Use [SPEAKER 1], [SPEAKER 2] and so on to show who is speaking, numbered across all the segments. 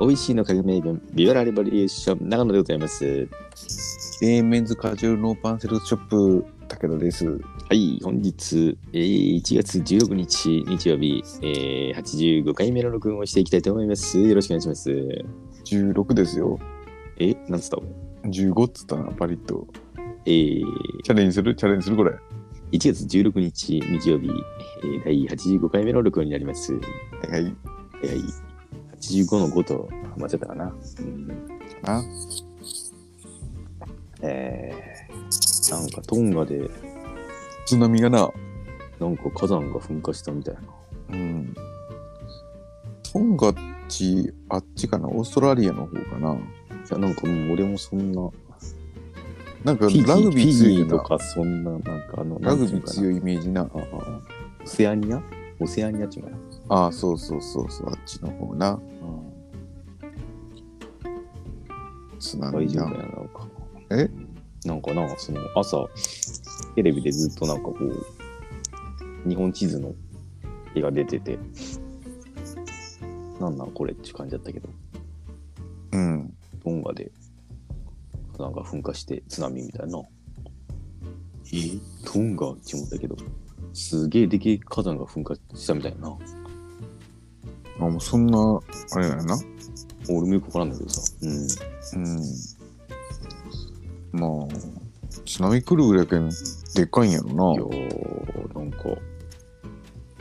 [SPEAKER 1] 美味しいの革命軍、ビオラレボリューション、長野でございます。
[SPEAKER 2] えーメンズカジュアルノーパンセルショップ武田です。
[SPEAKER 1] はい、本日、えー1月16日、日曜日、えー85回目の録音をしていきたいと思います。よろしくお願いします。
[SPEAKER 2] 16ですよ。
[SPEAKER 1] え、なんつったの
[SPEAKER 2] 15っつったな、パリッと。
[SPEAKER 1] えー、
[SPEAKER 2] チャレンジするチャレンジするこれ。
[SPEAKER 1] 1月16日、日曜日、えー第85回目の録音になります。
[SPEAKER 2] はい。
[SPEAKER 1] 早い。85の5と混ぜたかな。うん、
[SPEAKER 2] あ
[SPEAKER 1] えー、なんかトンガで、
[SPEAKER 2] 津波がな。
[SPEAKER 1] なんか火山が噴火したみたいな。
[SPEAKER 2] うん。トンガっち、あっちかな、オーストラリアの方かな。
[SPEAKER 1] いや、なんかもう俺もそんな、
[SPEAKER 2] なんかラ
[SPEAKER 1] フィジフ
[SPEAKER 2] グビー
[SPEAKER 1] ィ
[SPEAKER 2] 強
[SPEAKER 1] ジ
[SPEAKER 2] いよ
[SPEAKER 1] と
[SPEAKER 2] な。
[SPEAKER 1] か、そんな、なんかあの、
[SPEAKER 2] ラグビー
[SPEAKER 1] い。
[SPEAKER 2] 強いイメージな。あ
[SPEAKER 1] オセアニアオセアニアっていうのかな。
[SPEAKER 2] ああ、そうそうそうそう、あっちの方な。津
[SPEAKER 1] 大
[SPEAKER 2] 波
[SPEAKER 1] 丈夫。や
[SPEAKER 2] な
[SPEAKER 1] な、なんか。
[SPEAKER 2] え
[SPEAKER 1] なんかな、その朝、テレビでずっとなんかこう、日本地図の絵が出てて、なんなんこれって感じだったけど、
[SPEAKER 2] うん。
[SPEAKER 1] トンガで、なんか噴火して津波みたいな。えトンガって思ったけど、すげえでけえ火山が噴火したみたいな。
[SPEAKER 2] あ、もうそんな、あれだよな。
[SPEAKER 1] 俺もよくわからんだけどさ。うん。
[SPEAKER 2] うん。まあ、津波来るぐらいけん、でっかいんやろ
[SPEAKER 1] いや
[SPEAKER 2] な。
[SPEAKER 1] ー、なんか。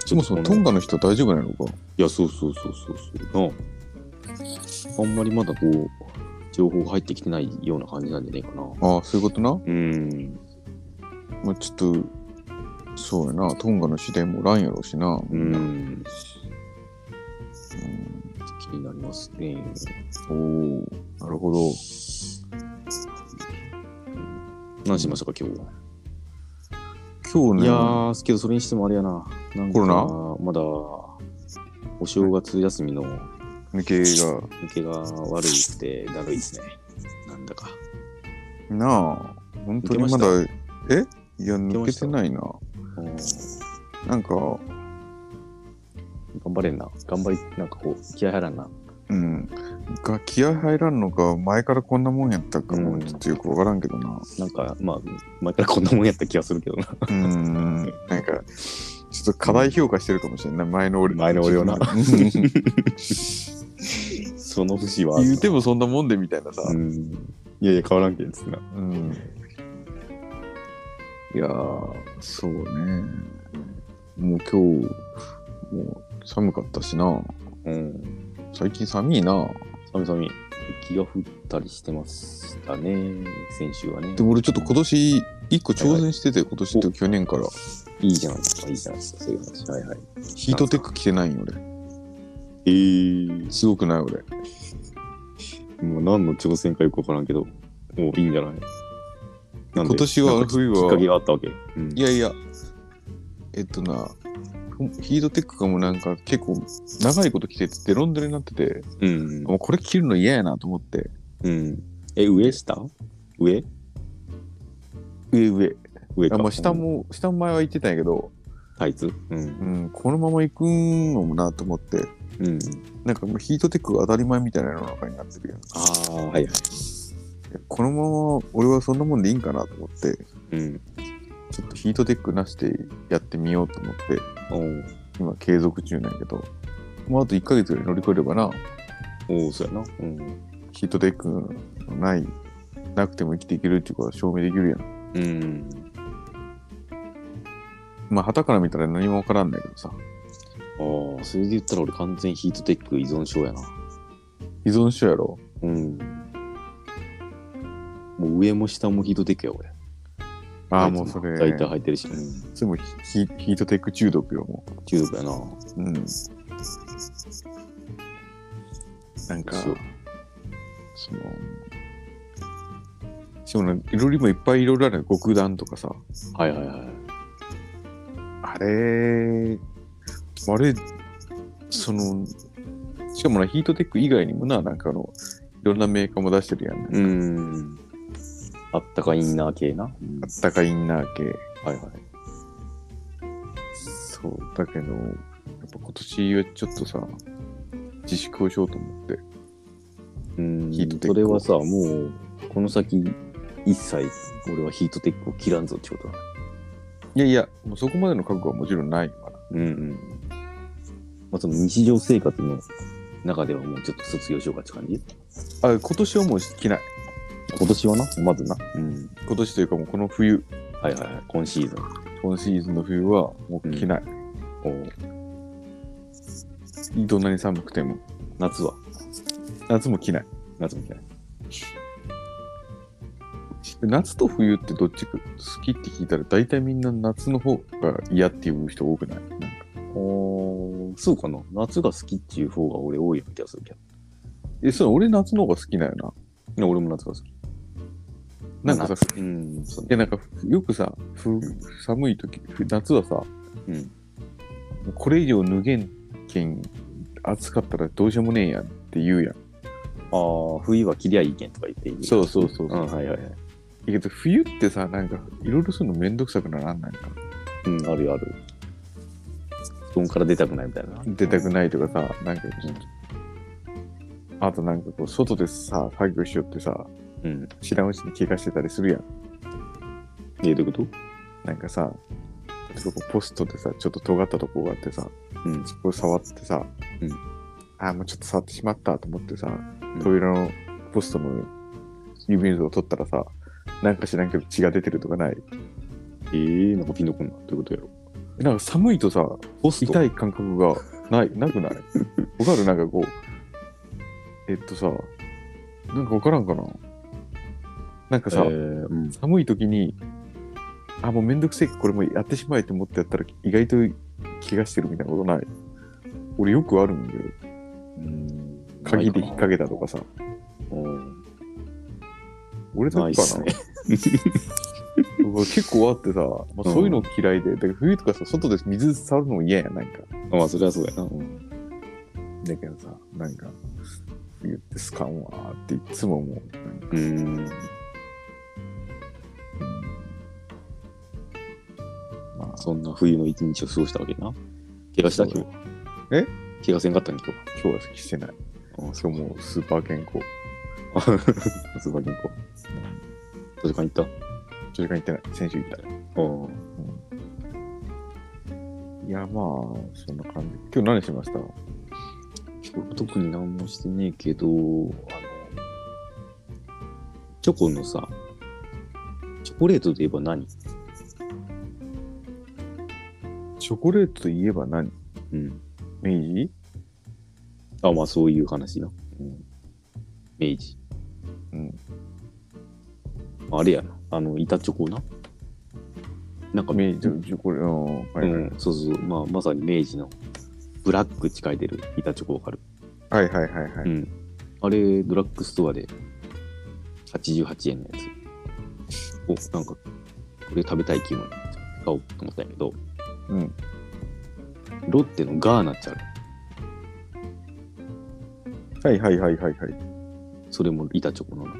[SPEAKER 2] そもそもトンガの人大丈夫なのか。
[SPEAKER 1] いや、そうそうそうそうそう。なああんまりまだこう、情報が入ってきてないような感じなんじゃねえかな。
[SPEAKER 2] ああ、そういうことな。
[SPEAKER 1] うん。
[SPEAKER 2] まあ、ちょっと、そうやな。トンガの知り合いもおらんやろうしな。
[SPEAKER 1] う
[SPEAKER 2] うん
[SPEAKER 1] ん。気になりますね。
[SPEAKER 2] おお、なるほど。
[SPEAKER 1] 何しましたか、今日は。
[SPEAKER 2] 今日
[SPEAKER 1] い
[SPEAKER 2] ね、
[SPEAKER 1] やー、けどそれにしてもあれやな。なん
[SPEAKER 2] コ
[SPEAKER 1] か
[SPEAKER 2] ロナ
[SPEAKER 1] まだ、お正月休みの抜
[SPEAKER 2] 抜け
[SPEAKER 1] けが悪くて、だるいですね。なんだか。
[SPEAKER 2] が、なあ、本当にまだ、えいや、抜けてないな。
[SPEAKER 1] うん
[SPEAKER 2] なんか、
[SPEAKER 1] 頑張れんな。頑張り、なんかこう、気合入らんな。
[SPEAKER 2] うん。が気合入らんのか、前からこんなもんやったか
[SPEAKER 1] う
[SPEAKER 2] も、
[SPEAKER 1] ん
[SPEAKER 2] ちょっとよくわからんけどな。
[SPEAKER 1] なんか、まあ、前からこんなもんやった気がするけど な。
[SPEAKER 2] うーんなんか、ちょっと過大評価してるかもしれない。前の俺
[SPEAKER 1] 前の俺をな
[SPEAKER 2] うん
[SPEAKER 1] その節はあるな
[SPEAKER 2] 言うてもそんなもんでみたいなさ。
[SPEAKER 1] うん。いやいや、変わらんけんですな。
[SPEAKER 2] うんいやー、そうね。もう今日、もう寒かったしな。
[SPEAKER 1] うん。
[SPEAKER 2] 最近寒いな。
[SPEAKER 1] 寒い寒い。雪が降ったりしてましたね。先週はね
[SPEAKER 2] で。も俺ちょっと今年、一個挑戦してて、今年と去年から。
[SPEAKER 1] いいじゃないですか、いいじゃないですか、そういう話。はいはい。
[SPEAKER 2] ヒートテック着てないんよ、俺。
[SPEAKER 1] えー、
[SPEAKER 2] すごくない、俺。
[SPEAKER 1] もう何の挑戦かよくわからんけど、もういいんじゃないなんで
[SPEAKER 2] 今年は
[SPEAKER 1] なんか
[SPEAKER 2] 冬は
[SPEAKER 1] きっかけがあったわけ。うん
[SPEAKER 2] いやいや、えっとな、ヒートテックがもうなんか結構長いこと着てて、デロンデロになってて、
[SPEAKER 1] うん。
[SPEAKER 2] もうこれ着るの嫌やなと思って。
[SPEAKER 1] うん。え、上下上上
[SPEAKER 2] 上上。あ
[SPEAKER 1] か。
[SPEAKER 2] まあ、下。も、下前は行ってたんやけど、
[SPEAKER 1] タイツうん。
[SPEAKER 2] うん、このまま行くのもなと思って、
[SPEAKER 1] うん。
[SPEAKER 2] なんかもうヒートテックが当たり前みたいな世の中になってるやん。
[SPEAKER 1] ああ、はいはい。
[SPEAKER 2] このまま俺はそんなもんでいいんかなと思って、
[SPEAKER 1] うん。
[SPEAKER 2] ちょっとヒートテックなしでやってみようと思って、
[SPEAKER 1] おう
[SPEAKER 2] 今継続中なんやけど、もうあと1ヶ月ぐらい乗り越えればな、
[SPEAKER 1] おう、そうやな。うん。
[SPEAKER 2] ヒートテックのない、なくても生きていけるっていうことは証明できるやん。
[SPEAKER 1] うん。
[SPEAKER 2] まあ、旗から見たら何もわからんないけどさ、
[SPEAKER 1] ああ、それで言ったら俺完全ヒートテック依存症やな。
[SPEAKER 2] 依存症やろ。
[SPEAKER 1] うん。もう上も下もヒートテックや、俺。
[SPEAKER 2] ああ、
[SPEAKER 1] いつ
[SPEAKER 2] もうそれ、
[SPEAKER 1] 大体履いてるし、うん、
[SPEAKER 2] それもヒヒートテック中毒よ、も
[SPEAKER 1] 中毒やな。
[SPEAKER 2] う。うん。なんか、
[SPEAKER 1] そう
[SPEAKER 2] その、しかもね、いろいろ今いっぱいいろいろあるよ極暖とかさ、
[SPEAKER 1] はいはいはい。
[SPEAKER 2] あれ、あれ、その、しかもな、ヒートテック以外にもな、なんかあの、いろんなメーカーも出してるやん。
[SPEAKER 1] うん。あったかインナー系な。
[SPEAKER 2] あったかインナー系。
[SPEAKER 1] はいはい。
[SPEAKER 2] そう、だけど、やっぱ今年はちょっとさ、自粛をしようと思って。
[SPEAKER 1] うん
[SPEAKER 2] ヒートテック
[SPEAKER 1] それはさ、もう、この先、一切、俺はヒートテックを切らんぞってことだ。
[SPEAKER 2] いやいや、もうそこまでの覚悟はもちろんないから。
[SPEAKER 1] うんうん。まあ、その日常生活の中ではもうちょっと卒業しようかって感じ
[SPEAKER 2] あ、今年はもう着ない。
[SPEAKER 1] 今年はな、まずな。うん。
[SPEAKER 2] 今年というかもうこの冬、
[SPEAKER 1] はいはいはい、今シーズン。
[SPEAKER 2] 今シーズンの冬はもう着ない。
[SPEAKER 1] おう
[SPEAKER 2] どんなに寒くても。
[SPEAKER 1] 夏は
[SPEAKER 2] 夏も着ない。
[SPEAKER 1] 夏も嫌い。
[SPEAKER 2] 夏と冬ってどっちか好きって聞いたら大体みんな夏の方が嫌っていう人多くないなんか
[SPEAKER 1] おそうかな。夏が好きっていう方が俺多いような気がするけど。
[SPEAKER 2] え、そう、俺夏の方が好きなんよ
[SPEAKER 1] いや俺も夏が好き。
[SPEAKER 2] な。なんかさ、
[SPEAKER 1] うん、そう
[SPEAKER 2] いやなんかよくさ、ふ寒い時、ふ夏はさ、
[SPEAKER 1] うん
[SPEAKER 2] もうこれ以上脱げんけん、暑かったらどうしようもねえやんって言うや
[SPEAKER 1] あ
[SPEAKER 2] ん。
[SPEAKER 1] あ、冬は切りゃいいけんとか言っていい。
[SPEAKER 2] そうそうそう。
[SPEAKER 1] うん、はいはいはい。
[SPEAKER 2] いやけど冬ってさ、なんかいろいろするのめんどくさくならんないか。
[SPEAKER 1] うん、あるよある。布団から出たくないみたいな。
[SPEAKER 2] 出たくないとかさ、なんか、あとなんかこう、外でさ、作業しよってさ、
[SPEAKER 1] うん。
[SPEAKER 2] 知らんうちに怪我してたりするやん。
[SPEAKER 1] え、どういうこと
[SPEAKER 2] なんかさ、そこポストでさ、ちょっと尖ったとこがあってさ、
[SPEAKER 1] うん
[SPEAKER 2] そこ触ってさ、
[SPEAKER 1] うん
[SPEAKER 2] あーもうちょっと触ってしまったと思ってさ、
[SPEAKER 1] ん
[SPEAKER 2] 扉のポストの指水を取ったらさ、なんか知らんけど血が出てるとかない。
[SPEAKER 1] えー、なんかピンとこんな。どういうことやろ。
[SPEAKER 2] なんか寒いとさ、
[SPEAKER 1] ポスト。
[SPEAKER 2] 痛
[SPEAKER 1] い。
[SPEAKER 2] い感覚がない、な くないわかるなんかこう、えっとさ、なんかわからんかななんか
[SPEAKER 1] え
[SPEAKER 2] さ、
[SPEAKER 1] ーうん、
[SPEAKER 2] 寒い時に、あ、もうめんどくせえ、これもうやってしまえと思ってやったら意外と怪我してるみたいなことない。俺よくあるんだよ。
[SPEAKER 1] うん
[SPEAKER 2] 鍵で引っ掛けたとかさ。
[SPEAKER 1] うん
[SPEAKER 2] 俺だ
[SPEAKER 1] ない
[SPEAKER 2] け
[SPEAKER 1] っ
[SPEAKER 2] か
[SPEAKER 1] す
[SPEAKER 2] な
[SPEAKER 1] ね。
[SPEAKER 2] 僕は結構あってさ、まあ、そういうの嫌いで、だから冬とかさ、外で水触るのも嫌やん、なんか。
[SPEAKER 1] まあ、それはそうやな。うん
[SPEAKER 2] だけどさ、なんか、言ってすかんわーっていつも思う。なんか
[SPEAKER 1] うん。
[SPEAKER 2] まあ
[SPEAKER 1] そんな冬の一日を過ごしたわけな。怪我した
[SPEAKER 2] そう
[SPEAKER 1] 今
[SPEAKER 2] だ
[SPEAKER 1] 日。
[SPEAKER 2] え
[SPEAKER 1] 怪我せんかったん今
[SPEAKER 2] 今日はしてない。
[SPEAKER 1] 日は。あ、
[SPEAKER 2] 今日もうスーパー健康。
[SPEAKER 1] あすごい銀行。図書館行った。あ
[SPEAKER 2] 図書館行ってない。先週行った。
[SPEAKER 1] あ。
[SPEAKER 2] いや、まあ、そんな感じ。今日何しました
[SPEAKER 1] 特に何もしてねえけど、あの、チョコのさ、チョコレートといえば何
[SPEAKER 2] チョコレートといえば何
[SPEAKER 1] うん。
[SPEAKER 2] 明治
[SPEAKER 1] あ、まあそういう話な。うん。明治。
[SPEAKER 2] うん。
[SPEAKER 1] あれやな。あの、板チョコな。なんか、
[SPEAKER 2] 明治、チョコレート、うんは
[SPEAKER 1] う
[SPEAKER 2] いはい
[SPEAKER 1] ん、そうそう、まあ、まさに明治のブラックって書いてる板チョコわかる。
[SPEAKER 2] はいはいはいは
[SPEAKER 1] う
[SPEAKER 2] い。
[SPEAKER 1] ん。あれ、ドラッグストアで88円のやつ。お、なんか、これ食べたい気分になって買おうと思ったんやけど、
[SPEAKER 2] うん。
[SPEAKER 1] ロッテのガーナっちゃう。
[SPEAKER 2] はいはいはいはいはい。
[SPEAKER 1] それも板チョコのな。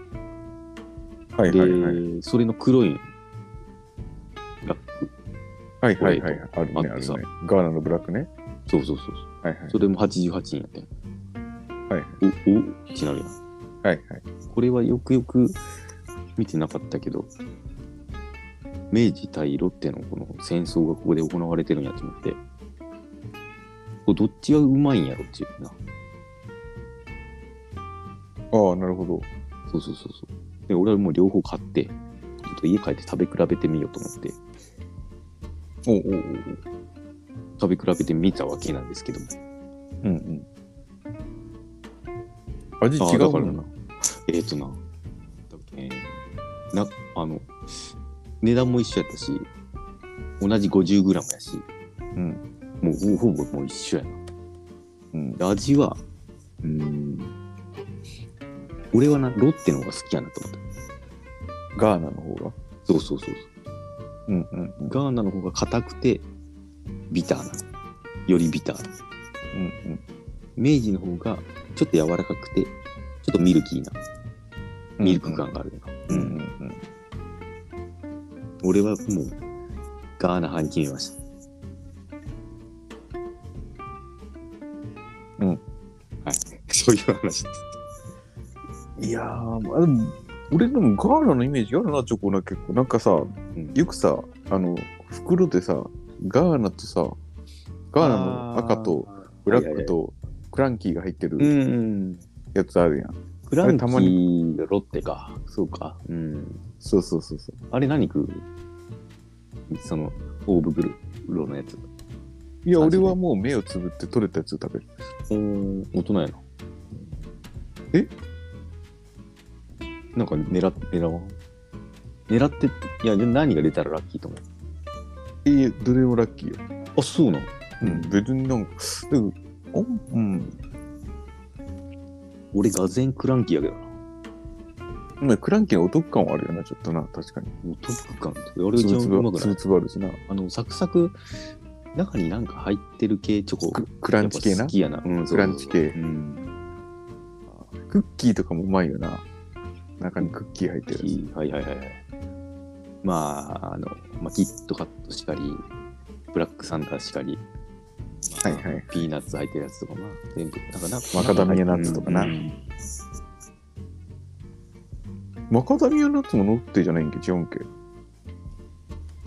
[SPEAKER 2] はい
[SPEAKER 1] で、
[SPEAKER 2] はいはい。
[SPEAKER 1] それの黒いのブラック。
[SPEAKER 2] はいはいはい。あるね
[SPEAKER 1] あっ
[SPEAKER 2] あ
[SPEAKER 1] て
[SPEAKER 2] るね
[SPEAKER 1] さ。
[SPEAKER 2] ガーナのブラックね。
[SPEAKER 1] そうそうそうそう。
[SPEAKER 2] はいはい。
[SPEAKER 1] それも88円やったん
[SPEAKER 2] はい
[SPEAKER 1] お、おってなるやん。
[SPEAKER 2] はいはい。
[SPEAKER 1] これはよくよく見てなかったけど、明治対ロッテのこの戦争がここで行われてるんやと思って、これどっちがうまいんやろっていうな。
[SPEAKER 2] ああ、なるほど。
[SPEAKER 1] そうそうそうそう。で、俺はもう両方買って、ちょっと家帰って食べ比べてみようと思って、
[SPEAKER 2] おうおうおう
[SPEAKER 1] 食べ比べてみたわけなんですけども。
[SPEAKER 2] うんうん。味
[SPEAKER 1] あ
[SPEAKER 2] 違
[SPEAKER 1] ー
[SPEAKER 2] う
[SPEAKER 1] だか
[SPEAKER 2] も
[SPEAKER 1] ら
[SPEAKER 2] んな
[SPEAKER 1] な。えー、とな、だっけな、あの、値段も一緒やったし、同じ 50g やし、
[SPEAKER 2] うん。
[SPEAKER 1] もうほぼもう一緒やな。
[SPEAKER 2] うん。
[SPEAKER 1] で味は、うーん、俺はな、ロッテの方が好きやなと思った。
[SPEAKER 2] ガーナの方が。
[SPEAKER 1] そうそうそう
[SPEAKER 2] うんうんう
[SPEAKER 1] そう。
[SPEAKER 2] ん。
[SPEAKER 1] ガーナの方が硬くて、ビターな。よりビターな。
[SPEAKER 2] うん
[SPEAKER 1] 明治の方が、ちょっと柔らかくて、ちょっとミルキーな。
[SPEAKER 2] うん。
[SPEAKER 1] ミルク感があるよな。
[SPEAKER 2] うんうんうん。
[SPEAKER 1] 俺はもう、ガーナ派に決めました。
[SPEAKER 2] う ん
[SPEAKER 1] はい。そういう話です。
[SPEAKER 2] いやー、まあ、でも俺でもガーナのイメージあるな、チョコな、結構。なんかさ、
[SPEAKER 1] ん
[SPEAKER 2] よくさ、あの、袋でさ、ガーナとさ、ガーナの赤とブラックとクランキーが入って
[SPEAKER 1] う
[SPEAKER 2] る
[SPEAKER 1] ん。
[SPEAKER 2] やつあるやん。
[SPEAKER 1] フランキ
[SPEAKER 2] あれたま
[SPEAKER 1] ーがロッテか。そうか。うん。
[SPEAKER 2] そうそうそうそう。
[SPEAKER 1] あれ何食うその、オーブグルロのやつ。マ
[SPEAKER 2] いや、
[SPEAKER 1] ジ
[SPEAKER 2] 俺
[SPEAKER 1] で
[SPEAKER 2] はもう目をつぶって取れたやつを食べる。
[SPEAKER 1] おー大人やな。
[SPEAKER 2] え
[SPEAKER 1] なんか狙っ狙わん狙って、いや、で何が出たらラッキーと思う。
[SPEAKER 2] いや、どれもラッキーよ。
[SPEAKER 1] あ、そうなの
[SPEAKER 2] うん、別になんか、でもおうん、
[SPEAKER 1] 俺、がぜんクランキーやけどな。
[SPEAKER 2] まあクランキーのお得感はあるよな、ちょっとな、確かに。
[SPEAKER 1] もうトップ感って。俺
[SPEAKER 2] つ
[SPEAKER 1] 一番
[SPEAKER 2] ぶつ
[SPEAKER 1] うま
[SPEAKER 2] ぶ、
[SPEAKER 1] くな
[SPEAKER 2] つぶ
[SPEAKER 1] い。
[SPEAKER 2] つぶあるしな。
[SPEAKER 1] あの、サクサク、中になんか入ってる系チョコ。
[SPEAKER 2] ククランチ系
[SPEAKER 1] やっぱ
[SPEAKER 2] な
[SPEAKER 1] 好。きやな。うん、そう
[SPEAKER 2] クランチ系
[SPEAKER 1] う。ん。
[SPEAKER 2] クッキーとかもうまいよな。中にクッキー入ってるや
[SPEAKER 1] はいはいはいはい。まあ、あの、まあ、キットカットしかり、ブラックサンダーしかり、
[SPEAKER 2] つ。はいはい。
[SPEAKER 1] ピーナッツ入ってるやつとか、まあ、全部、なんかな、
[SPEAKER 2] マカダミアナッツとかな
[SPEAKER 1] うんうん
[SPEAKER 2] マカダミアナッツもロッテじゃないんけ、違うんけ。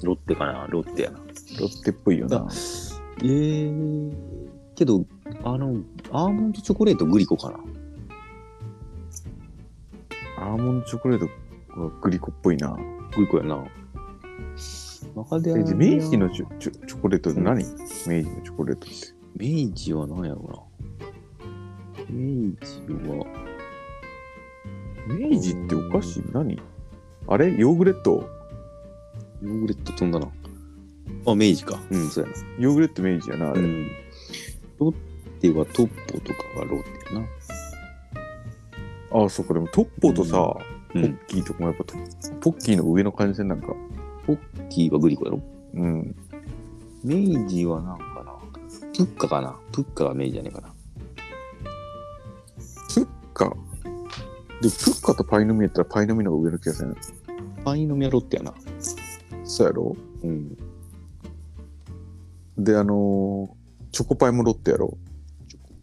[SPEAKER 1] ロッテかな、ロッテやな。
[SPEAKER 2] ロッテっぽいよな。
[SPEAKER 1] えー、けど、あの、アーモンドチョコレートグリコかな。
[SPEAKER 2] アーモンドチョコレートはグリコっぽいな。
[SPEAKER 1] グリコやな。マカ
[SPEAKER 2] え
[SPEAKER 1] ダミア
[SPEAKER 2] で明治のチョチョチョコレートって何、明治のチョコレートって。
[SPEAKER 1] 明治は何やろな。明治は、
[SPEAKER 2] 明治ってお菓子何あれヨーグレット
[SPEAKER 1] ヨーグレット飛んだな。あ、明治か。うん、そうやな。
[SPEAKER 2] ヨーグレット明治やな、あ
[SPEAKER 1] う
[SPEAKER 2] れ。
[SPEAKER 1] ん、ロッテはトッポとかがロッテやな。
[SPEAKER 2] ああ、そっか、でもトッポとさ、
[SPEAKER 1] うん
[SPEAKER 2] ポッキーとかもやっぱト、ポッキーの上の感じでなんか、
[SPEAKER 1] キーはグリコやろ。
[SPEAKER 2] うん。
[SPEAKER 1] 明治はなんかな。プッカかな。プッカが明治じゃねえかな。
[SPEAKER 2] プッカ。で、プッカとパイの実やったらパイの実の方が上の気がする。
[SPEAKER 1] パイの実はロッテやな。
[SPEAKER 2] そうやろ
[SPEAKER 1] うん。
[SPEAKER 2] で、あのーチョコパイもロッテやろ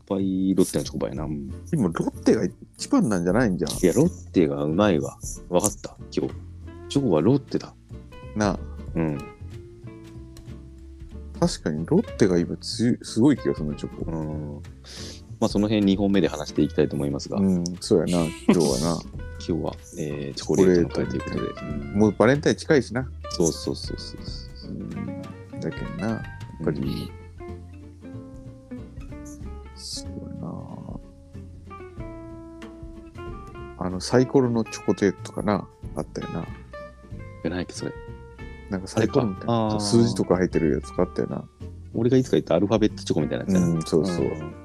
[SPEAKER 1] パイ、ロッテのチョコパイやな。うん
[SPEAKER 2] 今、ロッテが一番なんじゃないんじゃ
[SPEAKER 1] いや、ロッテがうまいわ。わかった。今日。チョコはロッテだ。
[SPEAKER 2] ん。なあ
[SPEAKER 1] うん。
[SPEAKER 2] 確かにロッテが今強い、すごい気がするな、チョコ。
[SPEAKER 1] うん。まあ、その辺2本目で話していきたいと思いますが、
[SPEAKER 2] うん、そうやな、今日は
[SPEAKER 1] 今日は、えーチョコレートの会ということで。うん
[SPEAKER 2] な。もうバレンタイン近いしな。
[SPEAKER 1] そうそうそうそうそうう。
[SPEAKER 2] ん、だけどな、やっぱり、そうやな。あの、サイコロのチョコテープとかな、あったよな。
[SPEAKER 1] じゃないっけ、それ。
[SPEAKER 2] なんかサイコロみたい
[SPEAKER 1] あれかあ
[SPEAKER 2] な
[SPEAKER 1] ー
[SPEAKER 2] 数字とか入ってるやつがあったよな。
[SPEAKER 1] 俺がいつか言ったアルファベットチョコみたいなやつやな。
[SPEAKER 2] うん、そうそう。
[SPEAKER 1] ん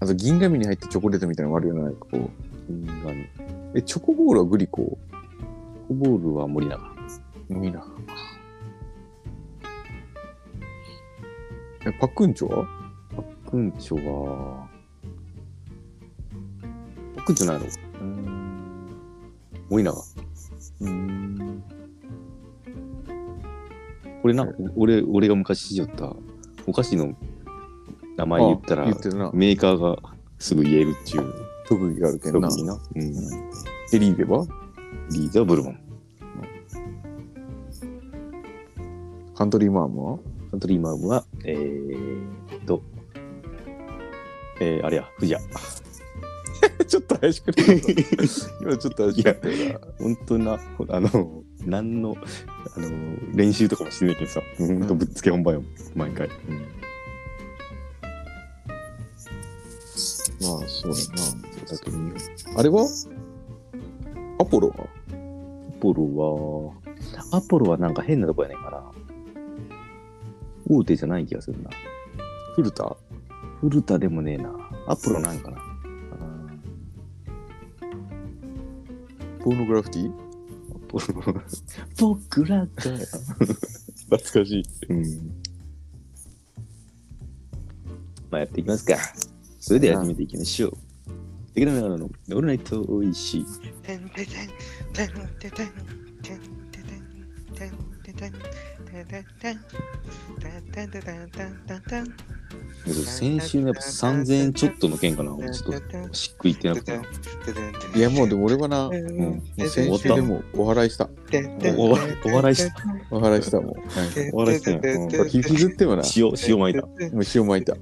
[SPEAKER 2] あと銀紙に入ったチョコレートみたいなのもあるよな、なんかこ
[SPEAKER 1] 銀紙。
[SPEAKER 2] う。え、チョコボールはグリコ
[SPEAKER 1] チョコボールは森永。
[SPEAKER 2] 森永か。え、パックンチョは
[SPEAKER 1] パックンチョは、パックンチョないの
[SPEAKER 2] うん。
[SPEAKER 1] 森永。
[SPEAKER 2] うん。
[SPEAKER 1] これな、俺、俺が昔しよった、お菓子の名前言ったら、
[SPEAKER 2] あ言ってるな。
[SPEAKER 1] メーカーがすぐ言えるっていう
[SPEAKER 2] 特技があるけど
[SPEAKER 1] 特
[SPEAKER 2] な。
[SPEAKER 1] 技な。うん。
[SPEAKER 2] エリーでは
[SPEAKER 1] リーザブルボン。
[SPEAKER 2] カントリーマームは
[SPEAKER 1] カントリーマームは、えーっと、えー、あれや、富士屋。
[SPEAKER 2] ちょっと怪しく なった。今ちょっと怪しかったよ
[SPEAKER 1] 本当な、ほあの、 何の、あの、練習とかもしてないけどさ、ほんとぶっつけ本番よ、毎回。
[SPEAKER 2] な。まあ、そうだな。だけど日本あれはアポロは
[SPEAKER 1] アポロは、アポロはなんか変なとこやねんから、大手じゃない気がするな。
[SPEAKER 2] 古田
[SPEAKER 1] 古田でもねえな。アポロなんか な。
[SPEAKER 2] ポーノグラフィティ
[SPEAKER 1] アポロ。僕らが。
[SPEAKER 2] 懐かしい。
[SPEAKER 1] うん。まあやっていきますか。それでは始めていきましょう。できながらの、オールナイトおいしい。
[SPEAKER 3] てんててんてんててんてんててんてんててんてんて
[SPEAKER 1] で先週のやっぱ3000円ちょっとの件かな俺ちょっとしっくりいってなくても
[SPEAKER 2] いやもうでも俺はな、も
[SPEAKER 1] うもう
[SPEAKER 2] う
[SPEAKER 1] 終わ
[SPEAKER 2] 先
[SPEAKER 1] っ
[SPEAKER 2] 週
[SPEAKER 1] た
[SPEAKER 2] でもお祓いした。
[SPEAKER 1] おお笑いお笑いした
[SPEAKER 2] お祓いしたもん。
[SPEAKER 1] 終わらせてないうん
[SPEAKER 2] 引きずってもな、
[SPEAKER 1] 塩塩まいた
[SPEAKER 2] もう塩まい た。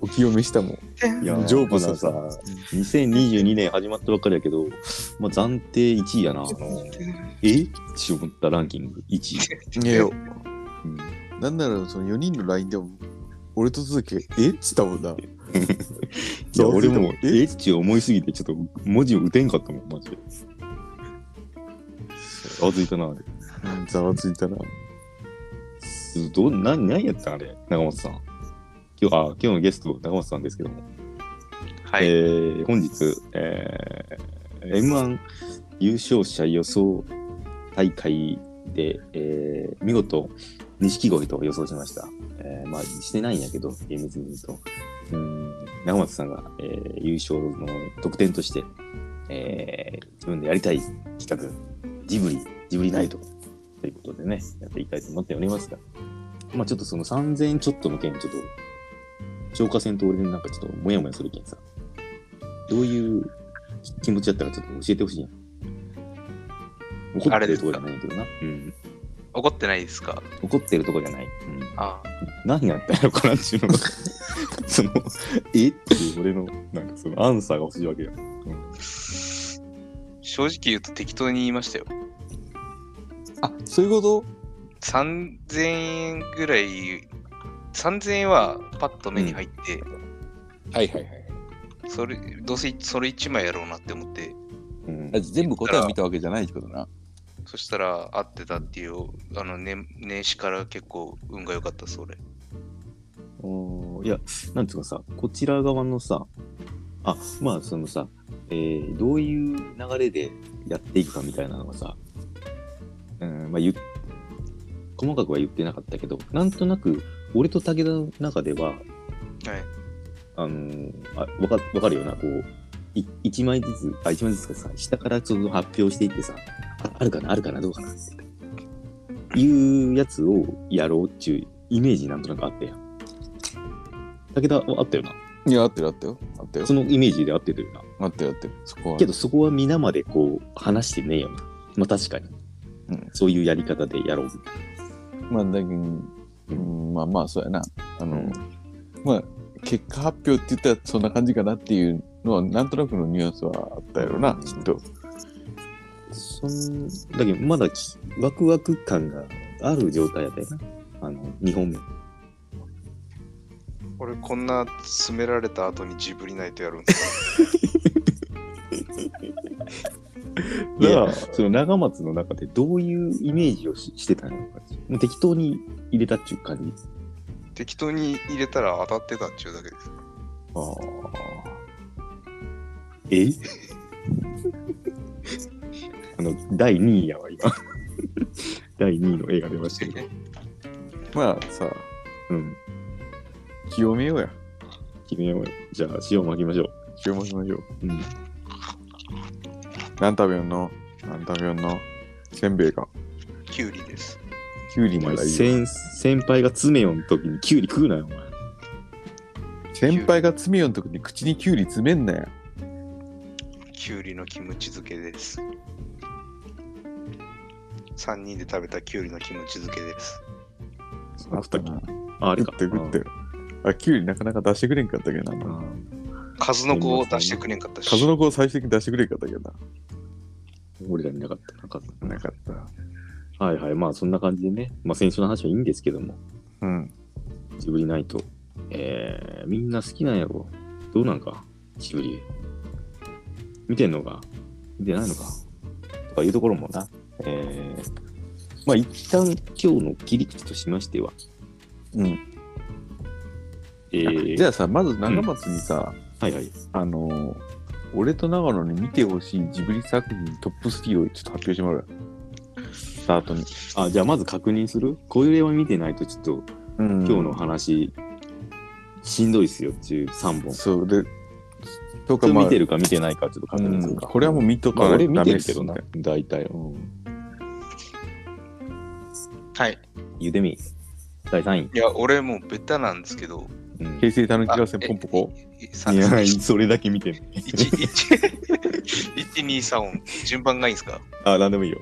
[SPEAKER 2] お清めしたもん。
[SPEAKER 1] いや
[SPEAKER 2] うん
[SPEAKER 1] ジョーパさんさ2022年始まったばっかりやけど、まあ、暫定1位やなあのえって思ったランキング1位、
[SPEAKER 2] いやいや
[SPEAKER 1] うん
[SPEAKER 2] なんならその4人の LINE でも、俺と続き、えっつったもんな。
[SPEAKER 1] いや俺も
[SPEAKER 2] え
[SPEAKER 1] えって思いすぎてちょっと文字を打てんかったもんマジ であわついたなあれ
[SPEAKER 2] うんざわついたな。
[SPEAKER 1] すどうな何やったんあれ中本さん今日あ今日のゲスト中本さんですけども
[SPEAKER 3] はい、
[SPEAKER 1] えー本日、えー、M1 優勝者予想大会で、えー見事、錦鯉と予想しました。えーまあ、してないんやけど、厳密に言うと。うん、長松さんが、えー優勝の得点として、えー自分でやりたい企画、ジブリ、ジブリナイトということでね、やっていきたいと思っておりますが、まあ、ちょっとその3000円ちょっとの件、ちょっと、消化戦と俺でなんかちょっともやもやする件さ、どういう気持ちだったかちょっと教えてほしいやん。怒ってるとこじゃないけどな。うん。
[SPEAKER 3] 怒ってないですか
[SPEAKER 1] 怒ってるとこじゃない。うん。
[SPEAKER 3] あ
[SPEAKER 1] 何やったんやろかな っていうのが、その、えっていう俺の、なんかそのアンサーが欲しいわけよ。
[SPEAKER 3] 正直言うと適当に言いましたよ。
[SPEAKER 2] あ、そういうこと
[SPEAKER 3] 3000円ぐらい、3000円はパッと目に入って、
[SPEAKER 2] はいはいはい。
[SPEAKER 3] それ、どうせそれ1枚やろうなって思って、
[SPEAKER 1] うん
[SPEAKER 2] あ。全部答えを見たわけじゃないってことな。
[SPEAKER 3] そしたら合ってたっていう、あの、ね、年始から結構運が良かったです、俺。
[SPEAKER 1] おーいや、なんつうかさ、こちら側のさ、あ、まあそのさ、えーどういう流れでやっていくかみたいなのがさ、うん、まあ言っ細かくは言ってなかったけど、なんとなく、俺と武田の中では、
[SPEAKER 3] はい。
[SPEAKER 1] あのーあわかわかるよな、こう、い一枚ずつ、あ、一枚ずつかさ、下からちょっと発表していってさ、ああるかな、あるかな、どうかなっていうやつをやろうっていうイメージなんとなくあったやん。武田はあったよな。
[SPEAKER 2] いや、あってるあったよ。あったよ
[SPEAKER 1] そ。のイメージで合ってたよな。
[SPEAKER 2] あったよあったよ。そこは。
[SPEAKER 1] けどそこは皆までこう話してねえよな。まあ確かに。
[SPEAKER 2] うん
[SPEAKER 1] そういうやり方でやろう。
[SPEAKER 2] まあ、だけど、うん、まあまあ、そうやな。あの、
[SPEAKER 1] うん
[SPEAKER 2] まあ、結果発表って言ったらそんな感じかなっていうのは、なんとなくのニュアンスはあったやろな、きっと。
[SPEAKER 1] そんだけどまだきワクワク感がある状態やったよな。あの、2本目。
[SPEAKER 3] 俺、こんな詰められた後にジブリナイトやるんです
[SPEAKER 1] いや
[SPEAKER 2] なあ
[SPEAKER 1] その長松の中でどういうイメージをししてたのかもう適当に入れたっていう感じ
[SPEAKER 3] 適当に入れたら当たってたっちゅうだけです。
[SPEAKER 2] あ
[SPEAKER 1] え あの第2位やわ 今第2位の映画出 ましたけど
[SPEAKER 2] ーまあさ、
[SPEAKER 1] うん
[SPEAKER 2] 清めようや。
[SPEAKER 1] 決めようよじゃあ塩巻きましょう
[SPEAKER 2] 清めしましょう。
[SPEAKER 1] うん
[SPEAKER 2] 何食べよんの何食べよんのせんべいか。
[SPEAKER 3] キュウリです。
[SPEAKER 2] きゅうり
[SPEAKER 1] お
[SPEAKER 2] な
[SPEAKER 1] 前
[SPEAKER 2] らいいよ。
[SPEAKER 1] 先先輩が詰めよん時にキュウリ食うなよお前
[SPEAKER 2] 先輩が詰めよんとこに口にきゅうり詰めんなよ。
[SPEAKER 3] キュウリのキムチ漬けです。3人で食べたキュウリのキムチ漬けです。
[SPEAKER 1] あったっけ
[SPEAKER 2] な
[SPEAKER 1] ああれか
[SPEAKER 2] 食って食って。あ、きゅうりなかなか出してくれんかったけど
[SPEAKER 1] あ
[SPEAKER 2] な。
[SPEAKER 1] ー
[SPEAKER 3] 数の子を出してくれんかったし。
[SPEAKER 2] 数の子を最終的に出してくれんかったけどな。
[SPEAKER 1] 俺らになかったなかった
[SPEAKER 2] なかった。
[SPEAKER 1] はいはいまあそんな感じでねまあ先週の話はいいんですけども
[SPEAKER 2] うん。
[SPEAKER 1] ジブリナイト。えー、みんな好きなんやろ。どうなんか、ジブリ。見てんのか見てないのかとかいうところもな。えー、まあ一旦今日の切り口としましては、
[SPEAKER 2] うん、
[SPEAKER 1] えー、
[SPEAKER 2] じゃあさまず長松にさ、
[SPEAKER 1] はいはい。
[SPEAKER 2] あのー俺と長野に見てほしいジブリ作品トップ3をちょっと発表してもらうスタートに、
[SPEAKER 1] あ、じゃあまず確認するこれは見てないとちょっと
[SPEAKER 2] うん
[SPEAKER 1] 今日の話、しんどいっすよっていう3本。
[SPEAKER 2] そうでと
[SPEAKER 1] こ
[SPEAKER 2] か
[SPEAKER 1] れ
[SPEAKER 2] まあ
[SPEAKER 1] 見てるか見てないかちょっと確
[SPEAKER 2] う
[SPEAKER 1] 認す
[SPEAKER 2] ん
[SPEAKER 1] るか。
[SPEAKER 2] これはもう見と
[SPEAKER 1] まあ
[SPEAKER 2] か
[SPEAKER 1] 俺見てる
[SPEAKER 2] っす
[SPEAKER 1] けどな、大体。うん
[SPEAKER 3] はい。
[SPEAKER 1] ゆでみ、第3位。
[SPEAKER 3] いや、俺もうベタなんですけど。
[SPEAKER 1] うん
[SPEAKER 2] 平成たぬき合戦
[SPEAKER 3] あ
[SPEAKER 2] ポンポコ。
[SPEAKER 3] えいい
[SPEAKER 1] いや、
[SPEAKER 3] 3
[SPEAKER 1] それだけ見て。
[SPEAKER 3] 1,2,3音。順番がいいんですか
[SPEAKER 1] あ、なんでもいいよ。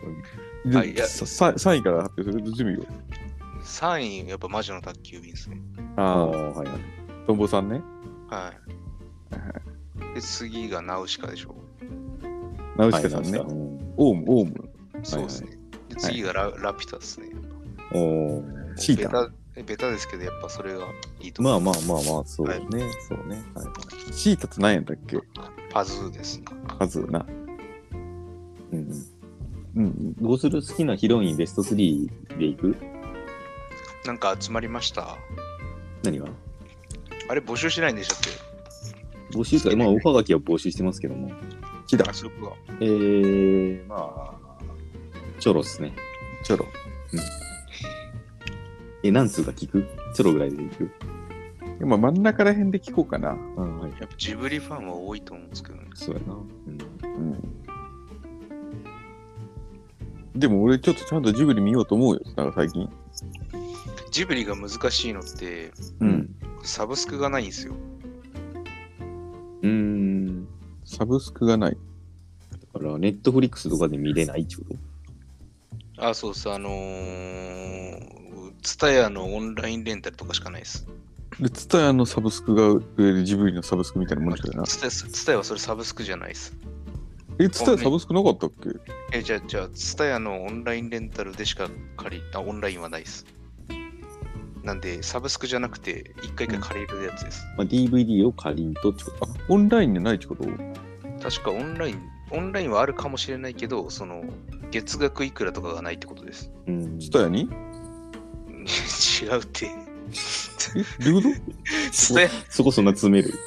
[SPEAKER 2] で
[SPEAKER 3] あいや
[SPEAKER 2] さ3位から発表すると準備を。
[SPEAKER 3] ?3 位、やっぱ魔女の宅急便ですね。
[SPEAKER 1] ああ、
[SPEAKER 2] あ
[SPEAKER 1] はいはい。
[SPEAKER 2] あ、トンボさんね。
[SPEAKER 3] はい。で、次がナウシカでしょ。
[SPEAKER 2] ナウシカさんね
[SPEAKER 1] はい。うん
[SPEAKER 2] オウム、オウム。
[SPEAKER 3] そうですね。で、次がラ,、ラピュタですね。
[SPEAKER 1] おー
[SPEAKER 2] シ
[SPEAKER 3] ベ
[SPEAKER 2] ータ。
[SPEAKER 3] タベタですけど、やっぱそれがいいと
[SPEAKER 1] ま
[SPEAKER 3] 思
[SPEAKER 1] あ
[SPEAKER 3] う。
[SPEAKER 1] まあまあまあ、そうね。
[SPEAKER 3] はい
[SPEAKER 1] そうね。はい
[SPEAKER 2] シータって何やったっけ
[SPEAKER 3] パズーですね。
[SPEAKER 2] 数な。
[SPEAKER 1] うんうん
[SPEAKER 2] うんうん。
[SPEAKER 1] どうする好きなヒロインベスト3でいく
[SPEAKER 3] なんか集まりました。
[SPEAKER 1] 何が
[SPEAKER 3] あれ、募集しないんでしたっ
[SPEAKER 1] 募集か、まあ、おはがきは募集してますけども。
[SPEAKER 2] シー
[SPEAKER 3] け
[SPEAKER 2] タ
[SPEAKER 3] あ、。そうか。
[SPEAKER 1] えー、まあ、チョロっすね。
[SPEAKER 2] ちょろ。
[SPEAKER 1] え、何通か聞くチョロぐらいでいく
[SPEAKER 2] 今真ん中ら辺で聞こうかな。
[SPEAKER 1] あはい。
[SPEAKER 3] やっぱジブリファンは多いと思うんですけどね。
[SPEAKER 1] そうやな。うん。
[SPEAKER 2] うん。でも俺ちょっとちゃんとジブリ見ようと思うよ。なんか最近。
[SPEAKER 3] ジブリが難しいのって、
[SPEAKER 2] うん。
[SPEAKER 3] サブスクがないんですよ。
[SPEAKER 1] うーん。
[SPEAKER 2] サブスクがない。
[SPEAKER 1] だから、ネットフリックスとかで見れないってこ
[SPEAKER 3] あ、そうそう、あのー、ツタヤのオンラインレンタルとかしかないです。
[SPEAKER 2] で、ツタヤのサブスクがくれるジブリのサブスクみたいなもんだよな。
[SPEAKER 3] ツタヤツタヤはそれサブスクじゃないです。
[SPEAKER 2] え、ツタヤサブスクなかったっけ
[SPEAKER 3] え、じゃあ、じゃあ、ツタヤのオンラインレンタルでしか借り、あ、オンラインはないです。なんで、サブスクじゃなくて、一回一回借りるやつです。
[SPEAKER 1] とまあ、DVD を借りんとってことかな。
[SPEAKER 2] オンラインじゃないってこと
[SPEAKER 3] 確かオンライン、オンラインはあるかもしれないけど、その、月額いくらとかがないってことです。
[SPEAKER 1] うん。
[SPEAKER 2] ツタヤに
[SPEAKER 3] 違うって。
[SPEAKER 2] え、どういうこ
[SPEAKER 3] ツタヤ
[SPEAKER 1] そこそんな詰める。
[SPEAKER 2] と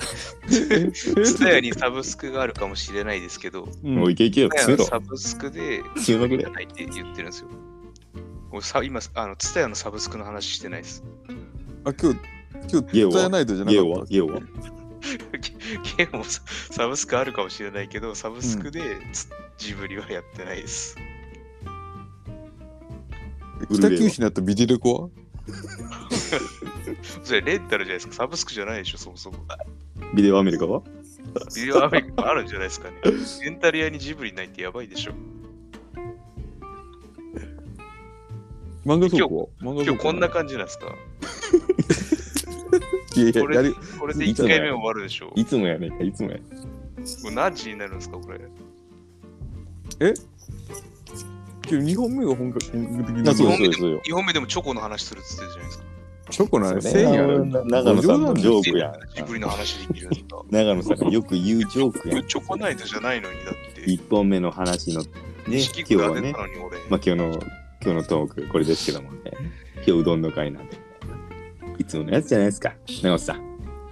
[SPEAKER 2] え
[SPEAKER 3] ツタヤにサブスクがあるかもしれないですけ ど、
[SPEAKER 2] うん
[SPEAKER 1] もういけいけよ、
[SPEAKER 3] ツ
[SPEAKER 1] 詰
[SPEAKER 3] タヤ
[SPEAKER 1] め
[SPEAKER 3] の
[SPEAKER 1] ろ。
[SPEAKER 3] サブスクで
[SPEAKER 1] 詰めまくれ
[SPEAKER 3] じゃ。ないって言ってるんですよ。俺さ今、あの、ツタヤのサブスクの話してないです。
[SPEAKER 2] あ、今日、今日、
[SPEAKER 1] ゲオは
[SPEAKER 2] ツタヤナイトじゃな
[SPEAKER 1] ゲ
[SPEAKER 2] か
[SPEAKER 1] オ
[SPEAKER 2] っ
[SPEAKER 1] は
[SPEAKER 2] た。
[SPEAKER 1] ゲオは
[SPEAKER 3] ゲームもササブスクあるかもしれないけど、サブスクでつ、ジブリはやってないです。
[SPEAKER 1] ブルー
[SPEAKER 2] 北
[SPEAKER 1] レイは
[SPEAKER 2] 九州にあったビデレコは
[SPEAKER 3] それレンタルじゃないですか。サブスクじゃないでしょ、そもそも。
[SPEAKER 1] ビデオアメリカは
[SPEAKER 3] ビデオアメリカあるんじゃないですかね。レンタル屋にジブリないってやばいでしょ。
[SPEAKER 2] 漫画倉庫は漫画倉庫は
[SPEAKER 3] 今日こんな感じなんですか。
[SPEAKER 2] いやいや
[SPEAKER 3] こ
[SPEAKER 2] や
[SPEAKER 3] れ
[SPEAKER 2] り
[SPEAKER 3] これで1回目終わるでしょ。
[SPEAKER 1] いつもやねんか、いつもや。
[SPEAKER 3] もう何時になるんですか、これ。
[SPEAKER 2] 今日2本目が本格的に
[SPEAKER 1] あそう
[SPEAKER 3] 本
[SPEAKER 1] そ
[SPEAKER 3] 目
[SPEAKER 1] う
[SPEAKER 3] で
[SPEAKER 1] そうよ
[SPEAKER 3] も。4本目でもチョコの話するっつってるじゃないですか。
[SPEAKER 2] チョコなの
[SPEAKER 1] そう
[SPEAKER 2] 1000
[SPEAKER 1] ね
[SPEAKER 2] 円やろ
[SPEAKER 1] 長野さんのジョークやん。
[SPEAKER 3] ジブリの話できるんですか。
[SPEAKER 1] 長野さんがよく言うジョークやん。
[SPEAKER 3] チョコナイトじゃないのにだって。
[SPEAKER 1] 1本目の話の、ね、今
[SPEAKER 3] 錦
[SPEAKER 1] 日
[SPEAKER 3] 鯉が
[SPEAKER 1] は
[SPEAKER 3] 出
[SPEAKER 1] ね
[SPEAKER 3] た、のに俺。
[SPEAKER 1] まあ、今日の、今日のトーク、これですけどもね、今日うどんの会なんで、いつものやつじゃないですか、長野さん。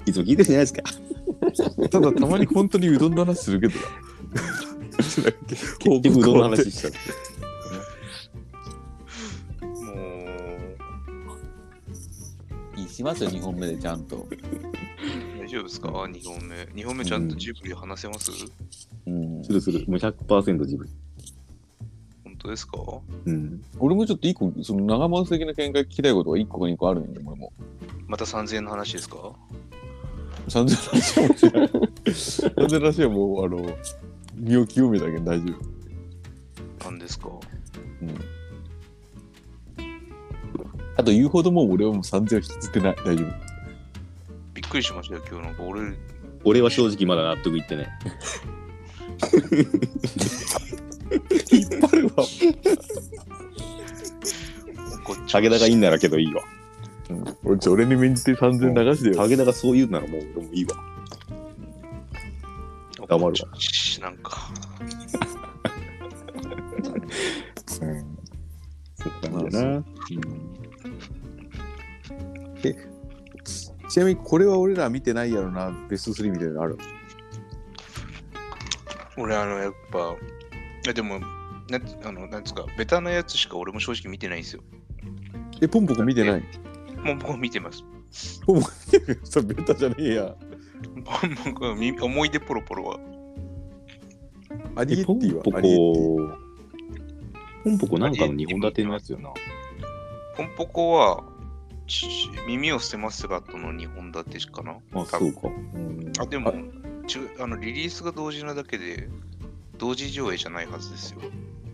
[SPEAKER 1] いつも聞いてるじゃないですか。
[SPEAKER 2] ただたまに本当にうどんの話するけどな
[SPEAKER 1] 結局うどんの話したら。
[SPEAKER 3] もう、
[SPEAKER 4] いいしますよ、2本目でちゃんと。
[SPEAKER 3] 大丈夫ですか ?2 本目。2本目ちゃんとジブリ話せます、
[SPEAKER 4] うん
[SPEAKER 1] するする、もう100%自分。
[SPEAKER 3] 本当ですか
[SPEAKER 1] うん。
[SPEAKER 2] 俺もちょっと一個その長松的な見解聞きたいことが1個か2個あるんで俺も
[SPEAKER 3] また3000円の話ですか
[SPEAKER 2] 3000の話はもちろん3000の話はもうあの身を清めたけど大丈夫
[SPEAKER 3] 何ですか
[SPEAKER 2] あと言うほどもう俺はもう3000は引きずってない大丈夫
[SPEAKER 3] びっくりしましたよ、今日なんか俺、
[SPEAKER 1] 俺は正直まだ納得いってね。
[SPEAKER 2] 引っ張るわ
[SPEAKER 3] こっち
[SPEAKER 1] 武田がいいんならけどいいわ。
[SPEAKER 2] 俺ちょ俺に免じて3000流してよ
[SPEAKER 1] 武田がそう言うならもう俺もいいわ。
[SPEAKER 3] 黙
[SPEAKER 1] るわ
[SPEAKER 3] なんか、
[SPEAKER 1] そうなんだな。
[SPEAKER 2] ちなみにこれは俺ら見てないやろなベスト3みたいなのある
[SPEAKER 3] 俺、あの、やっぱ、いやでも、なんあのなんですか、ベタなやつしか俺も正直見てないんですよ。
[SPEAKER 2] えポンポコ見てない
[SPEAKER 3] もう僕見てます。
[SPEAKER 2] それベタじゃねえや
[SPEAKER 3] 僕はみ思い出ポロポロは。
[SPEAKER 2] アリエ
[SPEAKER 1] え、
[SPEAKER 2] ッ
[SPEAKER 1] ポ
[SPEAKER 2] ティ
[SPEAKER 1] ン
[SPEAKER 2] は
[SPEAKER 1] ポ
[SPEAKER 2] アリエッティ
[SPEAKER 1] コ、ポンポコなんかの2本立てのやつよな。
[SPEAKER 3] コンポコは、ち耳を捨てますがとの2本立てかな。
[SPEAKER 1] あ、
[SPEAKER 3] 多
[SPEAKER 1] そ
[SPEAKER 3] 分
[SPEAKER 1] うか。
[SPEAKER 2] うん
[SPEAKER 3] あでも、ちゅあのリリースが同時なだけで、同時上映じゃないはずですよ。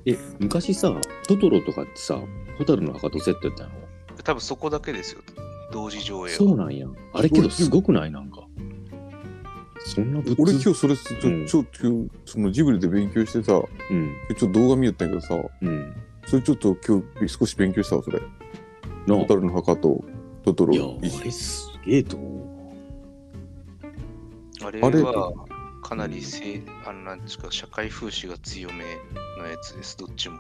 [SPEAKER 1] え、昔さ、トトロとかってさ、ホタルの墓とセットやったの
[SPEAKER 3] 多分そこだけですよ。同時上映は。
[SPEAKER 1] そうなんや。あれけどすごくないなんか。そんな物
[SPEAKER 2] 俺今日それち
[SPEAKER 1] うん
[SPEAKER 2] ょちょちょそのジブリで勉強してさちょ
[SPEAKER 1] うん。
[SPEAKER 2] っと動画見よったんやけどさ
[SPEAKER 1] うん。
[SPEAKER 2] それちょっと今日少し勉強したわそれ
[SPEAKER 1] な
[SPEAKER 2] ホタルの墓とトト
[SPEAKER 1] あ
[SPEAKER 2] ロ
[SPEAKER 1] いや、あれすげえと思
[SPEAKER 3] あれ
[SPEAKER 2] あれ
[SPEAKER 3] はかなりせ、あのなんですか社会風刺が強めのやつです、どっちも。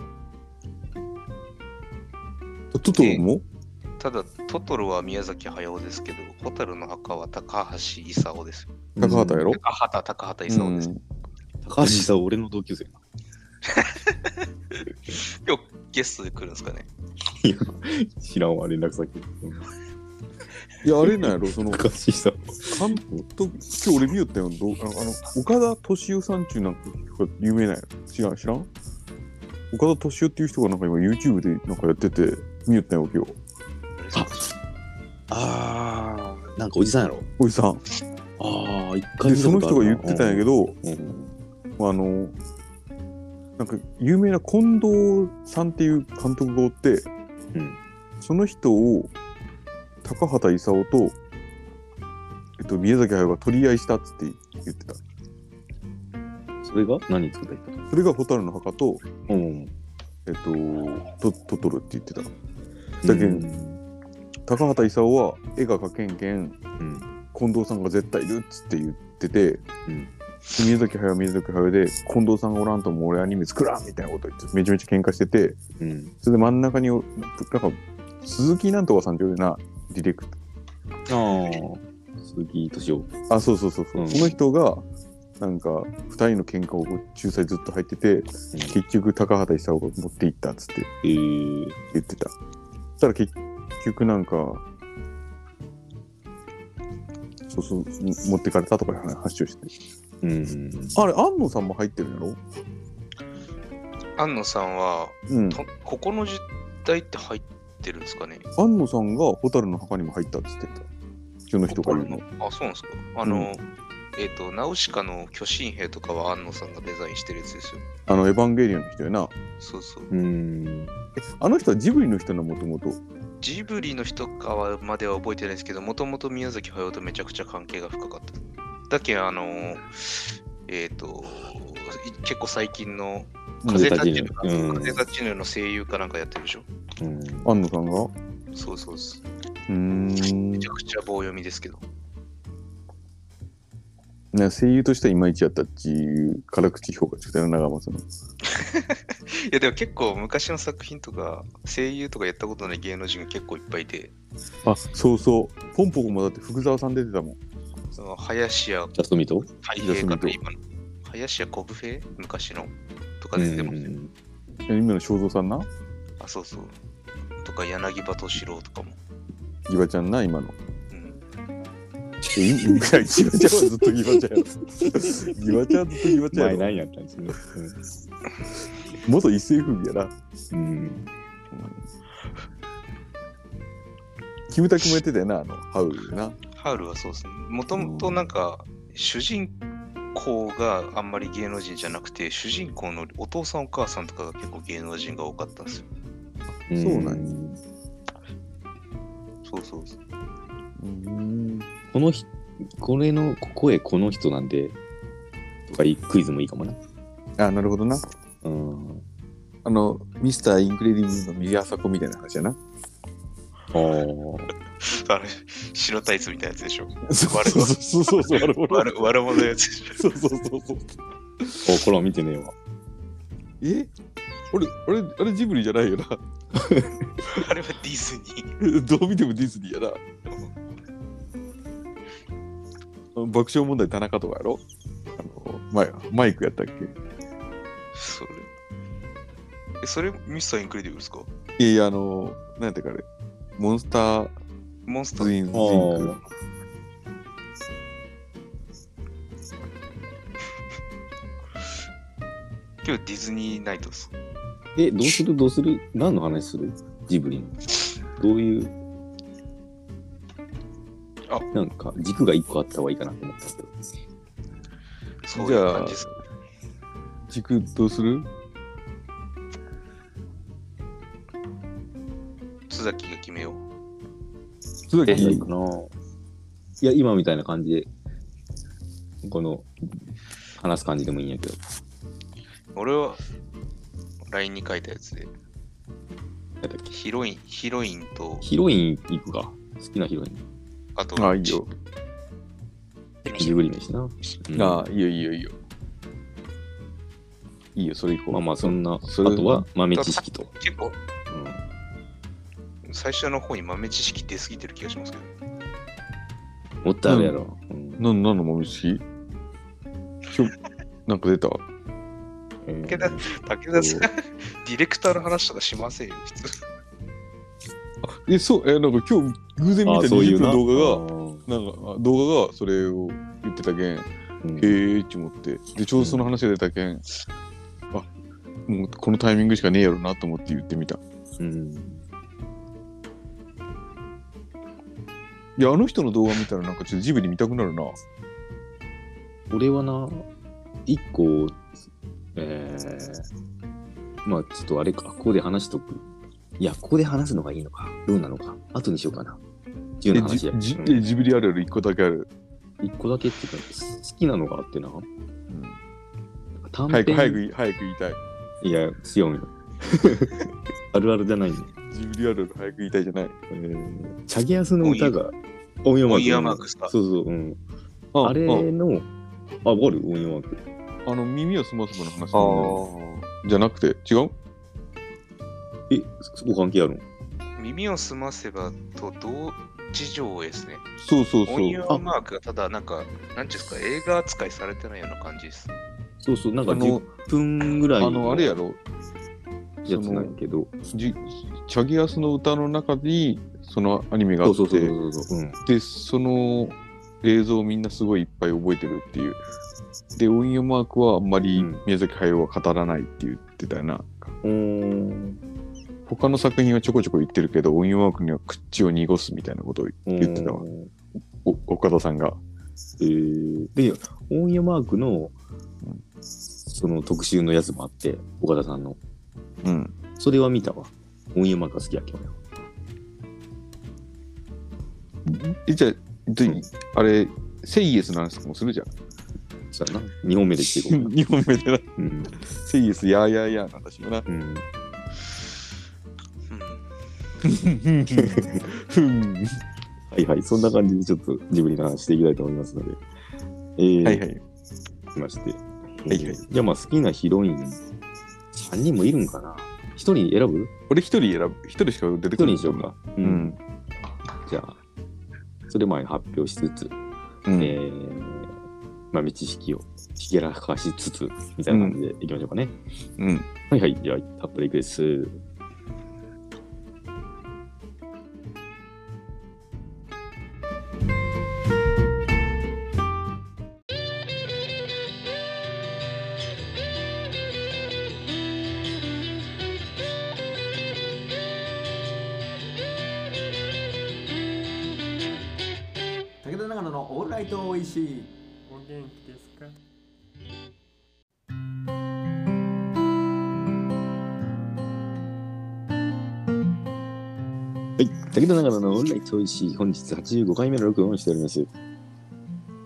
[SPEAKER 2] トトロも
[SPEAKER 3] ただ、トトロは宮崎駿ですけど、ホタルの墓は高橋勲ですよ。
[SPEAKER 1] う。
[SPEAKER 2] 高畑やろ
[SPEAKER 3] 高畑、高畑勲です。
[SPEAKER 2] うん
[SPEAKER 1] 高橋さん、俺の同級生。
[SPEAKER 3] 今日ゲストで来るんですかね。
[SPEAKER 1] いや、知らんわ、連絡先。うん
[SPEAKER 2] いやあれなんやろその
[SPEAKER 1] 高橋さん。
[SPEAKER 2] 監督、今日俺見よったよ、どうあのあの岡田敏夫さんっちゅうなんか有名なんや知らん、知らん岡田敏夫っていう人がなんか今 YouTube でなんかやってて、見よったよ、今日。
[SPEAKER 3] あれです
[SPEAKER 1] あ
[SPEAKER 3] か
[SPEAKER 1] あー、なんかおじさんやろ。
[SPEAKER 2] おじさん。
[SPEAKER 1] ああ、一回
[SPEAKER 2] で、
[SPEAKER 1] 見た
[SPEAKER 2] その
[SPEAKER 1] こと
[SPEAKER 2] 人が
[SPEAKER 1] あるな
[SPEAKER 2] 言ってたんやけど、
[SPEAKER 1] うん
[SPEAKER 2] あの、なんか有名な近藤さんっていう監督がおって、
[SPEAKER 1] うん
[SPEAKER 2] その人を高畑勲と、えっと、宮崎駿が取り合いしたっつって言ってた。
[SPEAKER 1] それが何作った
[SPEAKER 2] それが蛍の墓と、
[SPEAKER 1] うん。
[SPEAKER 2] えっと、トトロって言ってた。
[SPEAKER 1] だ
[SPEAKER 2] だ
[SPEAKER 1] け
[SPEAKER 2] け
[SPEAKER 1] ど
[SPEAKER 2] ど、高畑勲は絵が描けんけん
[SPEAKER 1] うん。
[SPEAKER 2] 近藤さんが絶対いるっつって言ってて、
[SPEAKER 1] うん
[SPEAKER 2] で宮崎駿は宮崎駿で近藤さんがおらんともう俺アニメ作らんみたいなこと言ってめちゃめちゃ喧嘩してて
[SPEAKER 1] うん。
[SPEAKER 2] それで真ん中におなんか鈴木なんとかさんっていうようなディレクタ
[SPEAKER 1] ああ、鈴木敏夫。
[SPEAKER 2] ーあそうそうそうそう、
[SPEAKER 1] うん
[SPEAKER 2] その人がなんか2人の喧嘩を仲裁ずっと入ってて結局高畑勲が持っていったっつって
[SPEAKER 1] えー、
[SPEAKER 2] 言ってた。そしたら結局なんか、そうそう、持ってかれたとかいう話をして。
[SPEAKER 1] うん。
[SPEAKER 2] あれ、安野さんも入ってるんやろ
[SPEAKER 3] 安野さんは、
[SPEAKER 2] うん。
[SPEAKER 3] とここの時代って入ってるんですかね
[SPEAKER 2] 安野さんが蛍の墓にも入ったっつってた。その人が言うの。
[SPEAKER 3] あ、そうなんですか。あの、えっ、と、ナウシカの巨神兵とかは安野さんがデザインしてるやつですよ。
[SPEAKER 2] あの、エヴァンゲリオンの人やな。
[SPEAKER 3] そうそう。
[SPEAKER 1] うん。
[SPEAKER 2] えあの人はジブリの人な、もともと。
[SPEAKER 3] ジブリの人かはまでは覚えてないですけど、もともと宮崎駿とめちゃくちゃ関係が深かった。だけあのえっ、と、い結構最近の風立ちぬか、
[SPEAKER 1] うん
[SPEAKER 3] 風立ちぬの声優かなんかやってるでしょ。
[SPEAKER 1] うん。
[SPEAKER 2] 安野さんがう
[SPEAKER 3] そうそうです。
[SPEAKER 2] ーん。ね
[SPEAKER 3] めちゃ、くちゃ棒読みですけど。
[SPEAKER 2] 声優としてはいまいちやったっていう辛口評価してたよ、長松の。
[SPEAKER 3] いや、でも結構昔の作品とか、声優とかやったことない芸能人が結構いっぱいいて、
[SPEAKER 2] あ、そうそう。ポンポコもだって福沢さん出てたもん。
[SPEAKER 3] その林家
[SPEAKER 1] ジャストミート
[SPEAKER 3] 太平か
[SPEAKER 2] 休
[SPEAKER 3] な
[SPEAKER 2] み
[SPEAKER 3] 今の。林家コブフェ昔のとか出てますよ。
[SPEAKER 1] うん
[SPEAKER 2] え今の正蔵さんな
[SPEAKER 3] あ、そうそう。とか柳葉敏郎とかも。
[SPEAKER 2] ギバちゃんな、今の。
[SPEAKER 3] うん
[SPEAKER 2] えいい やギバちゃんはずっとギバち ゃんやろ。ギバちゃんはずっとギバちゃん
[SPEAKER 1] 前
[SPEAKER 2] やろ。
[SPEAKER 1] 何やったんですね。
[SPEAKER 2] 元一世風靡やな。
[SPEAKER 1] うん。
[SPEAKER 2] キムタクもやってたよな、あの、ハウルな。
[SPEAKER 3] ハウルはそうですね。もともとなんか、主人公があんまり芸能人じゃなくて、主人公のお父さんお母さんとかが結構芸能人が多かったんですよ。
[SPEAKER 2] そうなんや
[SPEAKER 1] ん
[SPEAKER 3] そうそうそう。
[SPEAKER 2] うん。
[SPEAKER 1] この人、これの声この人なんで、とかいクイズもいいかもな。
[SPEAKER 2] あ、なるほどな。
[SPEAKER 1] うん。
[SPEAKER 2] あの、ミスターインクレディブルの右朝子みたいな話やな。
[SPEAKER 1] ああ。
[SPEAKER 3] あれ、白タイツみたいなやつでしょ。
[SPEAKER 2] そう
[SPEAKER 3] そう
[SPEAKER 2] そうそうそう、悪者。
[SPEAKER 3] 悪悪者のやつでし
[SPEAKER 2] そ
[SPEAKER 3] ょ。
[SPEAKER 2] うそうそうそう。
[SPEAKER 1] お、これは見てねえわ。
[SPEAKER 2] え俺、俺、あれジブリじゃないよな。
[SPEAKER 3] あれはディズニー。
[SPEAKER 2] どう見てもディズニーやな。あの爆笑問題田中とかやろあのマイマイクやったっけ
[SPEAKER 3] それ。え、それミスターインクレディブルですか
[SPEAKER 2] いやいやあの何やったっけあれモンスター
[SPEAKER 3] モンスタ
[SPEAKER 2] ズ
[SPEAKER 3] ー。
[SPEAKER 2] インズイン
[SPEAKER 1] あ
[SPEAKER 2] ク
[SPEAKER 1] あ。
[SPEAKER 3] 今日ディズニーナイトです。
[SPEAKER 1] え、どうするどうする何の話するジブリの。どういう、
[SPEAKER 3] あ
[SPEAKER 1] なんか軸が一個あった方がいいかなと思ったんですけど。
[SPEAKER 3] そういう感じです。
[SPEAKER 2] 軸どうする
[SPEAKER 3] 須崎が決めよう。
[SPEAKER 2] 須
[SPEAKER 1] どうしたらいい
[SPEAKER 2] 崎
[SPEAKER 1] かな。いや、今みたいな感じで、この、話す感じでもいいんやけど。
[SPEAKER 3] 俺は LINE に書いたやつで
[SPEAKER 1] なんだっけ
[SPEAKER 3] ヒロイン、ヒロインと、
[SPEAKER 1] ヒロイン行くか。好きなヒロイン。
[SPEAKER 3] あと、
[SPEAKER 2] ああいいよ
[SPEAKER 1] ジブリ飯な。うん
[SPEAKER 2] ああいいよいいよいいよいいよそれ行こう
[SPEAKER 1] まあまあ、そんな、あ
[SPEAKER 2] それ
[SPEAKER 1] とは豆知識と。
[SPEAKER 3] 結構
[SPEAKER 1] うん
[SPEAKER 3] 最初の方に豆知識出すぎてる気がしますけど。
[SPEAKER 1] もっとあるやろ。うん
[SPEAKER 2] なんなんの豆知識今日なんか出た
[SPEAKER 1] えー
[SPEAKER 3] 武田武田さん、ディレクターの話とかしませんよ、普通。
[SPEAKER 2] えそうえなんか今日偶然見
[SPEAKER 1] あ
[SPEAKER 2] た
[SPEAKER 1] ーそういう
[SPEAKER 2] 20分
[SPEAKER 1] な
[SPEAKER 2] の動
[SPEAKER 1] 動
[SPEAKER 2] 画がなんかあ動画がそれを言ってたけん
[SPEAKER 1] 画
[SPEAKER 2] えーって思ってでちょうどその話が出たけん、あもうこのタイミングしかねえやろなと思って言ってみた
[SPEAKER 1] うん。
[SPEAKER 2] いやあの人の動画見たらなんかちょっとジブリ見たくなるな
[SPEAKER 1] 俺はな、一個、えー、まあちょっとあれか、ここで話しとく。いや、ここで話すのがいいのか、どうなのか、後にしようかな。っていうような
[SPEAKER 2] え
[SPEAKER 1] 話
[SPEAKER 2] ジ
[SPEAKER 1] や。うん
[SPEAKER 2] ジえジブリあるある1個だけある、
[SPEAKER 1] 一個だけっていうか、す好きなのがあってな、短
[SPEAKER 2] 早
[SPEAKER 1] 編。
[SPEAKER 2] く早く早く言いたい
[SPEAKER 1] いや、強み。 あるあるじゃないんだ。
[SPEAKER 2] ジブリあるある早く言いたいじゃない
[SPEAKER 1] えー、チャゲアスの歌が、音
[SPEAKER 3] 音
[SPEAKER 1] 読
[SPEAKER 3] 読
[SPEAKER 1] マー
[SPEAKER 3] マー
[SPEAKER 1] ク
[SPEAKER 3] クさ
[SPEAKER 1] そうそう、うん。
[SPEAKER 2] あ
[SPEAKER 1] あれの、あ、わかる音読マーク。
[SPEAKER 2] あの耳をすませばの話なんだよじゃなくて違う
[SPEAKER 1] え、そそこ関係あるの
[SPEAKER 3] 耳を澄ませばと同時上映ですね。
[SPEAKER 2] そうそうそ
[SPEAKER 3] 音
[SPEAKER 2] う
[SPEAKER 3] 読マークがただ、なんか、なんていうんですか、映画扱いされてないような感じです。
[SPEAKER 1] そうそう、なんか
[SPEAKER 2] あの
[SPEAKER 1] 10分ぐらい
[SPEAKER 2] あのあれやろ
[SPEAKER 1] やつなんやけど。
[SPEAKER 2] じチャギアスの歌の中にそのアニメがあ
[SPEAKER 1] そ
[SPEAKER 2] っ
[SPEAKER 1] う
[SPEAKER 2] て
[SPEAKER 1] そうそうそうそう。うん。
[SPEAKER 2] でその映像をみんなすごいいっぱい覚えてるっていうで音読マークはあんまり
[SPEAKER 1] うん
[SPEAKER 2] 宮崎駿は語らないって言ってたよな、
[SPEAKER 1] うーん
[SPEAKER 2] 他の作品はちょこちょこ言ってるけど音読マークには口を濁すみたいなことを言ってたわ
[SPEAKER 1] うーん
[SPEAKER 2] お岡田さんが
[SPEAKER 1] えー、で、音読マークの、その特集のやつもあって、岡田さんの。
[SPEAKER 2] うん
[SPEAKER 1] それは見たわ。音読マークが好きやけど。
[SPEAKER 2] えじゃあで
[SPEAKER 1] うん
[SPEAKER 2] あれセイエスの話とかもするじゃん
[SPEAKER 1] そうやな。2本目で来てご めん。
[SPEAKER 2] 2本目でな
[SPEAKER 1] うん。
[SPEAKER 2] セイエスやーやーやーの話もな
[SPEAKER 1] うん。
[SPEAKER 3] うん。
[SPEAKER 1] はいはい。そんな感じでちょっとジブリの話していきたいと思いますので。えー、
[SPEAKER 2] はいはい
[SPEAKER 1] しまして。
[SPEAKER 2] いはい
[SPEAKER 1] えーじゃあまあ好きなヒロイン、3人もいるんかな ?1 人選ぶ
[SPEAKER 2] 俺一人選ぶ一人しか出て
[SPEAKER 1] ?1 人
[SPEAKER 2] こない
[SPEAKER 1] にしようか。う。
[SPEAKER 2] うんん
[SPEAKER 1] じゃあ、それ前に発表しつつ、
[SPEAKER 2] うん
[SPEAKER 1] えー、豆知識をひげらかしつつ、みたいな感じでいきましょうかね。
[SPEAKER 2] うん
[SPEAKER 1] はいはい、じゃあ、タップでいくです。
[SPEAKER 5] 武田長野のオールライトおいしい
[SPEAKER 6] お元気ですか
[SPEAKER 1] はい、武田長野のオンライン調子、本日85回目の録音をしております。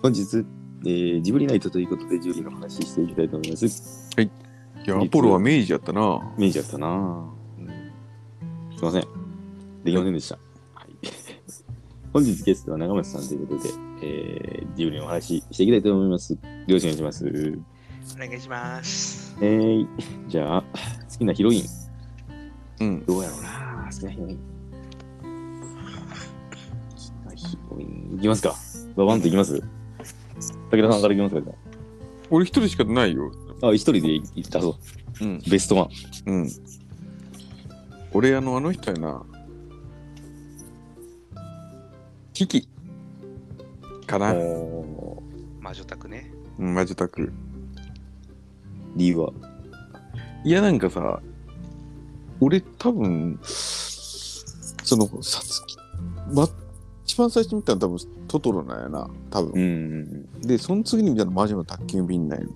[SPEAKER 1] 本日、えー、ジブリナイトということで、ジブリの話していきたいと思います。
[SPEAKER 2] いやアポロは明治やったな
[SPEAKER 1] 見えちゃったなぁ、すいません。できませんでした。はい、 本日ゲストは長松さんということで、えー、ジブリのお話していきたいと思います。よろしくお願いします。
[SPEAKER 3] お願いします。
[SPEAKER 1] えー、じゃあ、好きなヒロイン、
[SPEAKER 2] うん
[SPEAKER 1] どうやろうな好きなヒロイン。好きなヒロイン、いきますか。ババンといきます。武田さんからいきますか。
[SPEAKER 2] 俺一人しかないよ
[SPEAKER 1] あ、一人で行ったぞ。
[SPEAKER 2] うん
[SPEAKER 1] ベストワン。
[SPEAKER 2] うん俺あのあの人やなキキかな
[SPEAKER 1] お
[SPEAKER 3] 魔女宅ね。
[SPEAKER 2] うんマジタク
[SPEAKER 1] ー理由は。
[SPEAKER 2] いやなんかさ俺多分そのさつき、ま、一番最初に見たのは多分トトロなんやな多
[SPEAKER 1] う
[SPEAKER 2] 分、
[SPEAKER 1] ん。
[SPEAKER 2] でその次に見たの魔女の宅急便なんや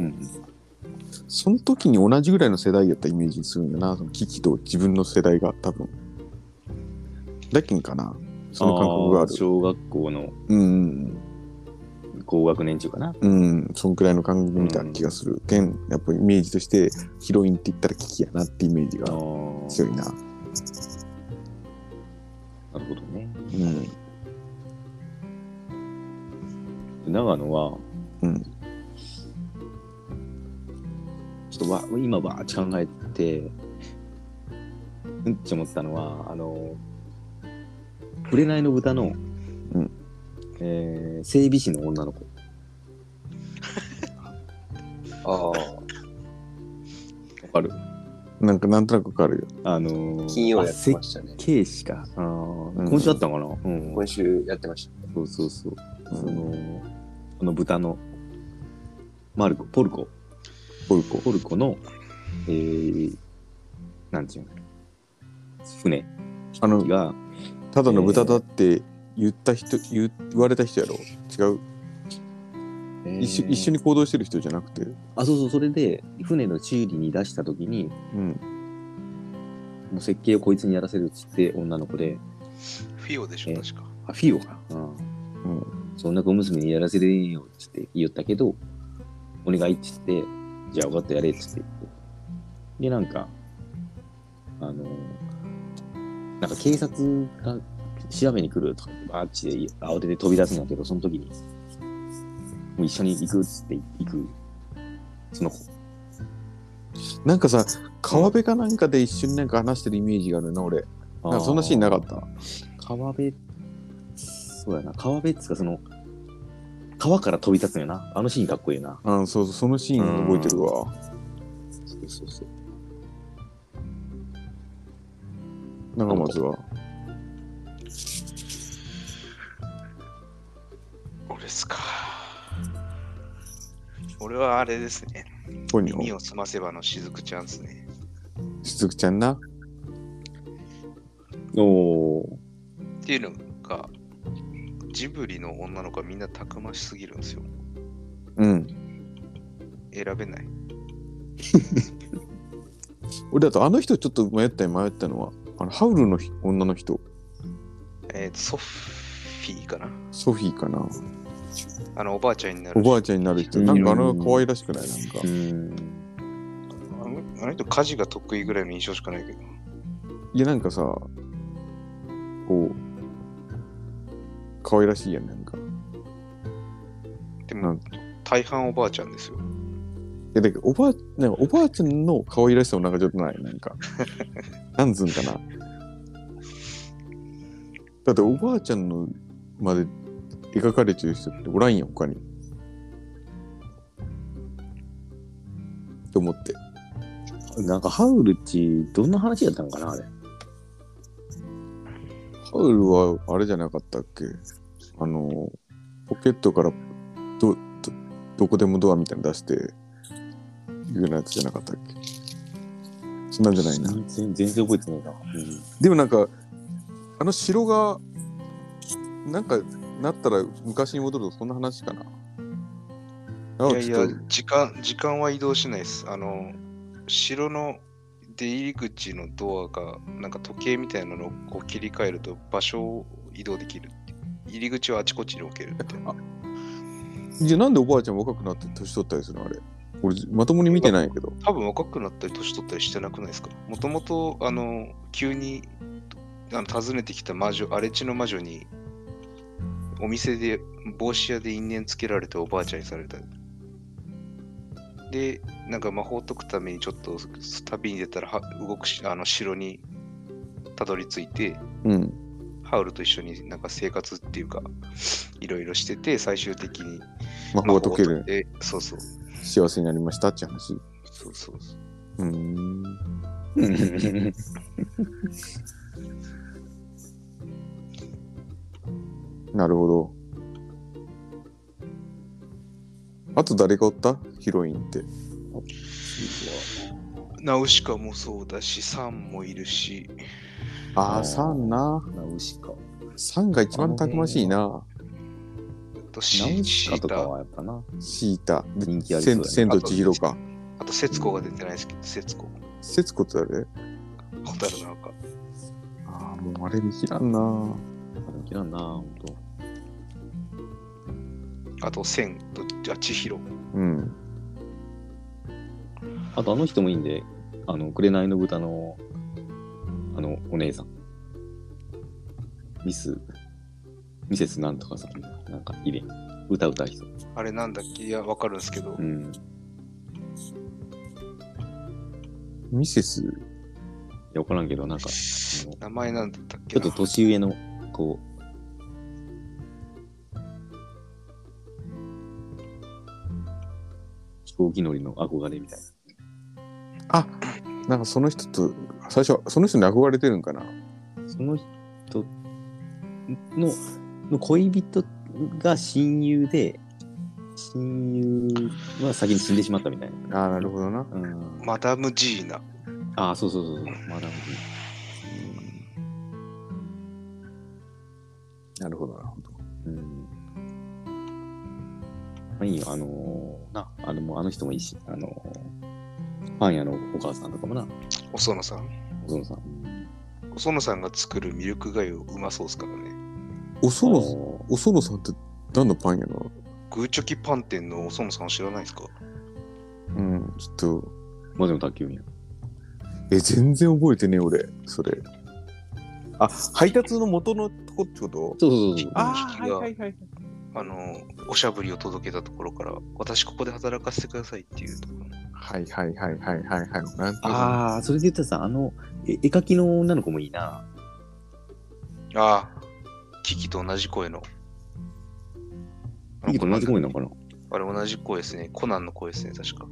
[SPEAKER 1] うん。
[SPEAKER 2] その時に同じぐらいの世代やったイメージにするんだなそのキキと自分の世代が多分だけんかなその感覚がある
[SPEAKER 1] ー小学校の
[SPEAKER 2] うん
[SPEAKER 1] 高学年中かな。
[SPEAKER 2] うん、そんくらいの感覚見た気がする。け、ん、やっぱりイメージとしてヒロインって言ったらキキやなってイメージ
[SPEAKER 1] ああ。
[SPEAKER 2] が
[SPEAKER 1] な
[SPEAKER 2] 強いな。
[SPEAKER 1] るほどね。
[SPEAKER 2] うん。
[SPEAKER 1] 長野は、
[SPEAKER 2] うん
[SPEAKER 1] ちょっとわ今わーって考えてうんって思ったのはあの「紅の豚の」
[SPEAKER 2] うん
[SPEAKER 1] えー整備士の女の子
[SPEAKER 4] あ
[SPEAKER 1] わかる
[SPEAKER 2] なんかなんとなくわかるよ。
[SPEAKER 1] あの
[SPEAKER 4] あ、金曜やってましたね。
[SPEAKER 1] 設計士かあー今週だったのかな、うん
[SPEAKER 4] 今週やってました。
[SPEAKER 1] そうそうそう、
[SPEAKER 2] うん
[SPEAKER 1] そのあの豚のマルコポルコ
[SPEAKER 2] ポルコ。
[SPEAKER 1] ポルコの、えー、なんていうの船
[SPEAKER 2] あの、
[SPEAKER 1] が、
[SPEAKER 2] ただの豚だって言った人、言う言われた人やろ。違う、
[SPEAKER 1] えー
[SPEAKER 2] 一緒。一緒に行動してる人じゃなくて。
[SPEAKER 1] あ、そうそう、それで、船の修理に出したときに、
[SPEAKER 2] うん。
[SPEAKER 1] もう設計をこいつにやらせるっつって、女の子で、
[SPEAKER 3] フィオでしょ、
[SPEAKER 1] え
[SPEAKER 3] 確か。
[SPEAKER 1] あ、フィオか。うん。
[SPEAKER 2] うん。
[SPEAKER 1] そんな小娘にやらせれんよっつって言ったけど、お願いっつって、じゃあ分かったやれっつって言って。で、なんか、あのなんか警察が調べに来るとかってバーッチで慌てて飛び出すんだけど、その時に、もう一緒に行くっつって行く、その子。
[SPEAKER 2] なんかさ、川辺かなんかで一緒になんか話してるイメージがあるな、俺。なんかそんなシーンなかった。
[SPEAKER 1] 川辺、そうやな、川辺っつうか、その、川から飛び立つんよな。あのシーンかっこいいな。
[SPEAKER 2] うん、そうそう、そのシーン覚えてるわ。
[SPEAKER 1] そうそうそう。
[SPEAKER 2] 長松は。
[SPEAKER 3] 俺っすか。俺はあれですね。
[SPEAKER 2] ポニ
[SPEAKER 3] 耳
[SPEAKER 2] ョ。
[SPEAKER 3] を澄ませばのしずくちゃんですね。
[SPEAKER 2] しずくちゃんな。
[SPEAKER 1] おー。
[SPEAKER 3] っていうのが、ジブリの女の子はみんなたくましすぎるんですよ。
[SPEAKER 2] うん。
[SPEAKER 3] 選べない。
[SPEAKER 2] 俺だとあの人ちょっと迷ったに迷ったのはあのハウルのひ女の人
[SPEAKER 3] えーと、ソフィーかな。
[SPEAKER 2] ソフィーかな
[SPEAKER 3] あの、おばあちゃんになる
[SPEAKER 2] お
[SPEAKER 3] 人。
[SPEAKER 2] ばあちゃんになる人
[SPEAKER 1] うん
[SPEAKER 2] なんかあの可愛らしくないなんか
[SPEAKER 1] うん。
[SPEAKER 3] あのあの人、家事が得意ぐらいの印象しかないけど。
[SPEAKER 2] いやなんかさこう可愛らしいやんなんかい
[SPEAKER 3] で
[SPEAKER 2] う
[SPEAKER 3] も
[SPEAKER 2] ん、
[SPEAKER 3] 大半おばあちゃんですよ。
[SPEAKER 2] やだけどおばあなんかおばあちゃんの可愛らしさもなんかちょっとないな んかなんつうんかなだっておばあちゃんのまで描かれてる人っておらんやん他にと思って
[SPEAKER 1] なんか、ハウルっち、どんな話やったのかな、あれ。
[SPEAKER 2] ハウルはあれじゃなかったっけあの、ポケットからどどどこでもドアみたいなの出して、いうようなやつじゃなかったっけそんなんじゃないな。
[SPEAKER 1] 全然、全然覚えてないな。
[SPEAKER 2] でもなんか、あの城が、なんか、なったら昔に戻るとそんな話かな。あ
[SPEAKER 3] いやい
[SPEAKER 2] ちょ
[SPEAKER 3] や
[SPEAKER 2] っと、
[SPEAKER 3] 時間、時間は移動しないです。あの、城の出入り口のドアが、なんか時計みたいなのをこう切り替えると場所を移動できるって。入り口をあちこちに置けるって。
[SPEAKER 2] じゃあなんでおばあちゃん若くなって年取ったりするのあれ。俺、まともに見てないけど。
[SPEAKER 3] 多分若くなったり年取ったりしてなくないですかもともと、あの、急にあの訪ねてきた魔女、荒れ地の魔女に、お店で、帽子屋で因縁つけられておばあちゃんにされた。で、なんか魔法を解くためにちょっと旅に出たらは動くし、あの城にたどり着いて、
[SPEAKER 2] うん。
[SPEAKER 3] ハウルと一緒になんか生活っていうか、いろいろしてて、最終的に
[SPEAKER 2] 魔法が解ける、
[SPEAKER 3] て、そうそう。
[SPEAKER 2] 幸せになりましたって話。
[SPEAKER 3] そうそうそう
[SPEAKER 2] うーん。
[SPEAKER 1] うん。
[SPEAKER 2] なるほど。あと誰がおったヒロインって。
[SPEAKER 3] ナウシカもそうだし、サンもいるし、
[SPEAKER 2] ああ、サンな。
[SPEAKER 1] ナウシカ。
[SPEAKER 2] サンが一番たくましいな。
[SPEAKER 3] あと
[SPEAKER 1] ナ
[SPEAKER 3] シ
[SPEAKER 1] ウ
[SPEAKER 3] シ
[SPEAKER 1] シカ
[SPEAKER 3] ー
[SPEAKER 1] とか
[SPEAKER 3] タ、
[SPEAKER 1] はやっぱな。
[SPEAKER 2] シータ。で
[SPEAKER 1] 人気ありそう
[SPEAKER 2] 千
[SPEAKER 1] だね
[SPEAKER 2] 千と千尋か。
[SPEAKER 3] あと節子が出てないですけど、節子。
[SPEAKER 2] 節子って誰
[SPEAKER 3] ホタルの赤。
[SPEAKER 2] ああ、もうあれ見切らんな。
[SPEAKER 1] 人気なんな、ほんと。
[SPEAKER 3] あと千と、あ、千尋。
[SPEAKER 2] うん。
[SPEAKER 1] あとあの人もいいんで、あの、紅の豚の、あの、お姉さん。ミス、ミセスなんとかさん、なんかいいね。歌歌う人。
[SPEAKER 3] あれなんだっけいや、わかるんですけど
[SPEAKER 1] う、ん。
[SPEAKER 2] ミセス。
[SPEAKER 1] いや、わからんけど、なんか、あの
[SPEAKER 3] 名前なんだったっ
[SPEAKER 1] ちょ
[SPEAKER 3] け
[SPEAKER 1] っ
[SPEAKER 3] な
[SPEAKER 1] と年上の、こう、飛行機乗りの憧れみたい
[SPEAKER 2] あなんかその人と、最初、その人に憧れてるんかな。
[SPEAKER 1] な。その人の、の恋人が親友で、親友は先に死んでしまったみたいな。
[SPEAKER 2] ああ、なるほどな。
[SPEAKER 1] うん、
[SPEAKER 3] マダムジーナ。
[SPEAKER 1] ああ、そうそうそうそう、まだ、
[SPEAKER 2] なるほどな。
[SPEAKER 1] うん。まあいいよ、あのーな、あの、もうあの人もいいし、あのーパン屋のお母さんとかもな、
[SPEAKER 3] おそのさん。
[SPEAKER 1] お園さん。
[SPEAKER 3] おそのさんが作るミルクがゆうまそうですからね。
[SPEAKER 2] おそ
[SPEAKER 1] あ
[SPEAKER 2] ろ、
[SPEAKER 1] のー
[SPEAKER 2] おそろさんって何のパンやの
[SPEAKER 3] グーチョキパン店のおそのさん知らないですか
[SPEAKER 2] うん、ちょっと、
[SPEAKER 1] まあでも卓球部や。
[SPEAKER 2] え、全然覚えてねえ、俺、それ。あ、配達の元のとこってこと
[SPEAKER 1] そうそうそうそう。
[SPEAKER 3] あーはいはい
[SPEAKER 2] はい。
[SPEAKER 3] あの、おしゃぶりを届けたところから、私ここで働かせてくださいっていうところ。
[SPEAKER 2] はいはいはいはいはいはい。なんていうの
[SPEAKER 1] ああ、それで言ったらさ、あの、え絵描きの女の子もいいな。
[SPEAKER 3] ああ、キキと同じ声の。
[SPEAKER 1] いいと同じ声なのかな
[SPEAKER 3] あれ同じ声ですね。コナンの声ですね、確か。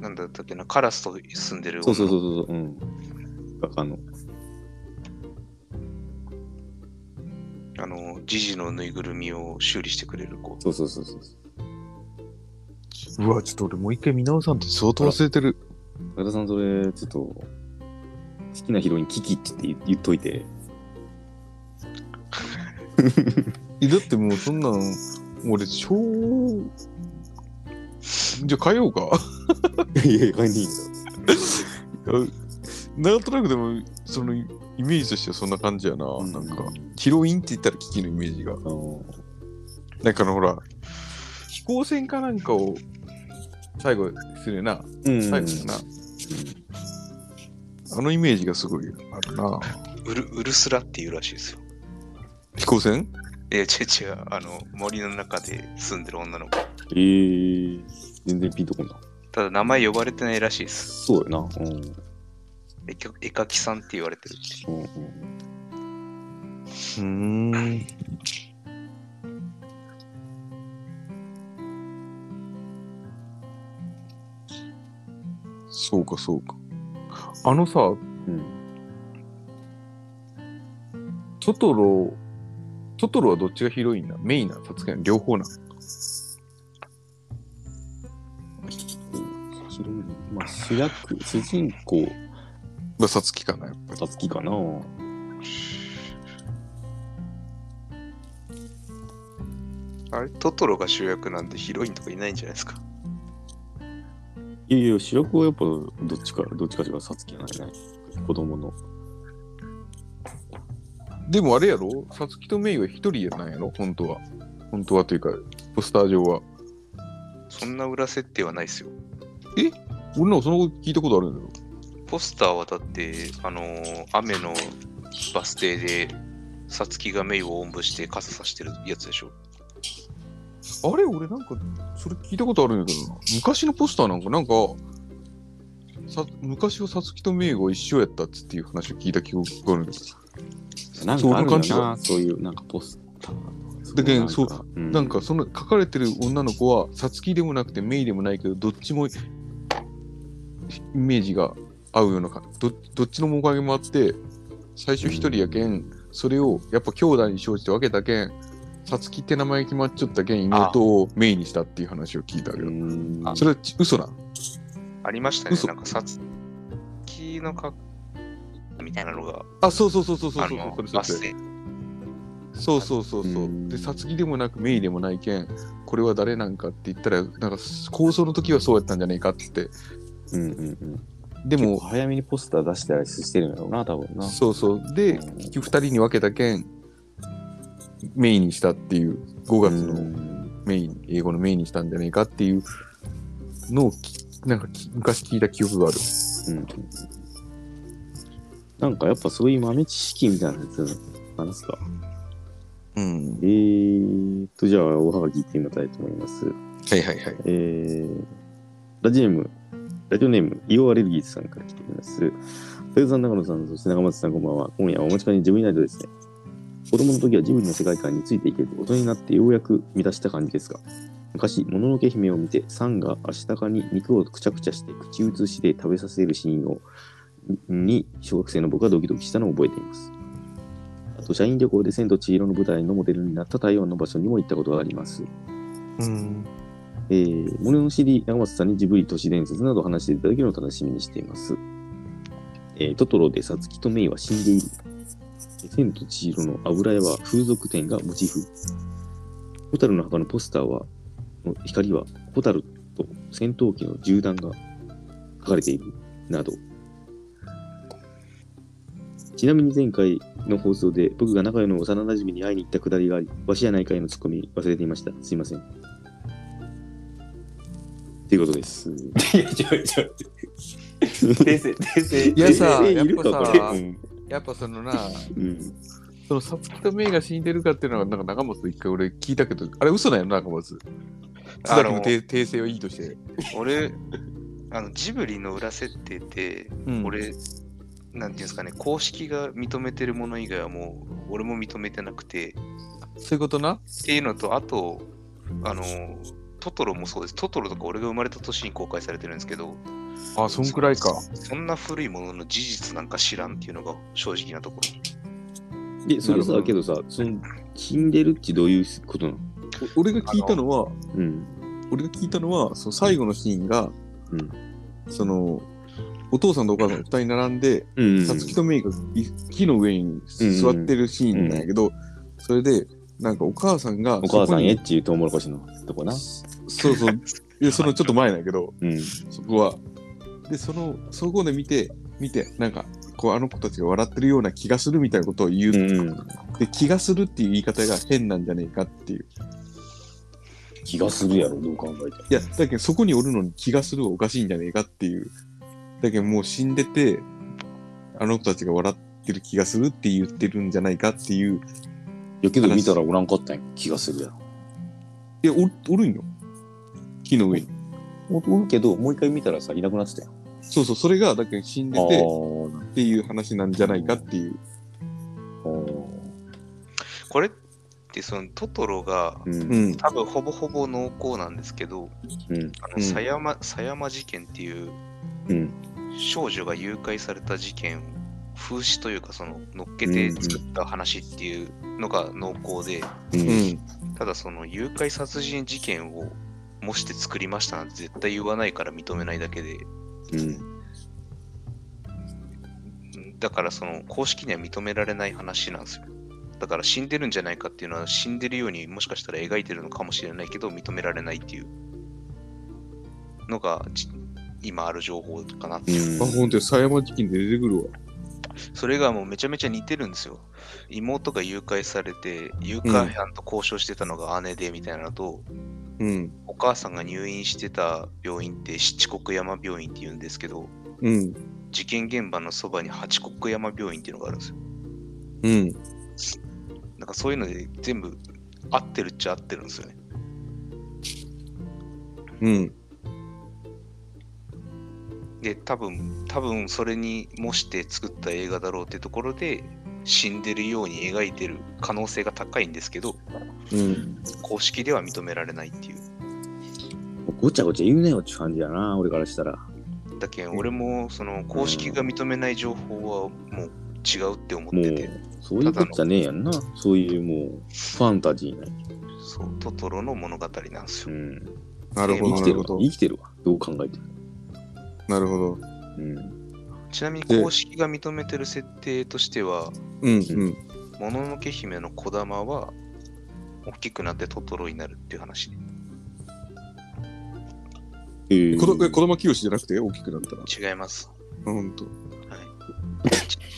[SPEAKER 3] なんだったっけな、カラスと住んでる。
[SPEAKER 1] そうそうそううそう。うん。画家の。
[SPEAKER 3] あの、ジジのぬいぐるみを修理してくれる子。
[SPEAKER 1] そうそうそうそう。
[SPEAKER 2] うわ、ちょっと俺もう一回見直さんと相当忘れてる。
[SPEAKER 1] 高田さん、それ、ちょっと、好きなヒロイン、キキって言って言っといて。
[SPEAKER 2] えだってもうそんなん、俺、超、じゃあ変えようか。
[SPEAKER 1] いやいや、帰りいいけ
[SPEAKER 2] なんとなくでも、その、イメージとしてはそんな感じやな。
[SPEAKER 1] ど。
[SPEAKER 2] なんか、ヒロインって言ったらキキのイメージが。
[SPEAKER 1] あの、
[SPEAKER 2] なんかあのほら、飛行船かなんかを最後するよな、
[SPEAKER 1] うん。
[SPEAKER 2] 最後するな。あのイメージがすごいあるな。
[SPEAKER 3] ウルウルスラっていうらしいですよ。
[SPEAKER 2] 飛行船
[SPEAKER 3] いや、違う違う。あの、森の中で住んでる女の子。
[SPEAKER 1] えー、全然ピンとこない。
[SPEAKER 3] ただ、名前呼ばれてないらしいです。
[SPEAKER 1] そうよな。うん。
[SPEAKER 3] 絵描絵描きさんって言われてるって。
[SPEAKER 1] うんうん、
[SPEAKER 2] うん。そうか、そうか。あのさ、
[SPEAKER 1] うん。
[SPEAKER 2] トトロ、トトロはどっちがヒロインなメインなサツカの両方な
[SPEAKER 1] ヒロイン、まあ、主役、主人公、
[SPEAKER 2] まあ、サツキかな、やっぱり。
[SPEAKER 1] さつきかな。
[SPEAKER 3] あれ、トトロが主役なんでヒロインとかいないんじゃないですか。
[SPEAKER 1] いやいや、主役はやっぱどっちか、どっちかしかさつきじゃないね。子供の。
[SPEAKER 2] でもあれやろサツキとメイは一人やなんやろ本当は。本当はというか、ポスター上は。
[SPEAKER 3] そんな裏設定はないですよ。
[SPEAKER 2] 俺なんかそのこと聞いたことあるんだよ。
[SPEAKER 3] ポスターはだって、あのー雨のバス停で、さつきがメイをおんぶして傘さしてるやつでしょ。
[SPEAKER 2] あれ俺なんか、それ聞いたことあるんだけどな。昔のポスターなんか、なんか、さ昔はサツキとメイが一緒やったっつっていう話を聞いた記憶があるんです
[SPEAKER 1] なんかあるんだよ
[SPEAKER 2] そう
[SPEAKER 1] な、そういう、なんかポスター。
[SPEAKER 2] だけど
[SPEAKER 1] うか、う
[SPEAKER 2] なん、かその書かれてる女の子はサツキでもなくてメイでもないけどどっちもイメージが合うようなかどどっちの面影もあって最初一人やけん、それをやっぱ兄弟に生じて分けたけんサツキって名前決まっちゃったけん妹をメイにしたっていう話を聞いたけ
[SPEAKER 1] う
[SPEAKER 2] ど
[SPEAKER 1] ん。
[SPEAKER 2] それはち嘘な
[SPEAKER 3] ありましたね。
[SPEAKER 2] 嘘
[SPEAKER 3] なんかさつきの格みたいなのが、
[SPEAKER 2] あ、そうそうそうそうそう
[SPEAKER 3] あ
[SPEAKER 2] そう
[SPEAKER 3] の、
[SPEAKER 2] それ
[SPEAKER 3] あ
[SPEAKER 2] そ
[SPEAKER 3] っ
[SPEAKER 2] れそれ
[SPEAKER 3] せ
[SPEAKER 2] そうそうそうそううんでさつきでもなくメイでもないけんこれは誰なんかって言ったらなんか構想の時はそうやったんじゃねえかって言って
[SPEAKER 1] うんうんうん。
[SPEAKER 2] で
[SPEAKER 1] でも
[SPEAKER 2] も
[SPEAKER 1] 早めにポスター出したりしてるんだろうな、多分な。
[SPEAKER 2] そうそう
[SPEAKER 1] う
[SPEAKER 2] で
[SPEAKER 1] ん
[SPEAKER 2] 結局2人に分けたけんメインにしたっていう5月
[SPEAKER 1] う
[SPEAKER 2] の
[SPEAKER 1] ん
[SPEAKER 2] メイン英語のメインにしたんじゃねえかっていうのをきなんかき昔聞いた記憶がある
[SPEAKER 1] うんなんかやっぱそういう豆知識みたいなやつなんですか
[SPEAKER 2] うん
[SPEAKER 1] えーっと、じゃあ、おはがき行ってみたいと思います。
[SPEAKER 2] はいはいはい
[SPEAKER 1] えー、ラジオネーム、ラジオネーム、イオアレルギーさんから来ています。豊田さん、長野さん、そして長松さん、こんばんは。今夜はお待ちかね、ジブリナイトですね。子供の時はジブリの世界観についていける大人になってようやく満たした感じですが、昔、もののけ姫を見て、サンが足高に肉をくちゃくちゃして口移しで食べさせるシーンを、に、小学生の僕はドキドキしたのを覚えています。あと、社員旅行で千と千尋の舞台のモデルになった台湾の場所にも行ったことがあります。
[SPEAKER 2] うん
[SPEAKER 1] えー、物の知り、長松さんにジブリ都市伝説などを話していただけるのを楽しみにしています。えートトロでサツキとメイは死んでいる。千と千尋の油絵は風俗店がモチーフ。ホタルの墓のポスターは、の光はホタルと戦闘機の銃弾が書かれているなど。ちなみに前回の放送で僕が仲良いの幼馴染に会いに行ったくだりがあり、わしやないかいのツッコミ忘れていました。すいません。っていうことです。
[SPEAKER 4] いや、ちょいち ょい。訂正、訂正。
[SPEAKER 2] いやさ
[SPEAKER 1] ええ
[SPEAKER 2] やっ
[SPEAKER 1] いるか
[SPEAKER 2] ぱ
[SPEAKER 1] こ
[SPEAKER 2] さ
[SPEAKER 1] れうん
[SPEAKER 2] やっぱそのな
[SPEAKER 1] うん
[SPEAKER 2] そのさつきとメイが死んでるかっていうのはなんか中松と一回俺聞いたけどあれ嘘なんやろ中松津崎の訂訂正をいいとして、
[SPEAKER 3] 俺、あの、ジブリの裏設定って、
[SPEAKER 2] うん
[SPEAKER 3] 俺、なんていうんですかね、公式が認めてるもの以外はもう、俺も認めてなくて、
[SPEAKER 2] そういうことな
[SPEAKER 3] っていうのと、あと、あの、トトロもそうです。トトロとか俺が生まれた年に公開されてるんですけど、
[SPEAKER 2] あそんくらいか
[SPEAKER 3] そんな古いものの事実なんか知らんっていうのが正直なところ。
[SPEAKER 1] で、それ
[SPEAKER 2] なるほ
[SPEAKER 1] さ、
[SPEAKER 2] ど
[SPEAKER 1] けどさ、その、死んでるってどういうことなの
[SPEAKER 2] お俺が聞いたのは
[SPEAKER 1] うん。
[SPEAKER 2] 俺が聞いたのはその最後のシーンが、
[SPEAKER 1] うん
[SPEAKER 2] そのお父さんとお母さん2人並んで
[SPEAKER 1] うん
[SPEAKER 2] さつきとメイがい木の上に座ってるシーンなんやけど、それでなんかお母さんが
[SPEAKER 1] お母さんへ
[SPEAKER 2] そ
[SPEAKER 1] っちゅうトウモロコシのとこな。
[SPEAKER 2] こにそうそういやそのちょっと前なんやけど
[SPEAKER 1] うん。
[SPEAKER 2] そこはでそのそこで見て見てなんかこうあの子たちが笑ってるような気がするみたいなことを言う、
[SPEAKER 1] うん。
[SPEAKER 2] で気がするっていう言い方が変なんじゃねえかっていう
[SPEAKER 1] 気がするやろ、どう考えても。
[SPEAKER 2] いや、だけどそこにおるのに気がするはおかしいんじゃねえかっていう。だけどもう死んでて、あの子たちが笑ってる気がするって言ってるんじゃないかっていう。
[SPEAKER 1] いやけど見たらおらんかったんや。気がするやろ。
[SPEAKER 2] いや、おおるんよ。木の上に。
[SPEAKER 1] おおるけど、もう一回見たらさ、いなくなってたやん。
[SPEAKER 2] そうそう、それが、だけど死んで
[SPEAKER 1] あ
[SPEAKER 2] て
[SPEAKER 1] ーなる
[SPEAKER 2] っていう話なんじゃないかっていう。
[SPEAKER 1] ほ
[SPEAKER 3] これって、そのトトロが、
[SPEAKER 1] ど。う。
[SPEAKER 2] うんん。
[SPEAKER 3] 多分ほぼほぼ濃厚なんですけど、
[SPEAKER 1] うん。
[SPEAKER 3] あ
[SPEAKER 2] うん
[SPEAKER 3] の、狭山、狭山事件っていう
[SPEAKER 1] うん。
[SPEAKER 3] 少女が誘拐された事件を風刺というかその乗っけて作った話っていうのが濃厚で、
[SPEAKER 1] う。
[SPEAKER 2] うんん。
[SPEAKER 3] ただその誘拐殺人事件を模して作りましたなんて絶対言わないから認めないだけで
[SPEAKER 1] うん。
[SPEAKER 3] だからその公式には認められない話なんですよだから死んでるんじゃないかっていうのは死んでるようにもしかしたら描いてるのかもしれないけど認められないっていうのがじ今ある情報かなっていう
[SPEAKER 2] あ、ほんとよ、狭山事件で出てくるわ。
[SPEAKER 3] それがもうめちゃめちゃ似てるんですよ。妹が誘拐されて、誘拐犯と交渉してたのが姉でみたいなのと、
[SPEAKER 2] うん。
[SPEAKER 3] お母さんが入院してた病院って七国山病院って言うんですけど、
[SPEAKER 2] うん。
[SPEAKER 3] 事件現場のそばに八国山病院っていうのがあるんですよ。
[SPEAKER 2] うん。
[SPEAKER 3] なんかそういうので全部合ってるっちゃ合ってるんですよね。
[SPEAKER 2] うん。
[SPEAKER 3] で、多分、多分それに模して作った映画だろうってところで、死んでるように描いてる可能性が高いんですけど、
[SPEAKER 2] うん。
[SPEAKER 3] 公式では認められないっていう。
[SPEAKER 1] ごちゃごちゃ言うねよっていう感じやな、俺からしたら。
[SPEAKER 3] だけん俺もその公式が認めない情報はもう違うって思っ
[SPEAKER 1] も
[SPEAKER 3] て
[SPEAKER 1] う
[SPEAKER 3] て、、
[SPEAKER 1] そういうことじゃねえやんな。そういうもう、ファンタジーな。
[SPEAKER 3] そうトトロの物語なんです
[SPEAKER 1] う
[SPEAKER 3] よ。
[SPEAKER 1] ん。
[SPEAKER 2] なる
[SPEAKER 1] 生
[SPEAKER 2] ほど、
[SPEAKER 1] き
[SPEAKER 2] な
[SPEAKER 1] て
[SPEAKER 2] る
[SPEAKER 1] る
[SPEAKER 2] ほ
[SPEAKER 1] わ。
[SPEAKER 2] ど。
[SPEAKER 1] 生きてるわ。どう考えても。
[SPEAKER 2] なるほど。
[SPEAKER 1] うん。
[SPEAKER 3] ちなみに
[SPEAKER 2] で
[SPEAKER 3] 公式が認めてる設定としては、
[SPEAKER 2] うんうん。
[SPEAKER 3] もののけ姫の小玉は大きくなってトトロになるっていう話ね。
[SPEAKER 1] えー
[SPEAKER 2] 子供え子供清じゃなくて大きくなったら。
[SPEAKER 3] 違います。
[SPEAKER 2] ほんと。
[SPEAKER 3] はい。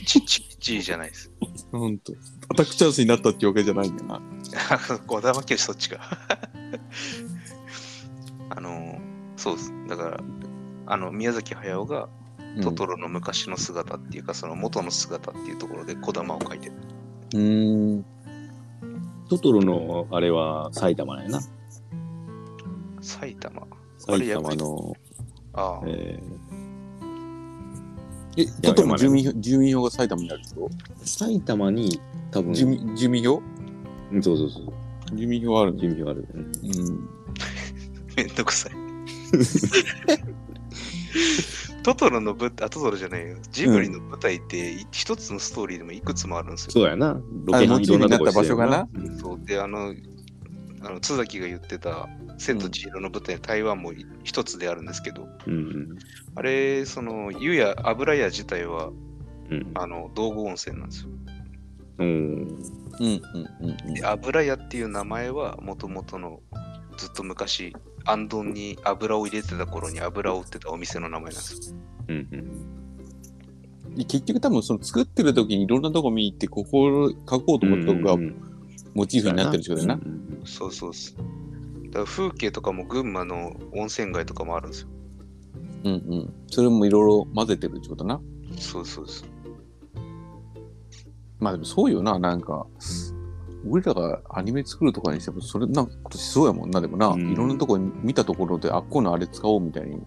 [SPEAKER 3] ち、ち、ち、ちじゃないです。
[SPEAKER 2] ほんと。アタックチャンスになったってわけじゃないんだな。
[SPEAKER 3] あ小玉教師そっちか。 あの、そうです。だから、あの、宮崎駿がトトロの昔の姿っていうか、その元の姿っていうところで小玉を描いてる。
[SPEAKER 2] うん。
[SPEAKER 1] トトロのあれは埼玉なんやな。
[SPEAKER 3] 埼玉。あれ
[SPEAKER 1] 埼
[SPEAKER 3] やっ
[SPEAKER 1] 玉
[SPEAKER 3] ぱり
[SPEAKER 1] の、
[SPEAKER 3] ああ、
[SPEAKER 1] え
[SPEAKER 2] え、トトロの住民票住民票が埼玉にあるってこ
[SPEAKER 1] ー埼玉に多
[SPEAKER 2] と
[SPEAKER 1] 分、
[SPEAKER 2] 住民住民票
[SPEAKER 1] うんそうそうそう、
[SPEAKER 2] 住民票あるんだ。
[SPEAKER 1] 準備がある。うん
[SPEAKER 2] うん。
[SPEAKER 3] めんどくさい。トトロの舞台、あ、トトロじゃないよ。ジブリの舞台ってい一つのストーリーでもいくつもあるんですよ。
[SPEAKER 1] そうやな。ロケハンいろんなとこしてるよ
[SPEAKER 2] あ
[SPEAKER 1] な。
[SPEAKER 3] そうであのあの津崎が言ってた「千と千尋の舞台」台湾もい一つであるんですけど
[SPEAKER 1] うん。
[SPEAKER 3] あれその湯や油屋自体は
[SPEAKER 1] うん。
[SPEAKER 3] あの道後温泉なんですよ
[SPEAKER 1] うん。
[SPEAKER 2] うんうんうんうん
[SPEAKER 3] で油屋っていう名前はもともとのずっと昔あんどんに油を入れてた頃に油を売ってたお店の名前なんですよ
[SPEAKER 1] うんうん。
[SPEAKER 2] 結局多分その作ってる時にいろんなとこ見に行ってここを書こうと思ったとこがモチーフになってるってことだよな。
[SPEAKER 1] うん
[SPEAKER 3] そうそうですだから風景とかも群馬の温泉街とかもあるんですよ
[SPEAKER 2] うんうん。それもいろいろ混ぜてるってことな。
[SPEAKER 3] そうそうです
[SPEAKER 2] まあでもそうよな、なんか。俺らがアニメ作るとかにしても、それなんかことしそうやもんな、でもな、
[SPEAKER 1] うん
[SPEAKER 2] いろんなとこに見たところで、あっこのあれ使おうみたいに。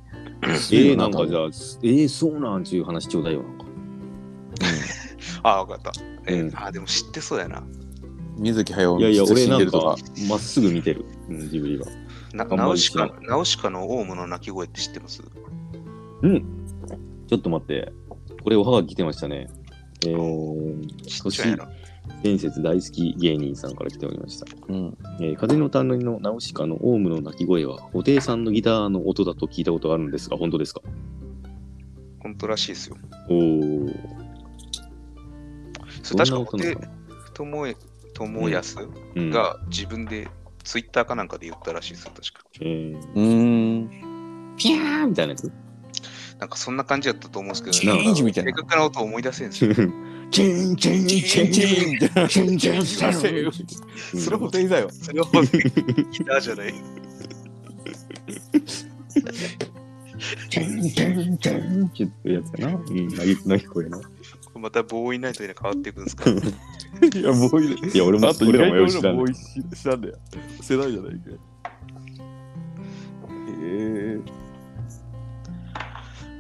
[SPEAKER 1] えー、なんかじゃあ、えー、そうなんちゅう話ちょうだいよ。なんか
[SPEAKER 3] ああ分かった、えー
[SPEAKER 1] うん
[SPEAKER 3] あーでも知ってそうやな
[SPEAKER 2] 水木駿
[SPEAKER 1] いやいや、
[SPEAKER 2] の
[SPEAKER 1] 俺
[SPEAKER 2] 死ん
[SPEAKER 1] な
[SPEAKER 2] で
[SPEAKER 1] ん
[SPEAKER 2] ると
[SPEAKER 1] か、まっすぐ見てる。うん、ジブリは。
[SPEAKER 3] な
[SPEAKER 1] あんまり
[SPEAKER 3] ナウシ
[SPEAKER 1] 知
[SPEAKER 3] カ
[SPEAKER 1] ら
[SPEAKER 3] ナウシカのオウムの鳴き声って知ってます
[SPEAKER 1] ちょっと待って。これ、おはがき来てましたね。えー、
[SPEAKER 3] ちっちゃいな。
[SPEAKER 1] 伝説大好き芸人さんから来ておりました。
[SPEAKER 2] うん。
[SPEAKER 1] えー風の谷のナウシカのオウムの鳴き声は、布袋さんのギターの音だと聞いたことがあるんですが、本当ですか
[SPEAKER 3] 本当らしいですよ。
[SPEAKER 1] おー、
[SPEAKER 3] そ
[SPEAKER 1] どん
[SPEAKER 3] れ確
[SPEAKER 1] な
[SPEAKER 3] か、
[SPEAKER 1] 音なの
[SPEAKER 3] おて
[SPEAKER 1] かな
[SPEAKER 3] ともえ、ともやす
[SPEAKER 1] うん、
[SPEAKER 3] が自分でツイッターかなんかで言ったらしいですよ、確か。
[SPEAKER 1] えー、
[SPEAKER 2] うーん。
[SPEAKER 1] ピャーみたいなやつ
[SPEAKER 3] なんかそんな感じだったと思うんですけど、
[SPEAKER 1] なるほど
[SPEAKER 2] インジみたいな
[SPEAKER 3] 正確な音を思い出せんですよ。
[SPEAKER 1] チンチンチンチン
[SPEAKER 2] みたいな。
[SPEAKER 1] チンチン
[SPEAKER 2] 知らせよそれも店員だよ。
[SPEAKER 3] それは本当にギターじゃない。
[SPEAKER 1] チンチンチンチンってやつかな。うん、鳴き声な。
[SPEAKER 3] またボーイナイトに変わっていくんですか
[SPEAKER 2] いや、もういい。
[SPEAKER 1] いや、俺も、
[SPEAKER 2] あと、
[SPEAKER 1] 俺
[SPEAKER 2] 俺
[SPEAKER 1] ら
[SPEAKER 2] ら
[SPEAKER 1] も
[SPEAKER 2] も
[SPEAKER 1] よ
[SPEAKER 2] よ
[SPEAKER 1] く
[SPEAKER 2] し
[SPEAKER 1] 知らん
[SPEAKER 2] もう知らんだよ。世代じゃないか。へえ。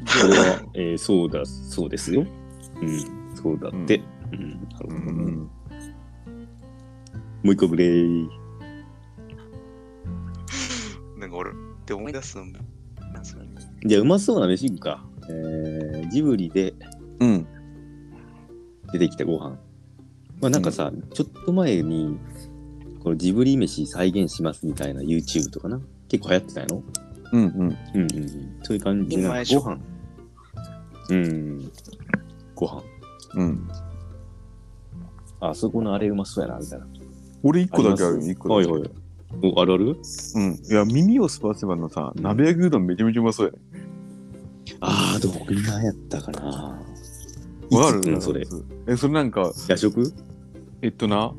[SPEAKER 1] それは、えー、そうだ、そうですよ。うん、そうだって。うん、なるほどね
[SPEAKER 2] うん。
[SPEAKER 1] もう一個ブレイ。
[SPEAKER 3] なんか俺って思い出すのもなんですよね。
[SPEAKER 1] じゃあ、うまそうな飯行くか。えー、ジブリで
[SPEAKER 2] うん。
[SPEAKER 1] 出てきたご飯。まあ、なんかさ、ちょっと前に、このジブリ飯再現しますみたいな YouTube とかな。結構流行ってたやろ
[SPEAKER 2] うん。う
[SPEAKER 1] う
[SPEAKER 2] ん。
[SPEAKER 1] んうんうん。そういう感じで、
[SPEAKER 3] 今
[SPEAKER 1] ご
[SPEAKER 3] でしょ
[SPEAKER 1] 飯。うん。ご飯。
[SPEAKER 2] うん。
[SPEAKER 1] あそこのあれうまそうやな、みたいな。
[SPEAKER 2] 俺一個だけあるよ。一個
[SPEAKER 1] は
[SPEAKER 2] だ
[SPEAKER 1] い
[SPEAKER 2] け。
[SPEAKER 1] はい。お、あるある
[SPEAKER 2] うん。いや、耳をすばせばのさ、鍋焼きうどんめちゃめちゃうまそうやね。
[SPEAKER 1] ああ、どこ今やったかな。
[SPEAKER 2] わか
[SPEAKER 1] いつう
[SPEAKER 2] る
[SPEAKER 1] んそれ。
[SPEAKER 2] え、それなんか、
[SPEAKER 1] 夜食
[SPEAKER 2] えっとな、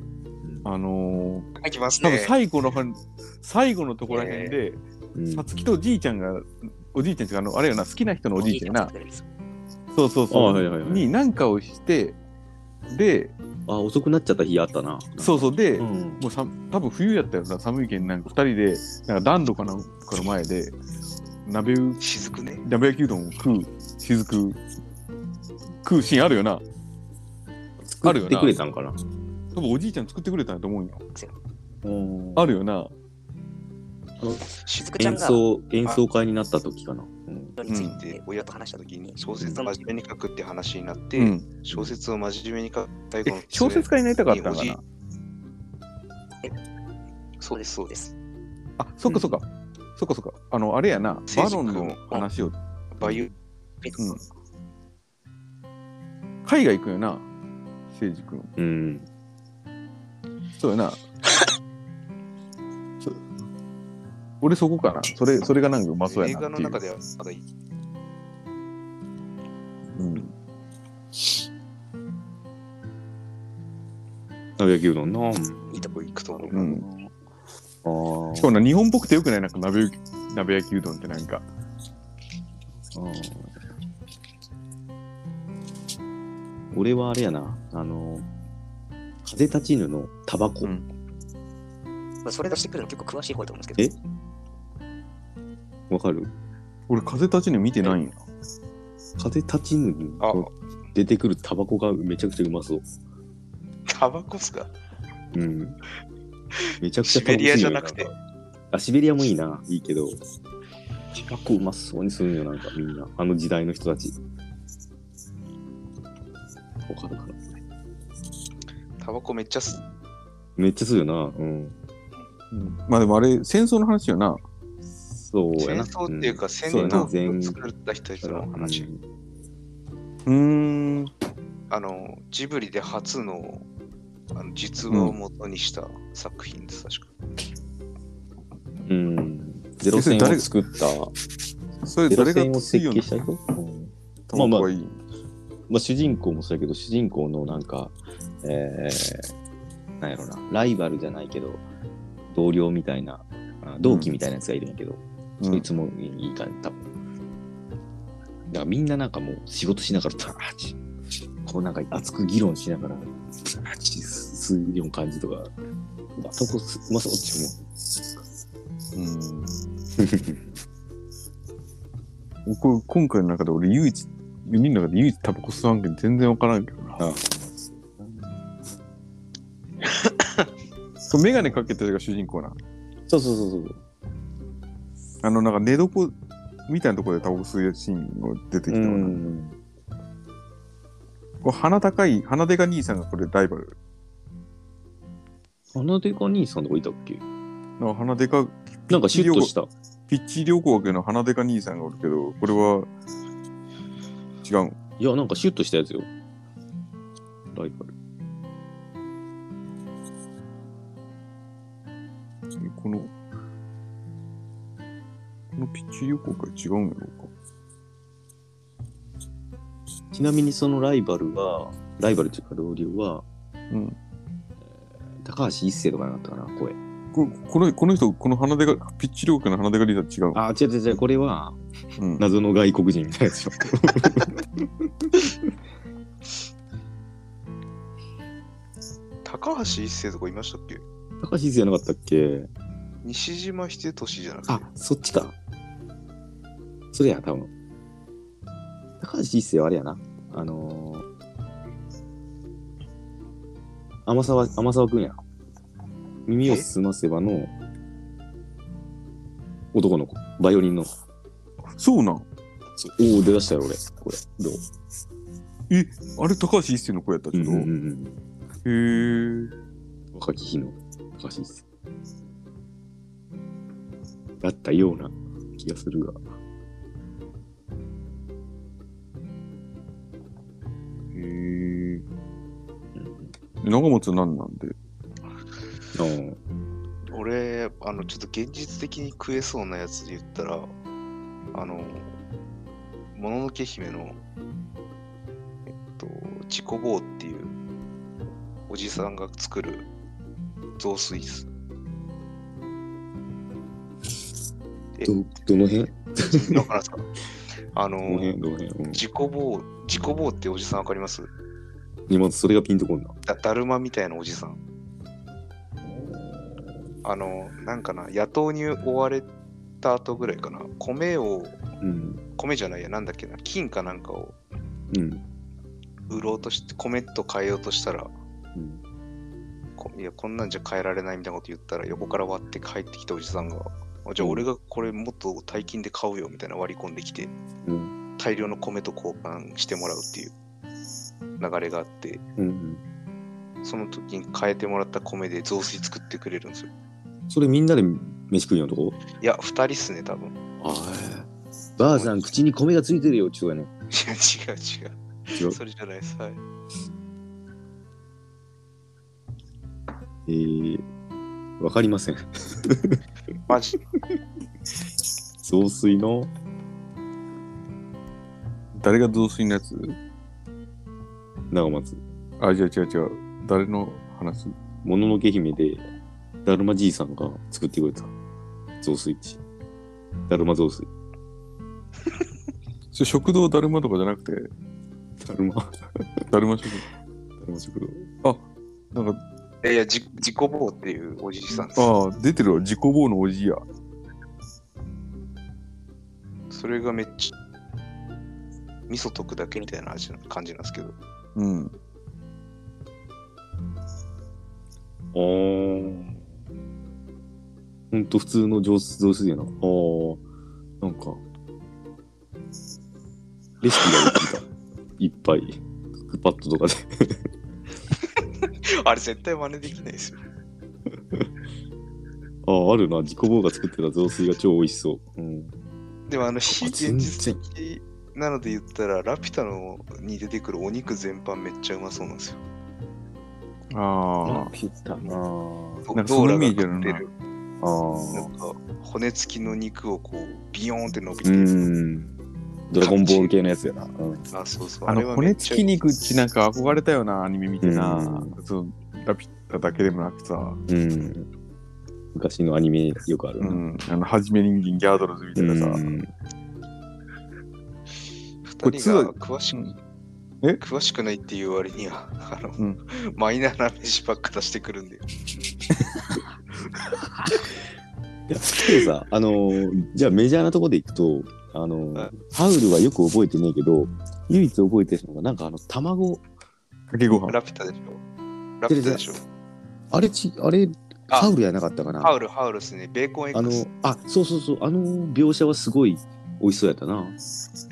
[SPEAKER 2] あのー、
[SPEAKER 3] 書きます
[SPEAKER 2] 多分
[SPEAKER 3] ね。
[SPEAKER 2] 最後の方に、最後のとこら辺で、
[SPEAKER 1] うん
[SPEAKER 2] さ。つきとおじいちゃんが、おじいちゃんっていうか、あの、あれよな、好きな人のおじいちゃんな、
[SPEAKER 4] う
[SPEAKER 2] そうそう
[SPEAKER 1] あ
[SPEAKER 2] そ
[SPEAKER 1] はいはいは
[SPEAKER 2] う、
[SPEAKER 1] い
[SPEAKER 2] に何かをして、で、
[SPEAKER 1] あ、遅くなっちゃった日あったな。
[SPEAKER 2] そうそう、で、
[SPEAKER 1] う
[SPEAKER 2] も
[SPEAKER 1] ん。
[SPEAKER 2] うさ多分冬やったよな、寒いけん、なんか2人で、なんか暖炉かなんかの前で、鍋う
[SPEAKER 3] 雫ね。
[SPEAKER 2] 鍋焼きうどんを食う、雫、食うシーンあるよな。ある
[SPEAKER 1] 作っ
[SPEAKER 2] よ
[SPEAKER 1] て
[SPEAKER 2] な
[SPEAKER 1] く。れたんかな。
[SPEAKER 2] 多分おじいちゃん作ってくれたんやと思うんよ。あ
[SPEAKER 1] あ
[SPEAKER 2] るよな。
[SPEAKER 4] しずくちゃん
[SPEAKER 1] 演
[SPEAKER 4] が
[SPEAKER 1] 奏、演奏会になった時かな。うん
[SPEAKER 4] につい
[SPEAKER 3] で
[SPEAKER 4] て、
[SPEAKER 3] 親
[SPEAKER 4] 親と
[SPEAKER 3] と
[SPEAKER 4] 話
[SPEAKER 3] 話し
[SPEAKER 4] した
[SPEAKER 3] た
[SPEAKER 4] と
[SPEAKER 3] 時
[SPEAKER 4] きに
[SPEAKER 3] に、小説を真面目に書くって話になって、
[SPEAKER 2] うん。
[SPEAKER 3] 小説を真面目に書く最
[SPEAKER 2] え
[SPEAKER 3] 後の、
[SPEAKER 2] 小説家になりたかったんか
[SPEAKER 3] いい
[SPEAKER 2] な
[SPEAKER 3] お。そうです、そうです。
[SPEAKER 2] あ、そっかそっか。そっかそっか。あの、あれやな。バロン
[SPEAKER 3] 政
[SPEAKER 2] の
[SPEAKER 3] 治家
[SPEAKER 2] 話を。
[SPEAKER 3] バイオ
[SPEAKER 2] うん海外行くよな誠治君
[SPEAKER 1] うん。
[SPEAKER 2] そうや なそ俺そこかなそれそれがなんかうまそう
[SPEAKER 3] 映
[SPEAKER 2] やなっ
[SPEAKER 3] 画の
[SPEAKER 2] ていう
[SPEAKER 3] 中ではまだいい
[SPEAKER 2] うん、
[SPEAKER 1] 鍋焼きうどんな。あ
[SPEAKER 3] いとこ行くと思う。
[SPEAKER 2] うん、
[SPEAKER 1] ー
[SPEAKER 2] しかもな日本っぽくてよくないなんか鍋焼き鍋焼きうどんってなんか
[SPEAKER 1] あー俺はあれやな、あの、風立ちぬのタバコ。
[SPEAKER 2] うん
[SPEAKER 6] まあ、それ出してくるの結構詳しい方だと思うんで
[SPEAKER 1] え
[SPEAKER 6] すけど。
[SPEAKER 1] わかる
[SPEAKER 2] 俺風立ちぬ見てないんや
[SPEAKER 1] 風立ちぬに
[SPEAKER 3] あ、
[SPEAKER 1] 出てくるタバコがめちゃくちゃうまそう。
[SPEAKER 3] タバコっすか
[SPEAKER 1] うん。めちゃくちゃ
[SPEAKER 3] シベリアじゃなく
[SPEAKER 1] 楽しい
[SPEAKER 3] て
[SPEAKER 1] よ。あ、シベリアもいいな。いいけど。タバコうまそうにするんよ、なんかみんな。あの時代の人たち。わかるかな
[SPEAKER 3] タバコめっちゃ吸
[SPEAKER 1] めっちゃするよな。うん。
[SPEAKER 2] うんまあでもあれ戦争の話よな
[SPEAKER 1] そうや
[SPEAKER 3] 戦
[SPEAKER 1] な。
[SPEAKER 3] 争っていうか戦
[SPEAKER 1] そうやな
[SPEAKER 3] 闘機を作った人たちの話、
[SPEAKER 1] うん
[SPEAKER 2] うーん
[SPEAKER 3] あのジブリで初のあの実話を元にした作品です、確か
[SPEAKER 1] うん。ゼロ戦を作った。
[SPEAKER 2] それ
[SPEAKER 1] ゼロ
[SPEAKER 2] 誰が
[SPEAKER 1] 戦を設
[SPEAKER 2] 強い
[SPEAKER 1] 計
[SPEAKER 2] の
[SPEAKER 1] した人、
[SPEAKER 2] タバコがいい、
[SPEAKER 1] まあ主人公もそうやけど、主人公のなんか、えー、なんやろな、ライバルじゃないけど、同僚みたいな、あ同期みたいなやつがいるんやけど、
[SPEAKER 2] うん
[SPEAKER 1] そいつもいい感じ、多分。だからみんななんかもう仕事しながら、たーち、こうなんか熱く議論しながら、たーち、すすよう感じとか、あそこすうまそうって思う。
[SPEAKER 2] うん僕今回の中で俺唯一4人の中で唯一タバコ吸わんけど全然わからんけどなそう眼鏡かけてるが主人公な
[SPEAKER 1] そうそうそうそう。
[SPEAKER 2] あのなんか寝床みたいなところでタバコ吸うシーンが出てきたのなこう鼻高い鼻でか兄さんがこれライバル
[SPEAKER 1] 鼻でか兄さんとかいたっけ
[SPEAKER 2] なんか鼻でか
[SPEAKER 1] なんかシュッとした。
[SPEAKER 2] ピッチ旅行家の鼻でか兄さんがおるけどこれは違うん
[SPEAKER 1] いや、なんかシュッとしたやつよ。ライバル。
[SPEAKER 2] このこのピッチ旅行家違うんやろうか
[SPEAKER 1] ちなみにそのライバルは、ライバルというか同僚は、
[SPEAKER 2] うん
[SPEAKER 1] 高橋一生とかなかったかな、声。
[SPEAKER 2] ここのこの人、この鼻でが、ピッチ良家の鼻でがリーダー違う。
[SPEAKER 1] あ、違う違う違う、これは
[SPEAKER 2] うん、
[SPEAKER 1] 謎の外国人みたいなやつよ。
[SPEAKER 3] 高橋一生とかいましたっけ
[SPEAKER 1] 高橋一生じゃなかったっけ
[SPEAKER 3] 西島秀俊じゃなくて
[SPEAKER 1] あ、そっちか。それや、多分。高橋一生はあれやな。あのー、天沢、天沢くんや。耳をすませばの男の子、バイオリンの。
[SPEAKER 2] そうなん。
[SPEAKER 1] そうおお、出だしたよ、俺。これ、どう
[SPEAKER 2] え、あれ、高橋一生の子やったけど。
[SPEAKER 1] うんうんう
[SPEAKER 2] へ
[SPEAKER 1] ん
[SPEAKER 2] え。
[SPEAKER 1] 若き日の高橋です。だったような気がするが。
[SPEAKER 2] へえ。長松なんなんで。
[SPEAKER 1] うん、
[SPEAKER 3] 俺あのちょっと現実的に食えそうなやつで言ったらあのもののけ姫のえっとチコボーっていうおじさんが作る雑炊っすえ
[SPEAKER 1] どどの辺ど
[SPEAKER 3] だからさあの
[SPEAKER 1] の辺どの辺、うん、
[SPEAKER 3] 自己棒、自己棒っておじさんわかります
[SPEAKER 1] 今それがピンとこんな。
[SPEAKER 3] だだるまみたいなおじさん。あの、なんかな、野党に追われた後ぐらいかな、米を、
[SPEAKER 1] うん。
[SPEAKER 3] 米じゃないや、なんだっけな、金かなんかを
[SPEAKER 1] うん。
[SPEAKER 3] 売ろうとして、米と変えようとしたら、
[SPEAKER 1] うん、
[SPEAKER 3] こいや、こんなんじゃ変えられないみたいなこと言ったら、横から割って帰ってきたおじさんが、あじゃあ俺がこれもっと大金で買うよみたいな割り込んできて、
[SPEAKER 1] うん。
[SPEAKER 3] 大量の米と交換してもらうっていう流れがあって、
[SPEAKER 1] うん。
[SPEAKER 3] その時に変えてもらった米で雑炊作ってくれるんですよ。
[SPEAKER 1] それみんなで飯食うようなとこ
[SPEAKER 3] いや、二人っすね、多分。い
[SPEAKER 1] ああ。ばあさん、口に米がついてるよ、ちゅうやね。
[SPEAKER 3] や、違う違う。
[SPEAKER 1] 違う
[SPEAKER 3] それじゃないです。はい。
[SPEAKER 1] えー、わかりません。
[SPEAKER 3] マジ
[SPEAKER 1] 雑炊の
[SPEAKER 2] 誰が雑炊のやつ
[SPEAKER 1] 長松。
[SPEAKER 2] あ、じゃあ違う違う。誰の話
[SPEAKER 1] もののけ姫で、だるまじいさんが作ってくれた。雑炊って。だるま雑炊。
[SPEAKER 2] それ食堂だるまとかじゃなくて、
[SPEAKER 1] だるま。だ
[SPEAKER 2] だるま食
[SPEAKER 1] るま食堂。
[SPEAKER 2] 堂。なんか、
[SPEAKER 3] いやいや、じ自己棒っていうおじいさんです。
[SPEAKER 2] ああ、出てるわ。自己棒のおじいや。
[SPEAKER 3] それがめっちゃ、味噌溶くだけみたいな味な感じなんですけど。
[SPEAKER 2] うん。
[SPEAKER 1] あー。ほんと普通の雑炊雑炊やな。あー。なんか、レシピが出てきた。いっぱい。クックパッドとかで。
[SPEAKER 3] あれ絶対真似できないですよ。
[SPEAKER 1] ああ、あるな。自己棒が作ってた雑炊が超美味しそう。うん。
[SPEAKER 3] でもあの、非
[SPEAKER 1] あ
[SPEAKER 3] 現
[SPEAKER 1] 全
[SPEAKER 3] 実
[SPEAKER 1] 然
[SPEAKER 3] 的なので言ったら、ラピュタのに出てくるお肉全般めっちゃうまそうなんですよ。
[SPEAKER 2] ああ。
[SPEAKER 4] ピッタ
[SPEAKER 1] あー
[SPEAKER 3] ド
[SPEAKER 2] なんかそのイメージ
[SPEAKER 3] ドーラが食ってる
[SPEAKER 1] あー。
[SPEAKER 3] なんか骨付きの肉をこう、ビヨーンって伸び
[SPEAKER 1] う
[SPEAKER 3] てる。
[SPEAKER 1] ーん。ドラゴンボール系のやつやな。うん、
[SPEAKER 3] あ、そうそう。
[SPEAKER 2] あ
[SPEAKER 3] れ
[SPEAKER 2] の
[SPEAKER 3] は
[SPEAKER 2] 骨
[SPEAKER 3] めっちゃ
[SPEAKER 2] 付き肉ってなんか憧れたよな、アニメ見てな。
[SPEAKER 1] う
[SPEAKER 2] そうラピッタだけでもなくさ、
[SPEAKER 1] うん、昔のアニメよくある
[SPEAKER 2] う
[SPEAKER 1] な。
[SPEAKER 2] ん、あの、はじめ人間ギャードルズみたいなさ、
[SPEAKER 1] うん
[SPEAKER 2] こ
[SPEAKER 3] 二
[SPEAKER 2] れ
[SPEAKER 3] 人が詳しく、
[SPEAKER 2] うんえ
[SPEAKER 3] 詳しくないっていう割には、あの、
[SPEAKER 2] うん
[SPEAKER 3] マイナーな飯ばっか出してくるんで。
[SPEAKER 1] いやけどさ、あのーじゃあメジャーなとこでいくと、あのー
[SPEAKER 3] はい
[SPEAKER 1] ハウルはよく覚えてねえけど、唯一覚えてるのが、なんかあの、卵、
[SPEAKER 2] かけご飯。
[SPEAKER 3] ラピュタでしょラピュタでしょ
[SPEAKER 1] あれち、あれ、
[SPEAKER 3] あ
[SPEAKER 1] ハウルやなかったかな。
[SPEAKER 3] ハ
[SPEAKER 1] あ
[SPEAKER 3] ウル、ハウルですね。ベーコンエッグ
[SPEAKER 1] の
[SPEAKER 3] ス。、
[SPEAKER 1] あ、そうそうそう、あの描写はすごい美味しそうやったな。
[SPEAKER 3] い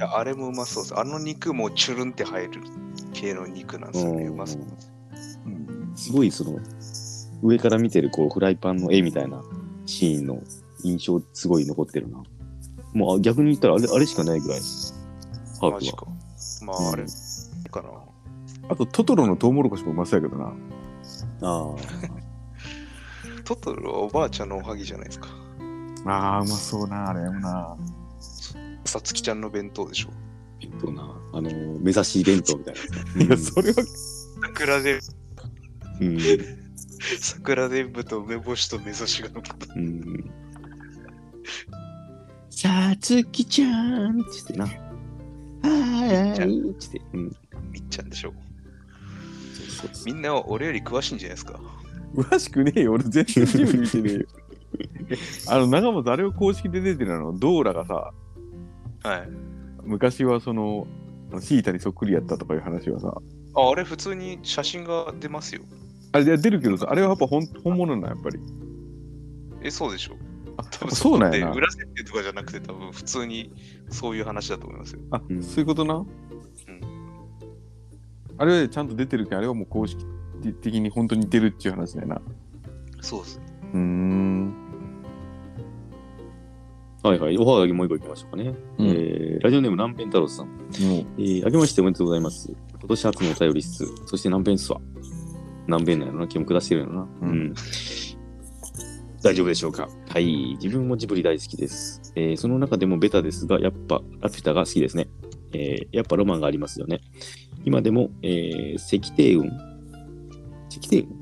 [SPEAKER 3] やあれもうまそうです。あの肉もチュルンって入る系の肉なんですよね。
[SPEAKER 1] う
[SPEAKER 3] うんまそうなんですよ。
[SPEAKER 1] すごいその、上から見てるこうフライパンの絵みたいなシーンの印象すごい残ってるな。もうあ逆に言ったらあれあれしかないぐらい。ハ
[SPEAKER 3] マ
[SPEAKER 1] ー
[SPEAKER 3] ジ
[SPEAKER 1] フは。
[SPEAKER 3] か。まあ、あれかな。
[SPEAKER 2] あと、トトロのトウモロコシもうまそうやけどな。
[SPEAKER 1] あ
[SPEAKER 3] トトロはおばあちゃんのおはぎじゃないですか。
[SPEAKER 2] ああ、うまそうな、あれもな。
[SPEAKER 3] さつきちゃんの弁当でしょ。
[SPEAKER 1] あ、えっとな、あのー、目指し弁当みたいな。
[SPEAKER 2] いや、それは、
[SPEAKER 3] 桜で、
[SPEAKER 1] うん。
[SPEAKER 3] 桜でぶと梅干しと梅干しが残った。
[SPEAKER 1] うん。さつきちゃんっつってな。はーいっつって。うん。
[SPEAKER 3] みっちゃんでしょ。
[SPEAKER 1] そうそうそう
[SPEAKER 3] みんな俺より詳しいんじゃないですか。
[SPEAKER 2] 詳しくねえよ。俺、全然テレビ見てねえ よ。あの、長松、あれを公式で出てるの、ドーラがさ、
[SPEAKER 3] はい。
[SPEAKER 2] 昔はその、シータにそっくりやったとかいう話はさ、
[SPEAKER 3] ああれ普通に写真が出ますよ。
[SPEAKER 2] あれいや出るけどさ、あれはやっぱ本本物なんやっぱり。
[SPEAKER 3] え、そうでしょ。
[SPEAKER 2] あ、
[SPEAKER 3] 多分
[SPEAKER 2] そうなん
[SPEAKER 3] で
[SPEAKER 2] やな。
[SPEAKER 3] 裏設定とかじゃなくて多分普通にそういう話だと思いますよ。
[SPEAKER 2] あ、
[SPEAKER 1] うん
[SPEAKER 2] そういうことな。あれはちゃんと出てるけど、あれはもう公式的に本当に出るっていう話だよな。
[SPEAKER 3] そうです。
[SPEAKER 2] うーん。
[SPEAKER 1] はいはい。おはがきもう一個いきましょうかね。
[SPEAKER 2] うん
[SPEAKER 1] えーラジオネーム南弁太郎さん。
[SPEAKER 2] もう
[SPEAKER 1] えー、明けましておめでとうございます。今年初のお便り室、そして南弁っすわ。南弁なんやろな、気も下してるやろな。う
[SPEAKER 2] う
[SPEAKER 1] んん。大丈夫でしょうかはい。自分もジブリ大好きです。えーその中でもベタですが、やっぱラピュタが好きですね。えーやっぱロマンがありますよね。今でも、えー石帝雲石帝雲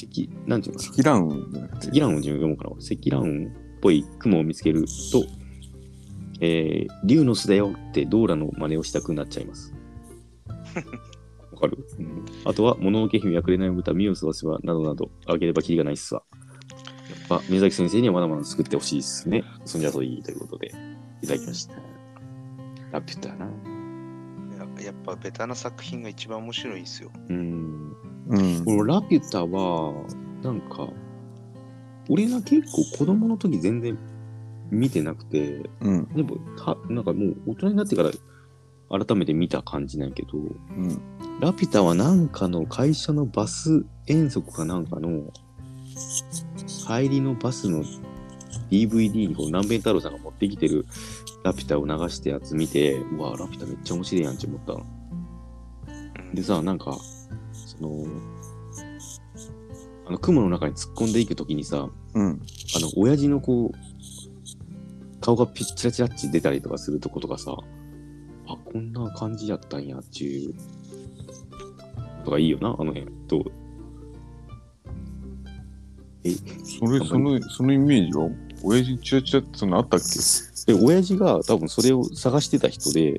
[SPEAKER 1] 石、なんていうのかな
[SPEAKER 2] キラウンじゃなくて
[SPEAKER 1] 積乱雲自分が読むから積乱雲っぽい雲を見つけると、えー、竜の巣だよってドーラの真似をしたくなっちゃい ます。わかる、うんあとは、もののけ姫やくれない豚、ミオスワスワなどなど、あげればきりがないっすわ。やっぱ、宮崎先生にはまだまだ作ってほしいっすね。そんじゃそいいということで、いただきました。ラピュタな。
[SPEAKER 3] ややっぱベタな作品が一番面白いんですよ。
[SPEAKER 1] うん。
[SPEAKER 2] うん。
[SPEAKER 1] このラピュタは、なんか、俺が結構子供の時全然見てなくて、
[SPEAKER 2] うん。
[SPEAKER 1] でもた、なんかもう大人になってから改めて見た感じなんやけど、
[SPEAKER 2] うん。
[SPEAKER 1] ラピュタはなんかの会社のバス遠足かなんかの、帰りのバスの DVD にこう南米太郎さんが持ってきてるラピュタを流したやつ見て、うわ、ラピュタめっちゃ面白いやんって思ったの。
[SPEAKER 3] うん
[SPEAKER 1] でさ、なんか、その、あの雲の中に突っ込んでいくときにさ、
[SPEAKER 2] うん。
[SPEAKER 1] あの、親父のこう、顔がピッチラチラッチ出たりとかするとことかさ、あ、こんな感じやったんやっていう、とかいいよな、あの辺。どうえ、
[SPEAKER 2] それ、その、そのイメージは、親父にチラチラってそんなあったっけ
[SPEAKER 1] で、親父が多分それを探してた人で、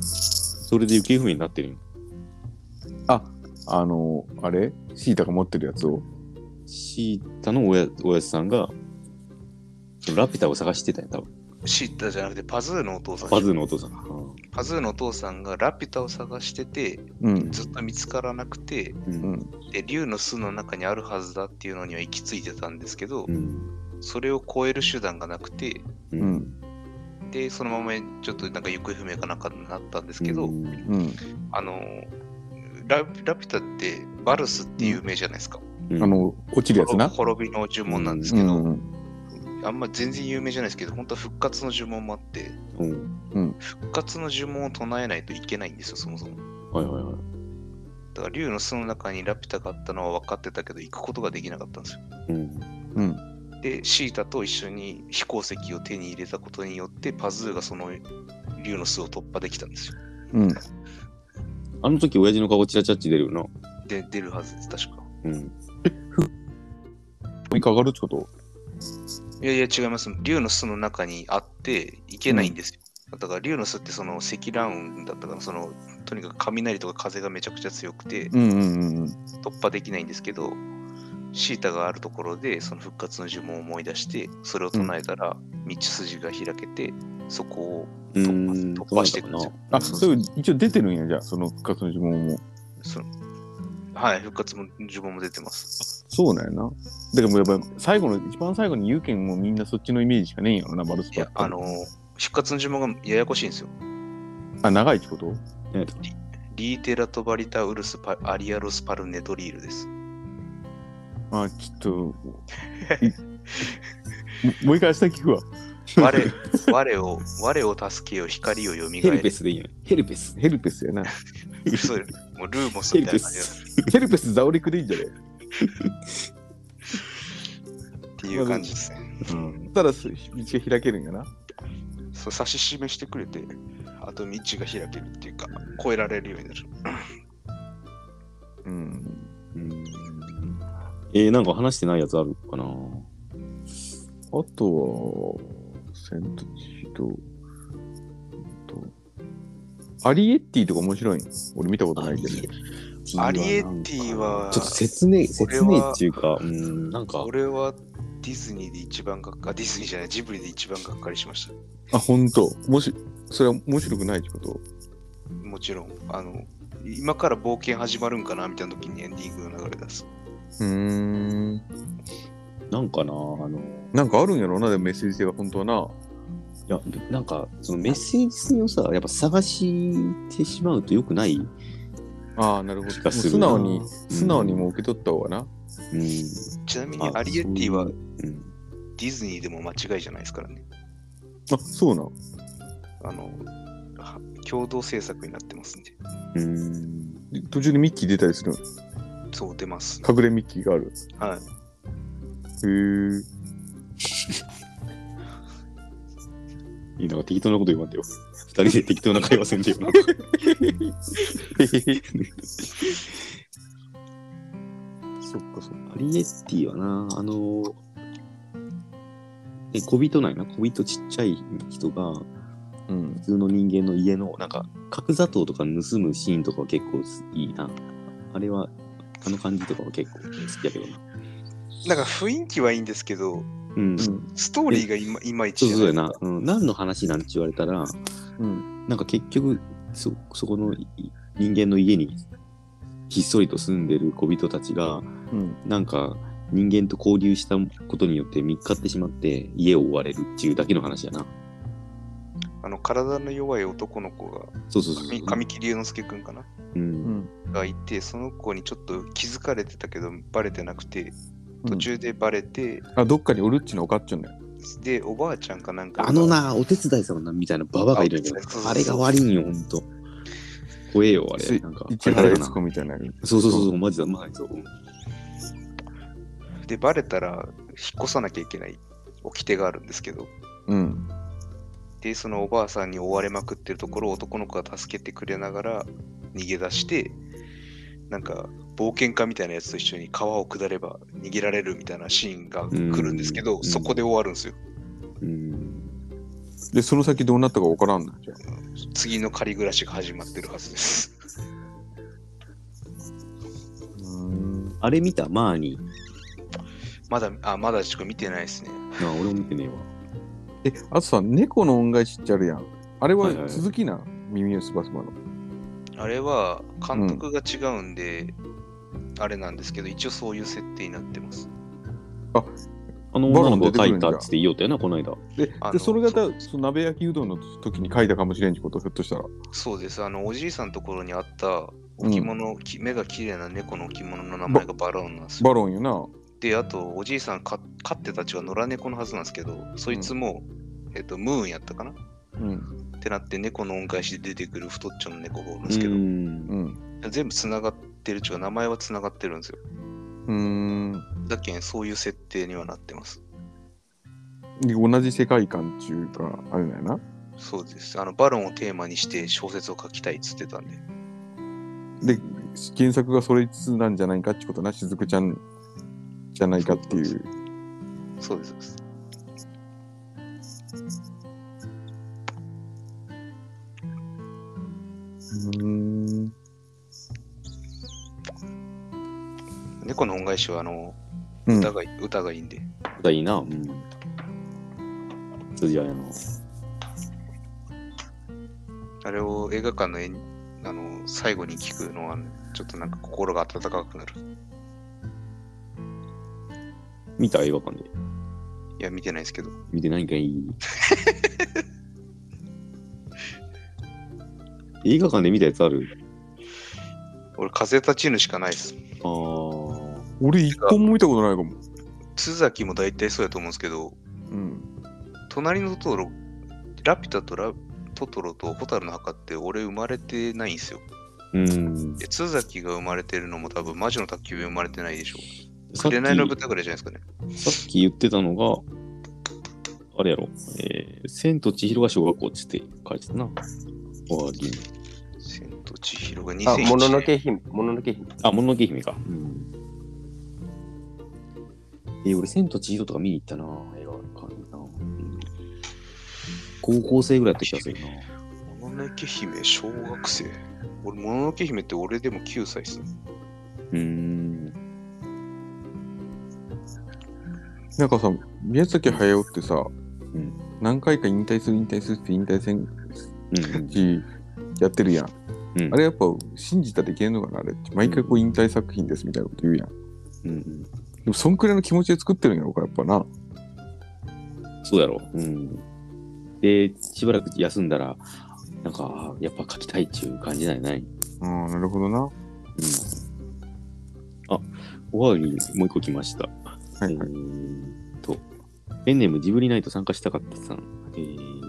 [SPEAKER 1] それで行方不明になってるんよ
[SPEAKER 2] あの、あれシータが持ってるやつを。
[SPEAKER 1] シータの親親父さんが、ラピュタを探してたんや、多分。
[SPEAKER 3] シータじゃなくてパズーのお父さん
[SPEAKER 1] パズーのお父さん。うん
[SPEAKER 3] パズーのお父さんがラピュタを探してて
[SPEAKER 2] うん。
[SPEAKER 3] ずっと見つからなくて
[SPEAKER 2] うん。
[SPEAKER 3] で竜の巣の中にあるはずだっていうのには行き着いてたんですけど
[SPEAKER 1] うん。
[SPEAKER 3] それを超える手段がなくて
[SPEAKER 1] う。
[SPEAKER 2] うんん。
[SPEAKER 3] でそのままちょっとなんか行方不明かなんかになったんですけど、
[SPEAKER 1] うん
[SPEAKER 2] うん。
[SPEAKER 3] あのララピュタってバルスっていう名じゃないですか、
[SPEAKER 2] あの、落ちるやつな。
[SPEAKER 3] 滅びの呪文なんです
[SPEAKER 2] う
[SPEAKER 3] けど、
[SPEAKER 2] ん。うん
[SPEAKER 3] あんま全然有名じゃないですけど、本当は復活の呪文もあって、
[SPEAKER 1] うん。
[SPEAKER 3] 復活の呪文を唱えないといけないんですよ、そもそも。
[SPEAKER 1] はいはいはい。
[SPEAKER 3] だから、竜の巣の中にラピュタがあったのは分かってたけど、行くことができなかったんですよ。
[SPEAKER 1] うん。
[SPEAKER 2] うん。
[SPEAKER 3] で、シータと一緒に飛行石を手に入れたことによって、パズーがその竜の巣を突破できたんですよ。
[SPEAKER 2] うん。
[SPEAKER 1] あの時親父の顔チラチラッチ出るよな。
[SPEAKER 3] で、出るはずです、確か。
[SPEAKER 1] うん。
[SPEAKER 2] 一回上がるってこと
[SPEAKER 3] いやいや、違います。竜の巣の中にあって、行けないんですよ。だから、竜の巣ってその積乱雲だったから、その、とにかく雷とか風がめちゃくちゃ強くて、
[SPEAKER 2] うんうんうん。
[SPEAKER 3] 突破できないんですけど、シータがあるところでその復活の呪文を思い出して、それを唱えたら道筋が開けて、そこを
[SPEAKER 1] う
[SPEAKER 3] 突
[SPEAKER 1] ん
[SPEAKER 3] 破突破していくんですよ。
[SPEAKER 2] あ、
[SPEAKER 3] そう
[SPEAKER 2] それ一応出てるんや、じゃあ、その復活の呪文も。
[SPEAKER 3] そのはい、復活の呪文も出てます。
[SPEAKER 2] そうなんやな。だからもうやっぱ、最後の、一番最後に有権もみんなそっちのイメージしかねえんやろな、バルス
[SPEAKER 3] い
[SPEAKER 2] パ
[SPEAKER 3] や
[SPEAKER 2] ッ、
[SPEAKER 3] あの、復活の呪文がややこしいんですよ。
[SPEAKER 2] あ、長いってこと
[SPEAKER 3] リーテラトバリタウルスパアリアロスパルネドリールです。
[SPEAKER 2] あ、ちょっと。いももう一回明日聞くわ。
[SPEAKER 3] 我我を、我を助けよ、光をよみ
[SPEAKER 1] ヘ
[SPEAKER 3] が
[SPEAKER 1] ル
[SPEAKER 3] え
[SPEAKER 1] ペ
[SPEAKER 3] る。
[SPEAKER 1] スでいいよ。ヘルペス。
[SPEAKER 2] ヘルペスやな。
[SPEAKER 3] そうよもうルーモス
[SPEAKER 1] ヘ
[SPEAKER 3] み
[SPEAKER 1] ル
[SPEAKER 3] たい
[SPEAKER 1] ペ
[SPEAKER 3] な感じだ
[SPEAKER 1] ス。
[SPEAKER 2] ヘルペスザオリクでいいんじゃね
[SPEAKER 3] っていう感じですね。
[SPEAKER 1] うん。
[SPEAKER 2] たらす道が開けるんやな。
[SPEAKER 3] そう指し示してくれて、あと道が開けるっていうか、越えられるようになる。
[SPEAKER 2] うん。
[SPEAKER 1] うんえー、なんか話してないやつあるかな
[SPEAKER 2] あとは、セントチーと、とアリエッティとか面白いん俺見たことないけど。
[SPEAKER 3] アリエッティは、
[SPEAKER 1] ちょっと説明、
[SPEAKER 3] これ
[SPEAKER 1] 説
[SPEAKER 3] は
[SPEAKER 1] 明っていうか、うん、なんか、
[SPEAKER 3] 俺はディズニーで一番がっかり、ディズニーじゃない、ジブリで一番がっかりしました。
[SPEAKER 2] あ、ほんと。もし、それは面白くないってこと
[SPEAKER 3] もちろん、あの、今から冒険始まるんかなみたいな時にエンディングの流れ出す。
[SPEAKER 2] うーん。
[SPEAKER 1] なんかなあの、
[SPEAKER 2] なんかあるんやろうな、でもメッセージ性が本当はな。
[SPEAKER 1] いや、なんか、そのメッセージ性をさ、やっぱ探してしまうと良くない
[SPEAKER 2] ああ、なるほ
[SPEAKER 1] 気がす
[SPEAKER 2] 素
[SPEAKER 1] るな。
[SPEAKER 2] 直に、素直にもう受け取った方がな。
[SPEAKER 1] うん。
[SPEAKER 3] ちな
[SPEAKER 1] う
[SPEAKER 3] み
[SPEAKER 1] ん。
[SPEAKER 3] にアリエッティは
[SPEAKER 1] う
[SPEAKER 3] デ
[SPEAKER 1] ん。
[SPEAKER 3] ィズニーでも間違いじゃないですからね。
[SPEAKER 2] あ、そうなん。
[SPEAKER 3] あの、は共同制作になってますんで。
[SPEAKER 1] うん。
[SPEAKER 2] で途中にミッキー出たりするの
[SPEAKER 3] そう出ます。
[SPEAKER 2] 隠れミッキーがある。
[SPEAKER 3] は
[SPEAKER 2] へ
[SPEAKER 3] い。
[SPEAKER 2] え。
[SPEAKER 1] いいなんか適当なこと言わんでよ。二人で適当な会話せんで よ。そっかそっか。アリエッティはな、あの、え、小人なんやな。小人ちっちゃい人が、
[SPEAKER 2] うん
[SPEAKER 1] 普。通の人間の家の、なんか、角砂糖とか盗むシーンとかは結構いいな。あれは、あの感じとかは結構好きやけどな。
[SPEAKER 3] なんか雰囲気はいいんですけど、
[SPEAKER 1] うん。
[SPEAKER 2] う。
[SPEAKER 1] そうん
[SPEAKER 3] ストーリーがいまいまいちじゃ
[SPEAKER 1] そう
[SPEAKER 3] ない
[SPEAKER 1] や
[SPEAKER 3] ですか
[SPEAKER 1] な。うん、何の話なんて言われたら、
[SPEAKER 2] うん。
[SPEAKER 1] なんか結局そそこのい人間の家にひっそりと住んでる小人たちが
[SPEAKER 2] うん。
[SPEAKER 1] なんか人間と交流したことによって見っかってしまって家を追われるっていうだけの話やな。
[SPEAKER 3] あの、体の弱い男の子が、
[SPEAKER 1] そうそうそうそう
[SPEAKER 3] 神。神木隆之介くんかな
[SPEAKER 1] う。
[SPEAKER 2] うんん。
[SPEAKER 3] がいて、その子にちょっと気づかれてたけど、バレてなくて、
[SPEAKER 2] うん
[SPEAKER 3] 途中でバレて、
[SPEAKER 2] あ、どっかにおるっちのおかっちょんね。
[SPEAKER 3] で、おばあちゃんかなんかが。
[SPEAKER 1] あのな、お手伝いさんなみたいなババアがいるんだよ
[SPEAKER 3] あそうそう。そう
[SPEAKER 1] あれが悪いんよ、ほんと。怖えよ、あ
[SPEAKER 2] せ
[SPEAKER 1] れ。なんか、
[SPEAKER 2] 市
[SPEAKER 1] あ
[SPEAKER 2] 原
[SPEAKER 1] れ
[SPEAKER 2] 悦
[SPEAKER 1] だな
[SPEAKER 2] 子みたいな。
[SPEAKER 1] そうそうそうそう、マジだ、マジだ。うん
[SPEAKER 3] で、バレたら、引っ越さなきゃいけない掟があるんですけど、
[SPEAKER 2] うん。
[SPEAKER 3] で、そのおばあさんに追われまくってるところを男の子が助けてくれながら逃げ出して、なんか、冒険家みたいなやつと一緒に川を下れば逃げられるみたいなシーンが来るんですけ
[SPEAKER 1] う
[SPEAKER 3] ど、
[SPEAKER 1] ん
[SPEAKER 3] そこで終わるんですよ。
[SPEAKER 1] うん。
[SPEAKER 2] で、その先どうなったかわからんな。じゃあ
[SPEAKER 3] 次の仮暮らしが始まってるはずです。
[SPEAKER 1] あれ見たマーニー。
[SPEAKER 3] まだ、あ、まだちょっと見てないですね。
[SPEAKER 1] なあ、俺も見てねえわ。
[SPEAKER 2] え、あとさ、猫の恩返しってあるやん。あれ
[SPEAKER 1] はいは
[SPEAKER 2] はい続きな、耳をすばすばの。
[SPEAKER 3] あれは監督が違うんで、あれなんですけど、一応そういう設定になってます。
[SPEAKER 1] あの、
[SPEAKER 2] バ
[SPEAKER 1] 女
[SPEAKER 2] カ
[SPEAKER 1] の
[SPEAKER 2] も
[SPEAKER 1] 子
[SPEAKER 2] 出て
[SPEAKER 1] が書
[SPEAKER 2] くる
[SPEAKER 1] い
[SPEAKER 2] んじ
[SPEAKER 1] た
[SPEAKER 2] ゃん
[SPEAKER 1] っつって言おうたよな、この間。
[SPEAKER 2] で、
[SPEAKER 3] あの
[SPEAKER 2] でそれが
[SPEAKER 3] そ
[SPEAKER 2] た
[SPEAKER 3] う
[SPEAKER 2] その鍋焼きうどんの時に書いたかもしれんちこと、ひょっとしたら。
[SPEAKER 3] そうです。あの、おじいさんのところにあった置物、き目が綺麗な猫の置物の名前がバロンなんですよ。
[SPEAKER 2] バロンよな。
[SPEAKER 3] で、あと、おじいさんか飼ってたちは野良猫のはずなんですけど、そいつも、えっと、ムーンやったかなっ
[SPEAKER 2] うん。
[SPEAKER 3] てなって、猫の恩返しで出てくる太っちょの猫がおるんですけど、
[SPEAKER 1] うん。
[SPEAKER 2] うん。
[SPEAKER 3] 全部つながってるっちゅうか、名前はつながってるんですよ。
[SPEAKER 2] うーん。
[SPEAKER 3] だけん、そういう設定にはなってます。
[SPEAKER 2] で同じ世界観っていうか、あれだよな。
[SPEAKER 3] そうです。あの、バロンをテーマにして小説を書きたいっつってたんで。
[SPEAKER 2] で、原作がそれつなんじゃないかってことな、しずくちゃんじゃないかっていう。
[SPEAKER 3] そうですそうです。
[SPEAKER 2] うーん。
[SPEAKER 3] 猫の恩返しはあの
[SPEAKER 2] うん
[SPEAKER 3] 歌が,、歌がいいんで。
[SPEAKER 1] だいいな。うん。筋合いやな。
[SPEAKER 3] あれを映画館のえんあの最後に聞くのは、ちょっとなんか心が温かくなる。
[SPEAKER 1] 見た映画館で。
[SPEAKER 3] いや、見てないですけど。
[SPEAKER 1] 見てないんか い。映画館で見たやつある
[SPEAKER 3] 俺、風立ちぬしかないです。
[SPEAKER 1] あー。
[SPEAKER 2] 俺一本も見たことないかも。
[SPEAKER 3] 津崎も大体そうやと思うんですけど、
[SPEAKER 2] うん。
[SPEAKER 3] 隣のトトロ、ラピュタとラトトロとホタルの墓って俺生まれてないんですよ。
[SPEAKER 1] うん。
[SPEAKER 3] で、津崎が生まれてるのも多分魔女の宅急便生まれてないでしょ
[SPEAKER 1] さっ
[SPEAKER 3] う。
[SPEAKER 1] き
[SPEAKER 3] 紅の豚ぐらいじゃないですかね。
[SPEAKER 1] さっき言ってたのが、あれやろ、えー、千と千尋が小学校っつって書いてたな。終わり。
[SPEAKER 3] 千と千尋が
[SPEAKER 4] あ、
[SPEAKER 3] 2001年。
[SPEAKER 4] もののけ姫、もののけ姫。
[SPEAKER 1] あ、もののけ姫か。うん。えー俺、千と千尋とか見に行ったな、映画館にな、うん高校生ぐらいやった気がするな。
[SPEAKER 3] もののけ姫、小学生。俺、もののけ姫って俺でも9歳っすね。
[SPEAKER 1] うーん。
[SPEAKER 2] なんかさ、宮崎駿ってさ、
[SPEAKER 1] ん
[SPEAKER 2] 何回か引退する引退するって引退せん
[SPEAKER 1] うん
[SPEAKER 2] し、やってるやん。
[SPEAKER 1] うん。うん
[SPEAKER 2] あれやっぱ信じたらいけんのかなあれって。毎回こう引退作品ですみたいなこと言うやん。
[SPEAKER 1] うんうん
[SPEAKER 2] でもそんくらいの気持ちで作ってるんやろか、やっぱな。
[SPEAKER 1] そうやろ。うん。で、しばらく休んだら、なんか、やっぱ書きたいっていう感じなんやない
[SPEAKER 2] うん、なるほどな。は
[SPEAKER 1] あ、おはぎにもう一個来ました。
[SPEAKER 2] い
[SPEAKER 1] え
[SPEAKER 2] はい。
[SPEAKER 1] ーっと、ペンネームジブリナイト参加したかったさん。えー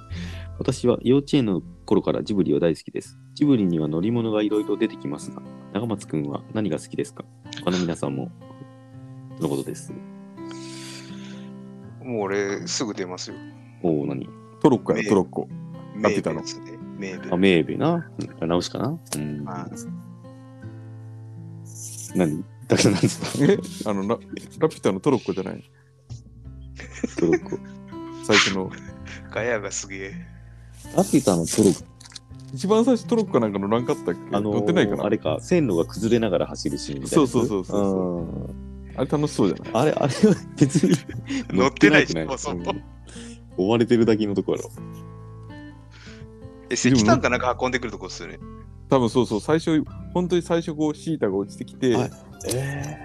[SPEAKER 1] 私は幼稚園の頃からジブリは大好きです。ジブリには乗り物がいろいろ出てきますが、長松くんは何が好きですか他の皆さんも、とのことです。
[SPEAKER 3] もう俺、すぐ出ますよ。
[SPEAKER 1] おお、何
[SPEAKER 2] トロッコや、トロッコ。ラピュタの
[SPEAKER 3] 名物で。名
[SPEAKER 1] あ、
[SPEAKER 3] 物。
[SPEAKER 1] メーベな。うん直しかなうん。
[SPEAKER 3] あ
[SPEAKER 1] 何だけなんですか
[SPEAKER 2] え あのラ、ラピュタのトロッコじゃない。
[SPEAKER 1] トロッ コ。
[SPEAKER 2] 最 初の。
[SPEAKER 3] ガヤがすげえ。
[SPEAKER 1] ラピュタのトロッコ。
[SPEAKER 2] 一番最初トロッコなんか乗らんかったっけ、
[SPEAKER 1] あのー
[SPEAKER 2] 乗ってないかな
[SPEAKER 1] あれか、線路が崩れながら走るシーンみたいなやつ。
[SPEAKER 2] そうそうそうそうそ
[SPEAKER 1] うん
[SPEAKER 2] あれ楽しそうじゃない
[SPEAKER 1] あれ、あれは別に
[SPEAKER 3] 乗ってないし
[SPEAKER 1] 乗って
[SPEAKER 3] そう
[SPEAKER 1] な
[SPEAKER 3] そ
[SPEAKER 1] く
[SPEAKER 3] う
[SPEAKER 1] ない追われてるだけのところ。
[SPEAKER 3] え、石炭かなんか運んでくるとこですよね。
[SPEAKER 2] 多分そうそう、最初、本当に最初こうシータが落ちてきて、
[SPEAKER 1] はいえ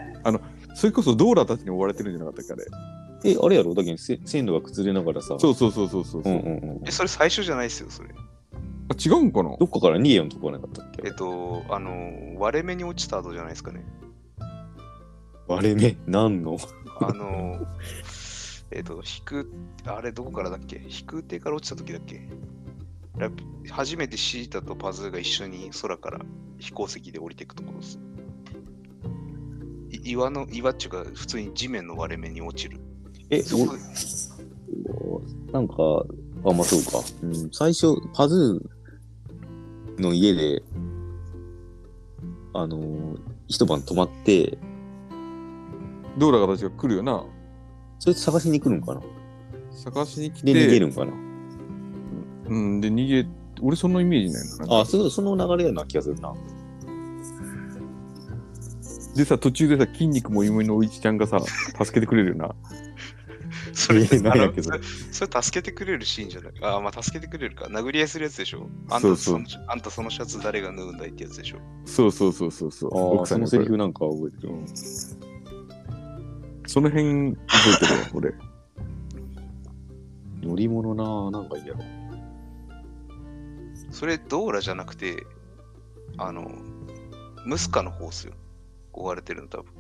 [SPEAKER 2] それこそドーラたちに追われてるんじゃなかったっけあれ。
[SPEAKER 1] え、あれやろだけどせ線路が崩れながらさ。。
[SPEAKER 2] そううそうそうそうそう。
[SPEAKER 1] う
[SPEAKER 2] うん
[SPEAKER 1] うんうん
[SPEAKER 3] え、。それ最初じゃないですよ、それ。
[SPEAKER 2] あ違うんかな
[SPEAKER 1] どっかから逃げよんとこなかったっ
[SPEAKER 3] え
[SPEAKER 1] け
[SPEAKER 3] っと、あの、割れ目に落ちた後じゃないですかね。
[SPEAKER 1] 割れ目、なんの
[SPEAKER 3] あの、えっ、と、飛空、あれどこからだっけ飛空艇から落ちた時だっけラピ初めてシータとパズーが一緒に空から飛行石で降りていくところです。い岩の、岩っちゅうか、普通に地面の割れ目に落ちる。
[SPEAKER 1] え、
[SPEAKER 3] そこ
[SPEAKER 1] おなんか、あ、まあそうか。うん、最初、パズーの家で、あのー一晩泊まって、
[SPEAKER 2] ドーラがたちが来るよな。
[SPEAKER 1] それ探しに来るんかな
[SPEAKER 2] 探しに来て。
[SPEAKER 1] で、逃げるんかな
[SPEAKER 2] うん、で、逃げ、俺そのイメージないな。
[SPEAKER 1] あ、そうその流れやな気がするな。
[SPEAKER 2] でさ、途中でさ、筋肉も夢のおいちちゃん がさ、助けてくれるよな。
[SPEAKER 3] それ、
[SPEAKER 1] 見え
[SPEAKER 3] あ
[SPEAKER 1] ない
[SPEAKER 3] の
[SPEAKER 1] けど
[SPEAKER 3] それそれ助けてくれるシーンじゃないあー、まあ助けてくれるか。殴り合いするやつでしょあんた
[SPEAKER 2] そうそう
[SPEAKER 3] のあんたそのシャツ誰が縫うんだいってやつでしょ
[SPEAKER 2] そうそうそうそうそう。
[SPEAKER 1] ああ、そのセリ
[SPEAKER 2] が
[SPEAKER 1] フなんか覚えて
[SPEAKER 2] こ
[SPEAKER 1] る。
[SPEAKER 2] れ。うんその辺覚えてるわ、俺。
[SPEAKER 1] 乗り物なぁ、なんかいいやろ。
[SPEAKER 3] それ、ドーラじゃなくて、あの、ムスカの方っすよ。壊れてるの多分。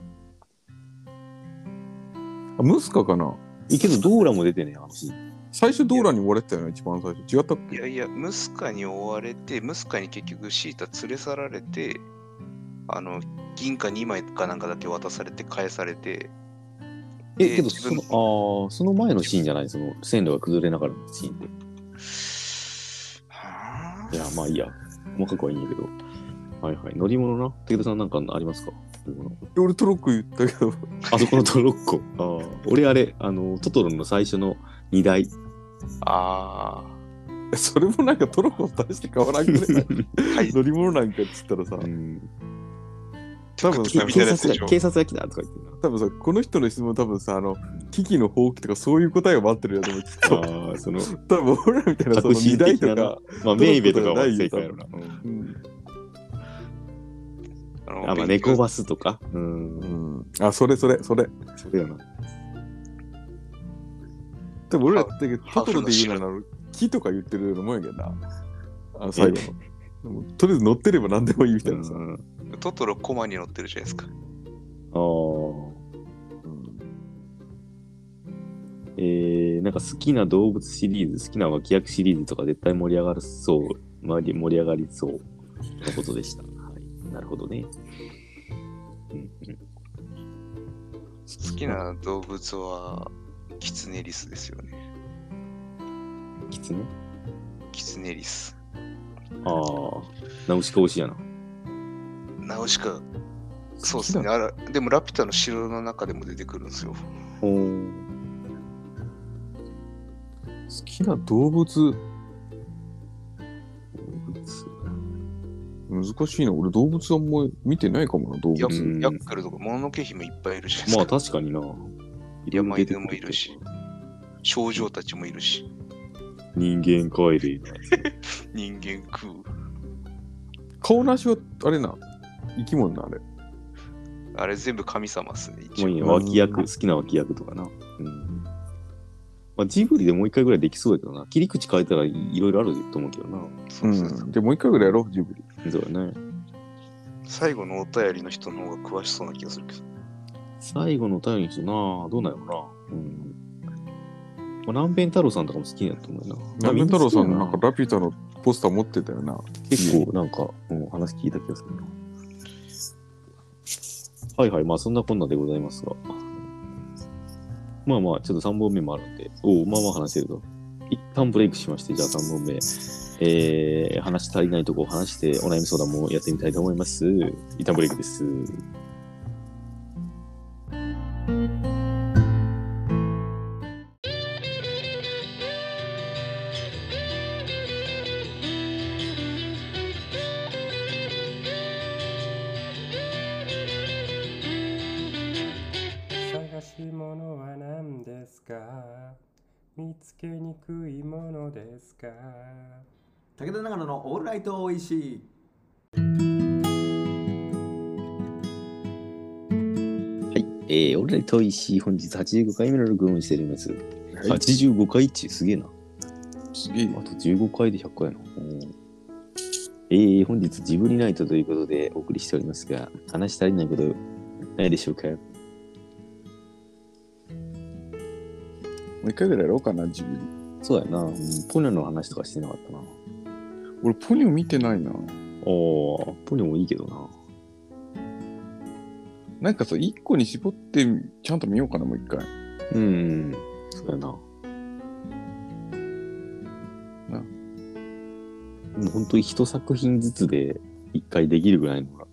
[SPEAKER 2] あ、ムスカかな
[SPEAKER 1] え、けどドーラも出てねえ、あのシーン
[SPEAKER 2] 最初ドーラに追われてたよね、一番最初。違ったっ
[SPEAKER 3] い
[SPEAKER 2] け
[SPEAKER 3] やいや、ムスカに追われて、ムスカに結局シータ連れ去られて、あの、銀貨2枚かなんかだけ渡されて返されて、
[SPEAKER 1] え、
[SPEAKER 3] え
[SPEAKER 1] けど
[SPEAKER 3] 自
[SPEAKER 1] そ
[SPEAKER 3] 分
[SPEAKER 1] の、ああ、その前のシーンじゃないその線路が崩れながらのシーンっ
[SPEAKER 3] は
[SPEAKER 1] て。いや、まあいいや。細かくはいいんやけど。はいはい。乗り物な。武田さんなんかありますか乗り物
[SPEAKER 2] 俺トロッコ言ったけど。
[SPEAKER 1] あそこのトロッコ。 ああ俺あれ、あの、トトロの最初の荷台。
[SPEAKER 3] あ
[SPEAKER 2] それもなんかトロッコと大して変わらんくらい。
[SPEAKER 3] ー。はい、
[SPEAKER 2] 乗り物なんかっつったらさ、
[SPEAKER 1] ん、
[SPEAKER 2] 多分さ
[SPEAKER 3] みた
[SPEAKER 1] 警
[SPEAKER 3] いなやつ
[SPEAKER 1] 察
[SPEAKER 3] でしょ
[SPEAKER 1] が、警察が来たとか言って
[SPEAKER 2] 多分さ、この人の質問多分さ、あの、危機の放棄とかそういう答えが待ってるやつもきっと、
[SPEAKER 1] るな。ああ、その、
[SPEAKER 2] 多分俺らみたいなその荷台とか、
[SPEAKER 1] まあ、メイベとかは正解やろな。
[SPEAKER 2] うん
[SPEAKER 3] あ
[SPEAKER 1] あ
[SPEAKER 3] の
[SPEAKER 1] まあ、
[SPEAKER 3] 勉強
[SPEAKER 1] 猫バスとか。うん
[SPEAKER 2] う。ん。あ、それそれ、それ。
[SPEAKER 1] それやな。
[SPEAKER 2] でも俺らだけど
[SPEAKER 3] ハ
[SPEAKER 2] トト
[SPEAKER 3] ウスの
[SPEAKER 2] ロで言うのはあの木とか言ってるようなもんやけどな。あの最後の。でもとりあえず乗ってれば何でもいいみたいなさ。
[SPEAKER 1] うん
[SPEAKER 3] トトロコマに乗ってるじゃないですか。
[SPEAKER 1] ああ。えー、なんか好きな動物シリーズ、好きな脇役シリーズとか絶対盛り上がるそう、まり盛り上がりそうなことでした。はい、なるほどね。うんうん
[SPEAKER 3] 好きな動物は、キツネリスですよね。
[SPEAKER 1] キツネ
[SPEAKER 3] キツネリス。
[SPEAKER 1] ああ、ナウシカ推しやな。
[SPEAKER 3] ナウシカ、そうですね。あらでも、ラピュタの城の中でも出てくるんですよ。
[SPEAKER 1] ほー
[SPEAKER 2] 好きな動物、
[SPEAKER 1] 動物
[SPEAKER 2] 難しいな。俺動物あんまり見てないかもな、動
[SPEAKER 3] ヤ
[SPEAKER 2] 物。
[SPEAKER 1] うん
[SPEAKER 3] ヤックルとか、もののけ姫いっぱいいるじゃないです
[SPEAKER 1] ま
[SPEAKER 3] か
[SPEAKER 1] あ。確かにな。
[SPEAKER 3] 山犬もいるし。少女たちもいるし、
[SPEAKER 1] 人間帰りな。
[SPEAKER 3] 人間食う。
[SPEAKER 2] 顔なしは、あれな、生き物な、あれ。。
[SPEAKER 3] あれ全部神様っすね、一
[SPEAKER 1] もういい
[SPEAKER 3] 応。
[SPEAKER 1] よ脇役、好きな脇役とかな。うん。まあジブリでもう一回ぐらいできそうやけどな。切り口変えたらいろいろあると思うけどな。
[SPEAKER 3] そううそうそうん
[SPEAKER 2] じゃあもう一回ぐらいやろう、ジブリ。
[SPEAKER 1] そうだね。
[SPEAKER 3] 最後のお便りの人の方が詳しそうな気がするけど。
[SPEAKER 1] 最後のお便りの人な、どうなんやろな。うん。まあ、南弁太郎さんとかも好きやと思うな。
[SPEAKER 2] ラメ太郎さんのなんか
[SPEAKER 1] まあ
[SPEAKER 2] ラピュタのポスター持ってたよな。
[SPEAKER 1] みんな好きやな結構なんか、うん、話聞いた気がするな。はいはい、まあそんなこんなでございますが。まあまあ、ちょっと3本目もあるんで、おお、まあまあ話せると。一旦ブレイクしまして、じゃあ3本目。えー、話足りないとこを話して、お悩み相談もやってみたいと思います。一旦ブレイクです。
[SPEAKER 7] 探し物は何ですか見つけにくいものですか
[SPEAKER 5] 武田長野のオールライトおいしい。
[SPEAKER 1] はい、えー、俺らと石井、本日85回目の録音しております。85回っち、すげえな。
[SPEAKER 2] すげえ。
[SPEAKER 1] あと15回で100回やな。えー、本日ジブリナイトということでお送りしておりますが、話し足りないことないでしょうか
[SPEAKER 2] 一回ぐらいやろうかな、自分。
[SPEAKER 1] そうやな、うんポニョの話とかしてなかったな。
[SPEAKER 2] 俺、ポニョ見てないな。
[SPEAKER 1] おー、ポニョもいいけどな。
[SPEAKER 2] なんかさ、一個に絞って、ちゃんと見ようかな、もう一回。
[SPEAKER 1] うん、そうやな。も
[SPEAKER 2] な
[SPEAKER 1] う本当に一作品ずつで一回できるぐらいのが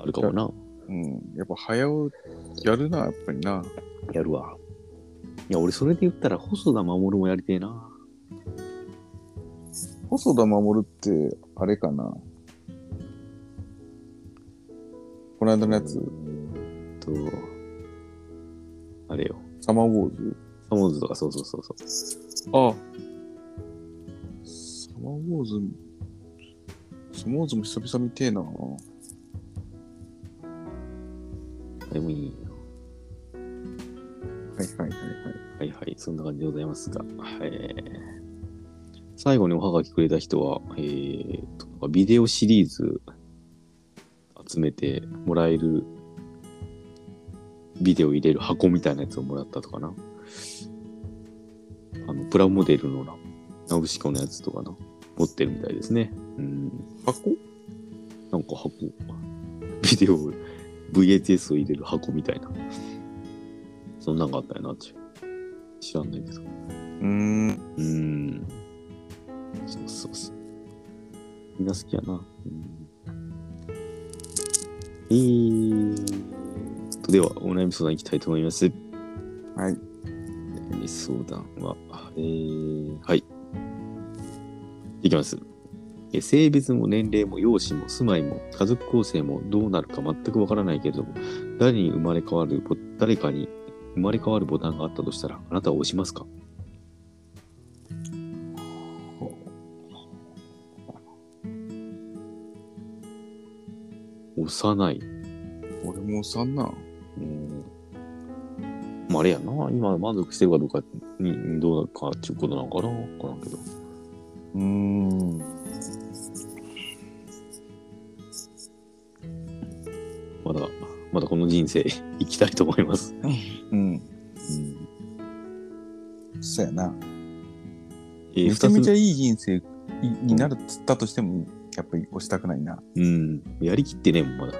[SPEAKER 1] あるかもな。
[SPEAKER 2] うん。やっぱ、早尾、やるな、やっぱりな。
[SPEAKER 1] やるわ。いや、俺それで言ったら細田守もやりてえな。
[SPEAKER 2] 細田守って、あれかな。この間のやつ、
[SPEAKER 1] と、あれよ。
[SPEAKER 2] サマーウォーズ。
[SPEAKER 1] サモーズとかそうそうそうそう。
[SPEAKER 2] ああ。サマーウォーズ、サマーウォーズも久々見てえな。
[SPEAKER 1] あれもいいよ。
[SPEAKER 2] はいはいはいはい。
[SPEAKER 1] はいはい、そんな感じでございますが、えー最後におはがきくれた人は、えーとなんかビデオシリーズ集めてもらえるビデオ入れる箱みたいなやつをもらったとかな。あの、プラモデルのな、ナウシカのやつとかな、持ってるみたいですね。うん、
[SPEAKER 2] 箱
[SPEAKER 1] なんか箱、ビデオ、VHS を入れる箱みたいな。そんなんがあったよなって。知らんないけど。
[SPEAKER 2] うーん。
[SPEAKER 1] うーん。そうそうそう。みんな好きやな。うん、えーと、では、お悩み相談いきたいと思います。
[SPEAKER 2] はい。
[SPEAKER 1] お悩み相談は、えー、はい。いきます。え性別も年齢も容姿も住まいも家族構成もどうなるか全くわからないけれども、誰に生まれ変わるボ、誰かに生まれ変わるボタンがあったとしたら、あなたは押しますか押さない。
[SPEAKER 2] 俺もおさんな。
[SPEAKER 1] うんまあ、あれやな、今満足してるかどうかに、どうなるかっていうことなのかな、わからんけど。
[SPEAKER 2] うーん。
[SPEAKER 1] まだ、まだこの人生 生きたいと思います。
[SPEAKER 2] うん。そうやな。
[SPEAKER 1] えー
[SPEAKER 2] めちゃめち
[SPEAKER 1] 二つ
[SPEAKER 2] ゃいい人生いになるっつったとしても、やっぱり押したくないな。
[SPEAKER 1] 目うん、やりきってねえもん、まだ。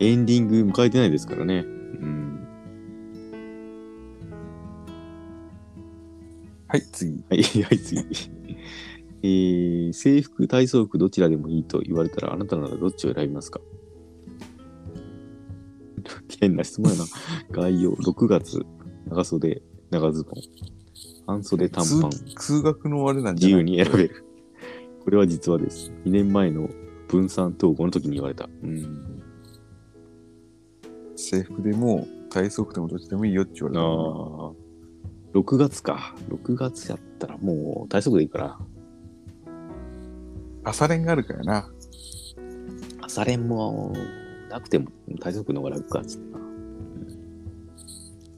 [SPEAKER 1] エンディング迎えてないですからね。うん。
[SPEAKER 2] はい、次。
[SPEAKER 1] はい、はい、次。えー制服、体操服、どちらでもいいと言われたら、あなたならどっちを選びますか変な質問やな。概要、6月、長袖、長ズボン、半袖、短パン。
[SPEAKER 2] 通通学のあれなん
[SPEAKER 1] 自
[SPEAKER 2] じゃな
[SPEAKER 1] 由
[SPEAKER 2] い
[SPEAKER 1] に選べる。これは実話です。2年前の分散統合の時に言われた。うん。
[SPEAKER 2] 制服でも、体操服でもどっちでもいいよって言われたからな。
[SPEAKER 1] あ。6月か。6月やったらもう大速でいいから。
[SPEAKER 2] 朝練があるからな。
[SPEAKER 1] 朝練もなくても大速の方が楽かっつってな。うん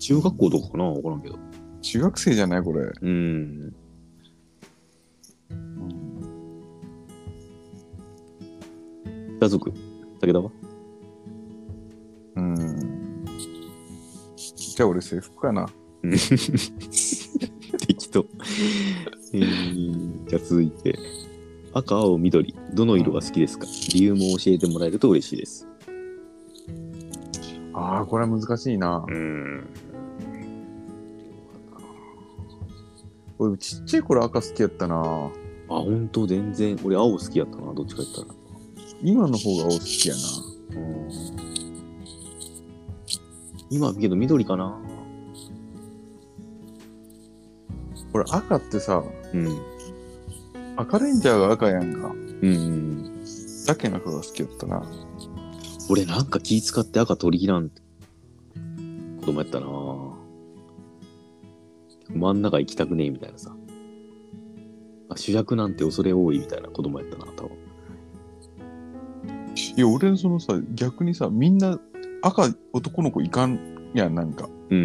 [SPEAKER 1] 中学校とかかなわからんけど。
[SPEAKER 2] 中学生じゃないこれ。
[SPEAKER 1] うん。大速。武田は
[SPEAKER 2] うん。じゃあ俺制服かな。
[SPEAKER 1] 適当。えーじゃあ続いて。赤、青、緑、どの色が好きですか理由も教えてもらえると嬉しいです。
[SPEAKER 2] ああ、これは難しいな。
[SPEAKER 1] うん。
[SPEAKER 2] 俺ちっちゃい頃赤好きやったな。
[SPEAKER 1] あ、ほんと、全然。俺、青好きやったな、どっちか言ったら。
[SPEAKER 2] 今の方が青好きやな。
[SPEAKER 1] うん。今、けど緑かな。
[SPEAKER 2] 俺赤ってさ、
[SPEAKER 1] うん。
[SPEAKER 2] 赤レンジャーが赤やんか。
[SPEAKER 1] うんうん。
[SPEAKER 2] だけの赤が好きやったな。
[SPEAKER 1] 俺、なんか気使って赤取り切らん。子供やったな。真ん中行きたくねえ、みたいなさ。あ主役なんて恐れ多いみたいな子供やったな、多分。
[SPEAKER 2] いや、俺のそのさ、逆にさ、みんな赤男の子いかんやん、なんか。
[SPEAKER 1] うんうん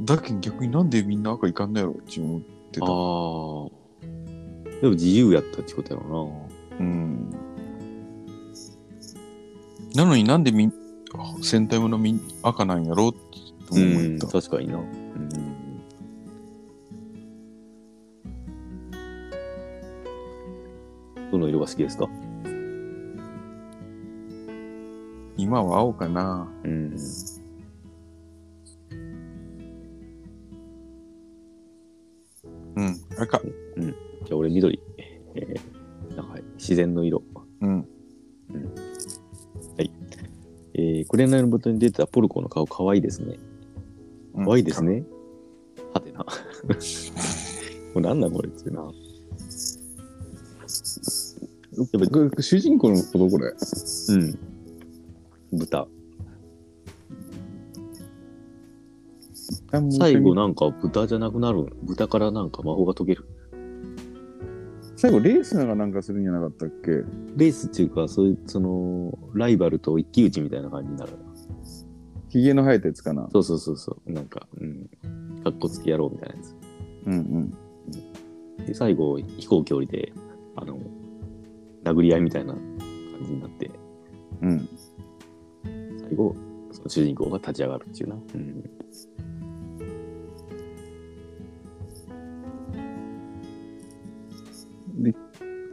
[SPEAKER 1] うん。
[SPEAKER 2] だけど逆になんでみんな赤いかんのやろって思って
[SPEAKER 1] あ
[SPEAKER 2] た。
[SPEAKER 1] あ。でも自由やったってことやろ
[SPEAKER 2] うん。なのになんでみんあ戦隊ものみん赤なんやろってと
[SPEAKER 1] う
[SPEAKER 2] 思っ
[SPEAKER 1] ん、
[SPEAKER 2] た。
[SPEAKER 1] 確かにな。うん。どの色が好きですか
[SPEAKER 2] 今は青かな。
[SPEAKER 1] うん。
[SPEAKER 2] うん、赤。
[SPEAKER 1] じゃあ俺緑。えー、なんかはい自然の色。
[SPEAKER 2] うん。
[SPEAKER 1] えー、紅のボトルに出てたポルコの顔可愛いですね。
[SPEAKER 2] うん
[SPEAKER 1] 可愛いです。ね。はてな。もうなん だこれっていうな。
[SPEAKER 2] やっぱこれ主人公のことこれ。
[SPEAKER 1] うん。豚。最後なんか豚じゃなくなる。豚からなんか魔法が解ける。
[SPEAKER 2] 最後レースなんかなんかするんじゃなかったっけ
[SPEAKER 1] レースっていうか、そういう、その、ライバルと一騎打ちみたいな感じになる。
[SPEAKER 2] ヒゲの生えたやつかな。
[SPEAKER 1] そうそうそうそう。なんか、うん。かっこつけやろうみたいなやつ。
[SPEAKER 2] うんうん。
[SPEAKER 1] で、最後、飛行距離で、あの、殴り合いみたいな感じになって、
[SPEAKER 2] うん。
[SPEAKER 1] 最後、その主人公が立ち上がるっていうな。うん。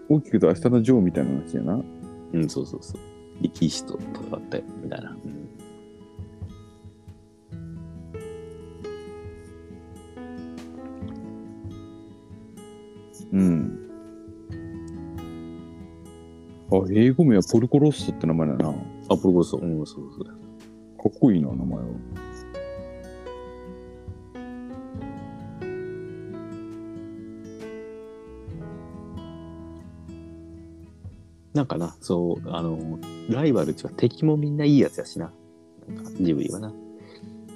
[SPEAKER 2] 大きく言うと明日のジョーみたいな話やな。
[SPEAKER 1] うん、そうそうそう。力士と戦って、みたいな。うん。
[SPEAKER 2] うん。あ、英語名はポルコロッソって名前だな。かっ
[SPEAKER 1] あ、プロゴルソン。うん、そうそう。
[SPEAKER 2] こいいな、名前は。
[SPEAKER 1] なんかな、そう、あの、ライバルっていうか敵もみんないいやつやしな。なんか、ジブリはな。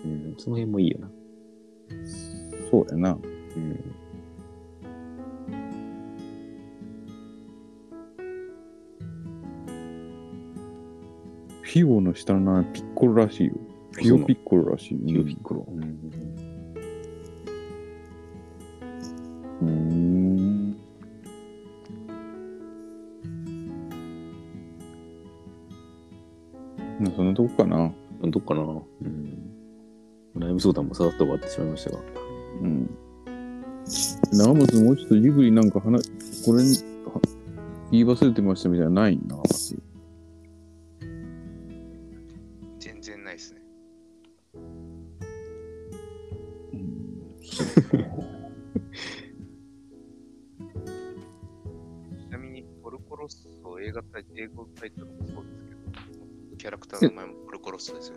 [SPEAKER 1] うん、その辺もいいよな。
[SPEAKER 2] そうやな。
[SPEAKER 1] うん。
[SPEAKER 2] フィオの下の名前ピッコロらしいよ。フィオピッコロらしい。フ
[SPEAKER 1] ィオピッ
[SPEAKER 2] コロ。うーん。まあそんなとこかな。
[SPEAKER 1] どっかな。うん。ライブ相談もさらっと終わってしまいましたが。
[SPEAKER 2] うん。長松もうちょっとジブリなんか話、これに、は言い忘れてましたみたいなのない長松。
[SPEAKER 3] 全然ないですね。ちなみに、ポルコロッソ、映画タイ英語タイトルもそうですけど、キャラクターの名前もポルコロッソですよ。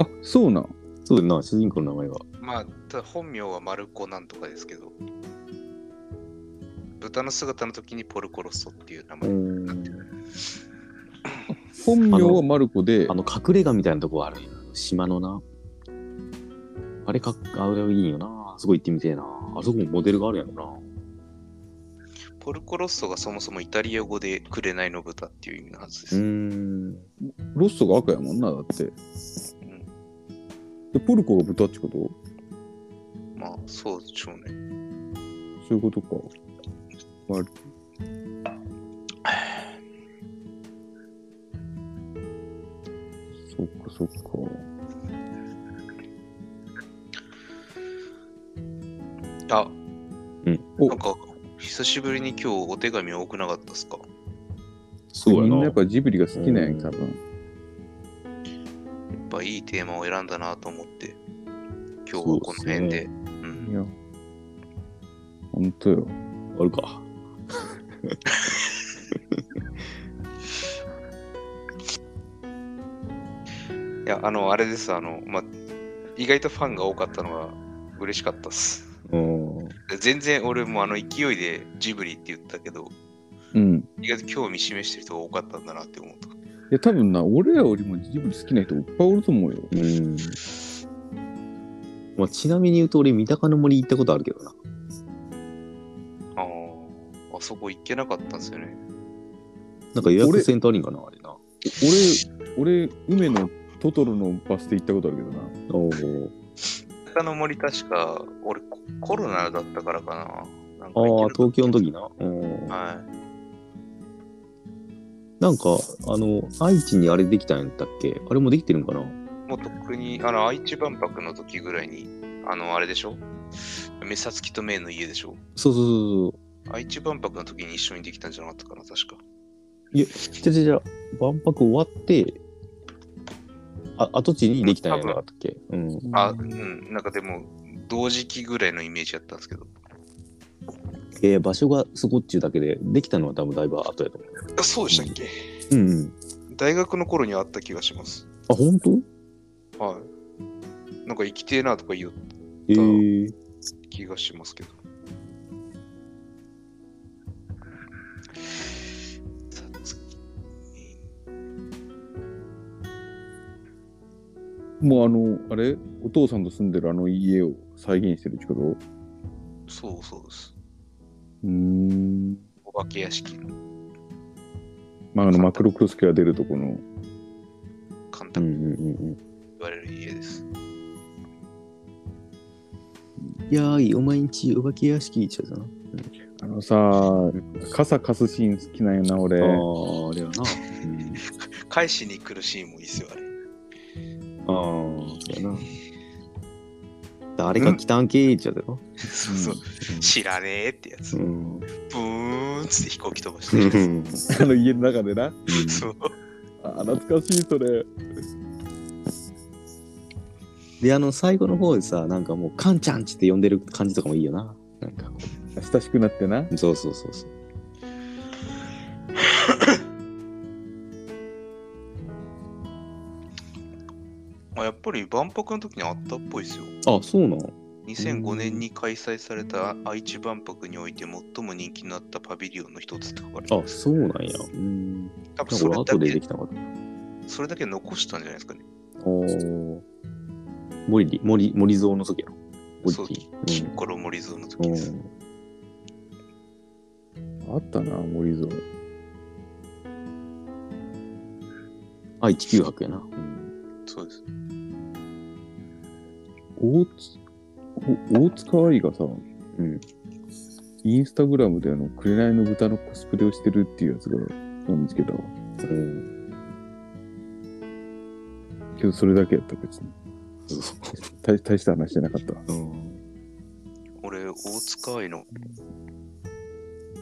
[SPEAKER 2] あ、そうなん。
[SPEAKER 1] そうだな、主人公の名前は。
[SPEAKER 3] まあ、ただ本名はマルコなんとかですけど、豚の姿の時にポルコロッソっていう名前になってる。
[SPEAKER 2] 本名はマルコで
[SPEAKER 1] あ、の、隠れ家みたいなとこあるよ。島のな。あれかっ、あれいいよな。あそこ行ってみてえな。あそこもモデルがあるやろな。
[SPEAKER 3] ポルコロッソがそもそもイタリア語で紅の豚っていう意味のはずで
[SPEAKER 1] う
[SPEAKER 3] す。
[SPEAKER 1] ーん。
[SPEAKER 2] ロストが赤やもんな、だって。で、ポルコが豚ってこと
[SPEAKER 3] まあ、そうでしょうね。
[SPEAKER 2] そういうことか。まあ、そっかそっか。
[SPEAKER 3] あ、
[SPEAKER 2] お
[SPEAKER 3] なんか、久しぶりに今日お手紙多くなかったですか
[SPEAKER 1] そう
[SPEAKER 2] みんな
[SPEAKER 1] や
[SPEAKER 2] や
[SPEAKER 1] な。
[SPEAKER 2] っぱジブリが好きなん
[SPEAKER 1] うん
[SPEAKER 2] や、多分。
[SPEAKER 3] やっぱいいテーマを選んだなと思って、今日はこの辺で。うん
[SPEAKER 2] いや。ほんとよ。
[SPEAKER 1] あるか。
[SPEAKER 3] いや、あの、あれです、あの、まあ、意外とファンが多かったのが嬉しかったっす。
[SPEAKER 1] うん。
[SPEAKER 3] 全然俺もあの勢いでジブリって言ったけど、
[SPEAKER 2] うん。
[SPEAKER 3] 意外と興味示してる人が多かったんだなって思った。
[SPEAKER 2] いや、多分な、俺らよりもジブリ好きな人いっぱいおると思うよ。
[SPEAKER 1] うん。まあ、ちなみに言うと、俺、三鷹の森行ったことあるけどな。
[SPEAKER 3] ああ、あそこ行けなかったんですよね。
[SPEAKER 1] なんか予約センターありんかな、あれな。
[SPEAKER 2] 俺、俺、梅のトトロのバス停行ったことあるけどな。
[SPEAKER 1] おー
[SPEAKER 3] 北の森確か、俺ココロナだったからかな。なんか
[SPEAKER 1] ああ、
[SPEAKER 3] 行けな
[SPEAKER 1] 東京
[SPEAKER 3] かった
[SPEAKER 1] の時な。うん。
[SPEAKER 3] はい。
[SPEAKER 1] なんか、あの、愛知にあれできたんやったっけあれもできてるんかな
[SPEAKER 3] もうとっくに、あの、愛知万博の時ぐらいに、あの、あれでしょ目さつきとめいの家でしょ
[SPEAKER 1] そうそうそうそう。
[SPEAKER 3] 愛知万博の時に一緒にできたんじゃなかったかな、確か。
[SPEAKER 1] じゃじゃじゃ万博終わって、あ跡地にできたんやなかったっけうん。
[SPEAKER 3] あ、うん、なんかでも、同時期ぐらいのイメージだったんですけど。
[SPEAKER 1] えー場所がそこっちゅうだけで、できたのは多分だいぶ後やと思う。
[SPEAKER 3] あそうでしたっけ
[SPEAKER 1] うんうん。
[SPEAKER 3] 大学の頃にあった気がします。
[SPEAKER 1] あ、本当
[SPEAKER 3] はい。なんか生きてえなとか言う
[SPEAKER 1] えー、
[SPEAKER 3] 気がしますけど。さつき
[SPEAKER 2] もうあの、あれお父さんと住んでるあの家を再現してるってことう
[SPEAKER 3] そうそうです。
[SPEAKER 2] ーん。
[SPEAKER 3] お化け屋敷の
[SPEAKER 2] まあ、あの、マクロクロスケが出るとこの。
[SPEAKER 3] 簡
[SPEAKER 1] うん
[SPEAKER 3] 単に
[SPEAKER 1] うんうんうん。
[SPEAKER 3] 言われる家です。
[SPEAKER 1] いやーい、お前んち、お化け屋敷行っちゃうな。
[SPEAKER 2] あのさ、傘貸すシーン好きなんやな、俺。
[SPEAKER 1] ああ、あれはな。うん
[SPEAKER 3] 返しに来るシーンもいいっすよ、あれ。
[SPEAKER 1] ああ、そうやな。誰が来たんけーっちゃうだろ。
[SPEAKER 3] そうそう。知らねえってやつ。
[SPEAKER 1] う
[SPEAKER 3] ブ
[SPEAKER 1] ん。
[SPEAKER 3] ーンっつって飛行機飛ばし
[SPEAKER 1] う
[SPEAKER 3] てるや
[SPEAKER 1] ん
[SPEAKER 2] あの家の中でな。
[SPEAKER 3] つ。そう。
[SPEAKER 2] あ、懐かしい、それ。
[SPEAKER 1] で、あの、最後の方でさ、なんかもう、カンちゃんちって呼んでる感じとかもいいよな。なんかこ
[SPEAKER 2] 親しくなってな。
[SPEAKER 1] う、そうそうそうそう。
[SPEAKER 3] まあ、やっぱり万博の時にあったっぽいですよ。
[SPEAKER 1] あ、そうなの
[SPEAKER 3] 2005年に開催された愛知万博において最も人気になったパビリオンの一つって書かれて
[SPEAKER 1] あ、
[SPEAKER 3] ます。
[SPEAKER 1] そうなんや。うん。なん
[SPEAKER 3] 多分
[SPEAKER 1] か
[SPEAKER 3] そ
[SPEAKER 1] 俺、
[SPEAKER 3] れ
[SPEAKER 1] 後
[SPEAKER 3] だ
[SPEAKER 1] でで
[SPEAKER 3] け
[SPEAKER 1] きたのかった。
[SPEAKER 3] それだけ残したんじゃないですかね。
[SPEAKER 1] おー。森リ、森、森蔵の時やろ。森
[SPEAKER 3] そう、
[SPEAKER 1] 木
[SPEAKER 3] キッコロモリゾーの
[SPEAKER 1] う
[SPEAKER 3] 時
[SPEAKER 1] ん。う
[SPEAKER 3] です。
[SPEAKER 1] ん
[SPEAKER 2] あったな、森蔵。
[SPEAKER 1] 愛知九博やな。うん
[SPEAKER 3] そうです。
[SPEAKER 2] 大津、お大塚愛がさ、
[SPEAKER 1] うん。
[SPEAKER 2] インスタグラムであの、紅の豚のコスプレをしてるっていうやつが見つけたわ。
[SPEAKER 1] うん。
[SPEAKER 2] けど、それだけやった、別に。
[SPEAKER 1] そうそう
[SPEAKER 2] 大大した話じゃなかったわ。
[SPEAKER 1] うん。
[SPEAKER 3] 俺、大塚愛の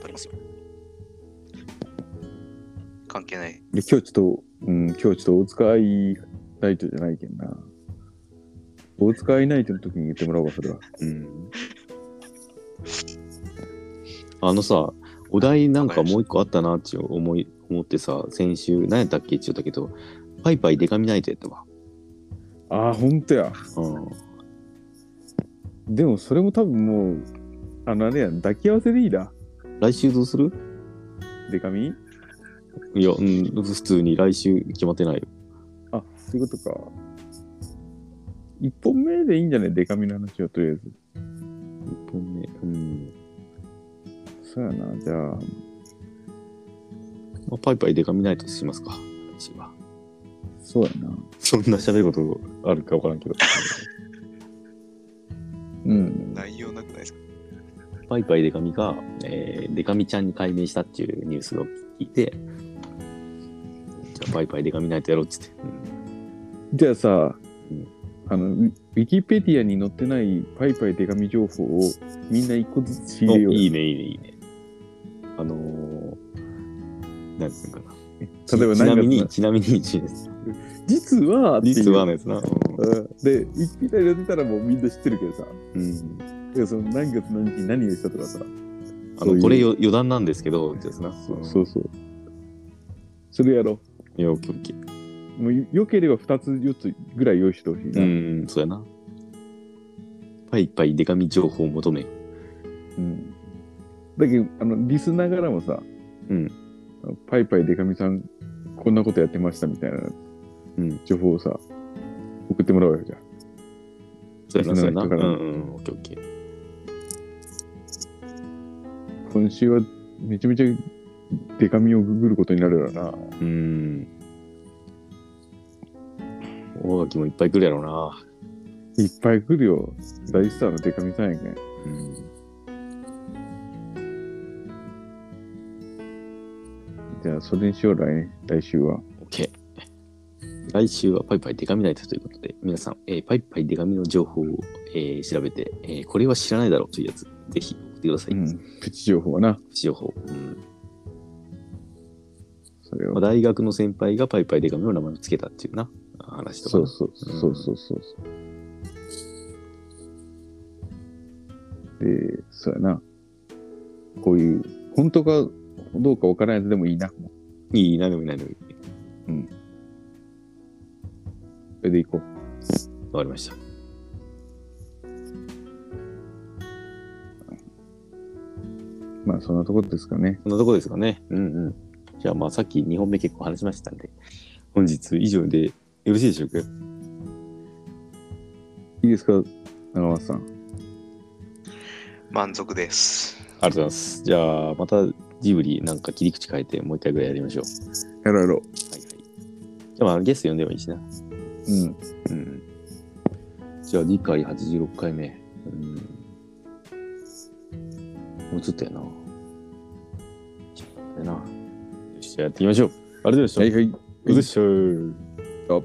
[SPEAKER 6] 撮りますよ。
[SPEAKER 3] 関係ない。
[SPEAKER 2] で今日ちょっと、うん、今日ちょっと大塚愛ナイトじゃないけんな。大塚愛ナイトの時に言ってもらおうか、それは。
[SPEAKER 1] うん。あのさ、お題なんかもう一個あったなって思い、思ってさ、先週、何やったっけって言ったけど、パイパイデカミナイトやったわ。
[SPEAKER 2] ああ、ほんとや。
[SPEAKER 1] うん。
[SPEAKER 2] でも、それも多分もう、あの、あれや、抱き合わせでいいな。
[SPEAKER 1] 来週どうする
[SPEAKER 2] デカミ
[SPEAKER 1] いや、うん、普通に来週決まってないよ。
[SPEAKER 2] あ、そういうことか。一本目でいいんじゃないデカミの話はとりあえず。
[SPEAKER 1] 1本目。うん。
[SPEAKER 2] そうやな、じゃあ。
[SPEAKER 1] まあ、パイパイデカミナイトしますか。来週は。
[SPEAKER 2] そうやな。
[SPEAKER 1] そんな喋ることあるか分からんけど。
[SPEAKER 2] うん。
[SPEAKER 3] 内容なくないですか
[SPEAKER 1] パイパイデカミが、えー、デカミちゃんに改名したっていうニュースを聞いて、じゃあパイパイデカミナイトやろうっつって。うん
[SPEAKER 2] じゃあさ
[SPEAKER 1] うん、
[SPEAKER 2] あの、ウィウィキペディアに載ってないパイパイデカミ情報をみんな一個ずつ仕入れよ
[SPEAKER 1] お
[SPEAKER 2] うよ。
[SPEAKER 1] いいね、いいね、いいね。あのー、なんていうのかな。
[SPEAKER 2] 例えば
[SPEAKER 1] ちなみ
[SPEAKER 2] 何
[SPEAKER 1] に、
[SPEAKER 2] 月
[SPEAKER 1] ちなみに、
[SPEAKER 2] 実はっていう
[SPEAKER 1] 実はのやつな。
[SPEAKER 2] うんで、一匹だけ出たらもうみんな知ってるけどさ、
[SPEAKER 1] うんうん。
[SPEAKER 2] いやその何月何日に何をしたとかさ、
[SPEAKER 1] あ
[SPEAKER 2] そうい
[SPEAKER 1] の、
[SPEAKER 2] う
[SPEAKER 1] これよ余談なんですけど、ですな。そう
[SPEAKER 2] そうそう。それやろ
[SPEAKER 1] いや、オッケーオッケー。
[SPEAKER 2] う。もうよければ2つ4つぐらい用意してほしいな。
[SPEAKER 1] うん、そうやな。パイパイデカミ情報を求め。
[SPEAKER 2] うんだけど、あの、リスナーからもさ、
[SPEAKER 1] うん
[SPEAKER 2] あのパイパイデカミさん、こんなことやってましたみたいな、
[SPEAKER 1] うん
[SPEAKER 2] 情報をさ、送ってもらおうよ、じゃあ。
[SPEAKER 1] そうやな、そうやな。う
[SPEAKER 2] リ
[SPEAKER 1] ん
[SPEAKER 2] スナーの人から
[SPEAKER 1] うん、オッケーオッケー。
[SPEAKER 2] 今週はめちゃめちゃデカミをググることになるよな。
[SPEAKER 1] うん。大垣もいっぱい来るやろうな。
[SPEAKER 2] いっぱい来るよ。大スターのデカミさんやけ
[SPEAKER 1] う
[SPEAKER 2] ん。
[SPEAKER 1] ん。
[SPEAKER 2] じゃあ、それにしよう、来来週は。
[SPEAKER 1] オッケー。来週はパイパイデカミナイトということで、皆さん、えーパイパイデカミの情報を、えー調べて、えーこれは知らないだろうというやつ、ぜひ送ってください。
[SPEAKER 2] うん。プチ情報はな。
[SPEAKER 1] 情報、うん
[SPEAKER 2] それ
[SPEAKER 1] まあ
[SPEAKER 2] は。
[SPEAKER 1] 大学の先輩がパイパイデカミの名前をつけたっていうな、話とか
[SPEAKER 2] そ
[SPEAKER 1] な
[SPEAKER 2] う。そ
[SPEAKER 1] う
[SPEAKER 2] う
[SPEAKER 1] ん
[SPEAKER 2] そうそうそうそう。で、そうやな。こういう、本当かどうかわからないやつでもいいな。も
[SPEAKER 1] いいな、でもいないのに。
[SPEAKER 2] うそれでいこう。
[SPEAKER 1] わかりました。
[SPEAKER 2] まあ、そんなとこですかね。
[SPEAKER 1] そんなとこですかね。うんうん。じゃあまあさっき2本目結構話しましたんで、本日以上でよろしいでしょうか
[SPEAKER 2] いいですか、長松さん。
[SPEAKER 3] 満足です。
[SPEAKER 1] ありがとうございます。じゃあまたジブリなんか切り口変えてもう一回ぐらいやりましょう。
[SPEAKER 2] やろうやろ
[SPEAKER 1] はいはい。じゃあまあゲスト呼んでもいいしな。
[SPEAKER 2] う。う
[SPEAKER 1] う
[SPEAKER 2] ん。
[SPEAKER 1] ん。じゃあ次回86回目。うん。もうちょっとやな。ちょっとやな。よし、じゃあやっていきましょう。ありがとうございました。
[SPEAKER 2] はいはい。
[SPEAKER 1] うずっしょー。
[SPEAKER 2] あ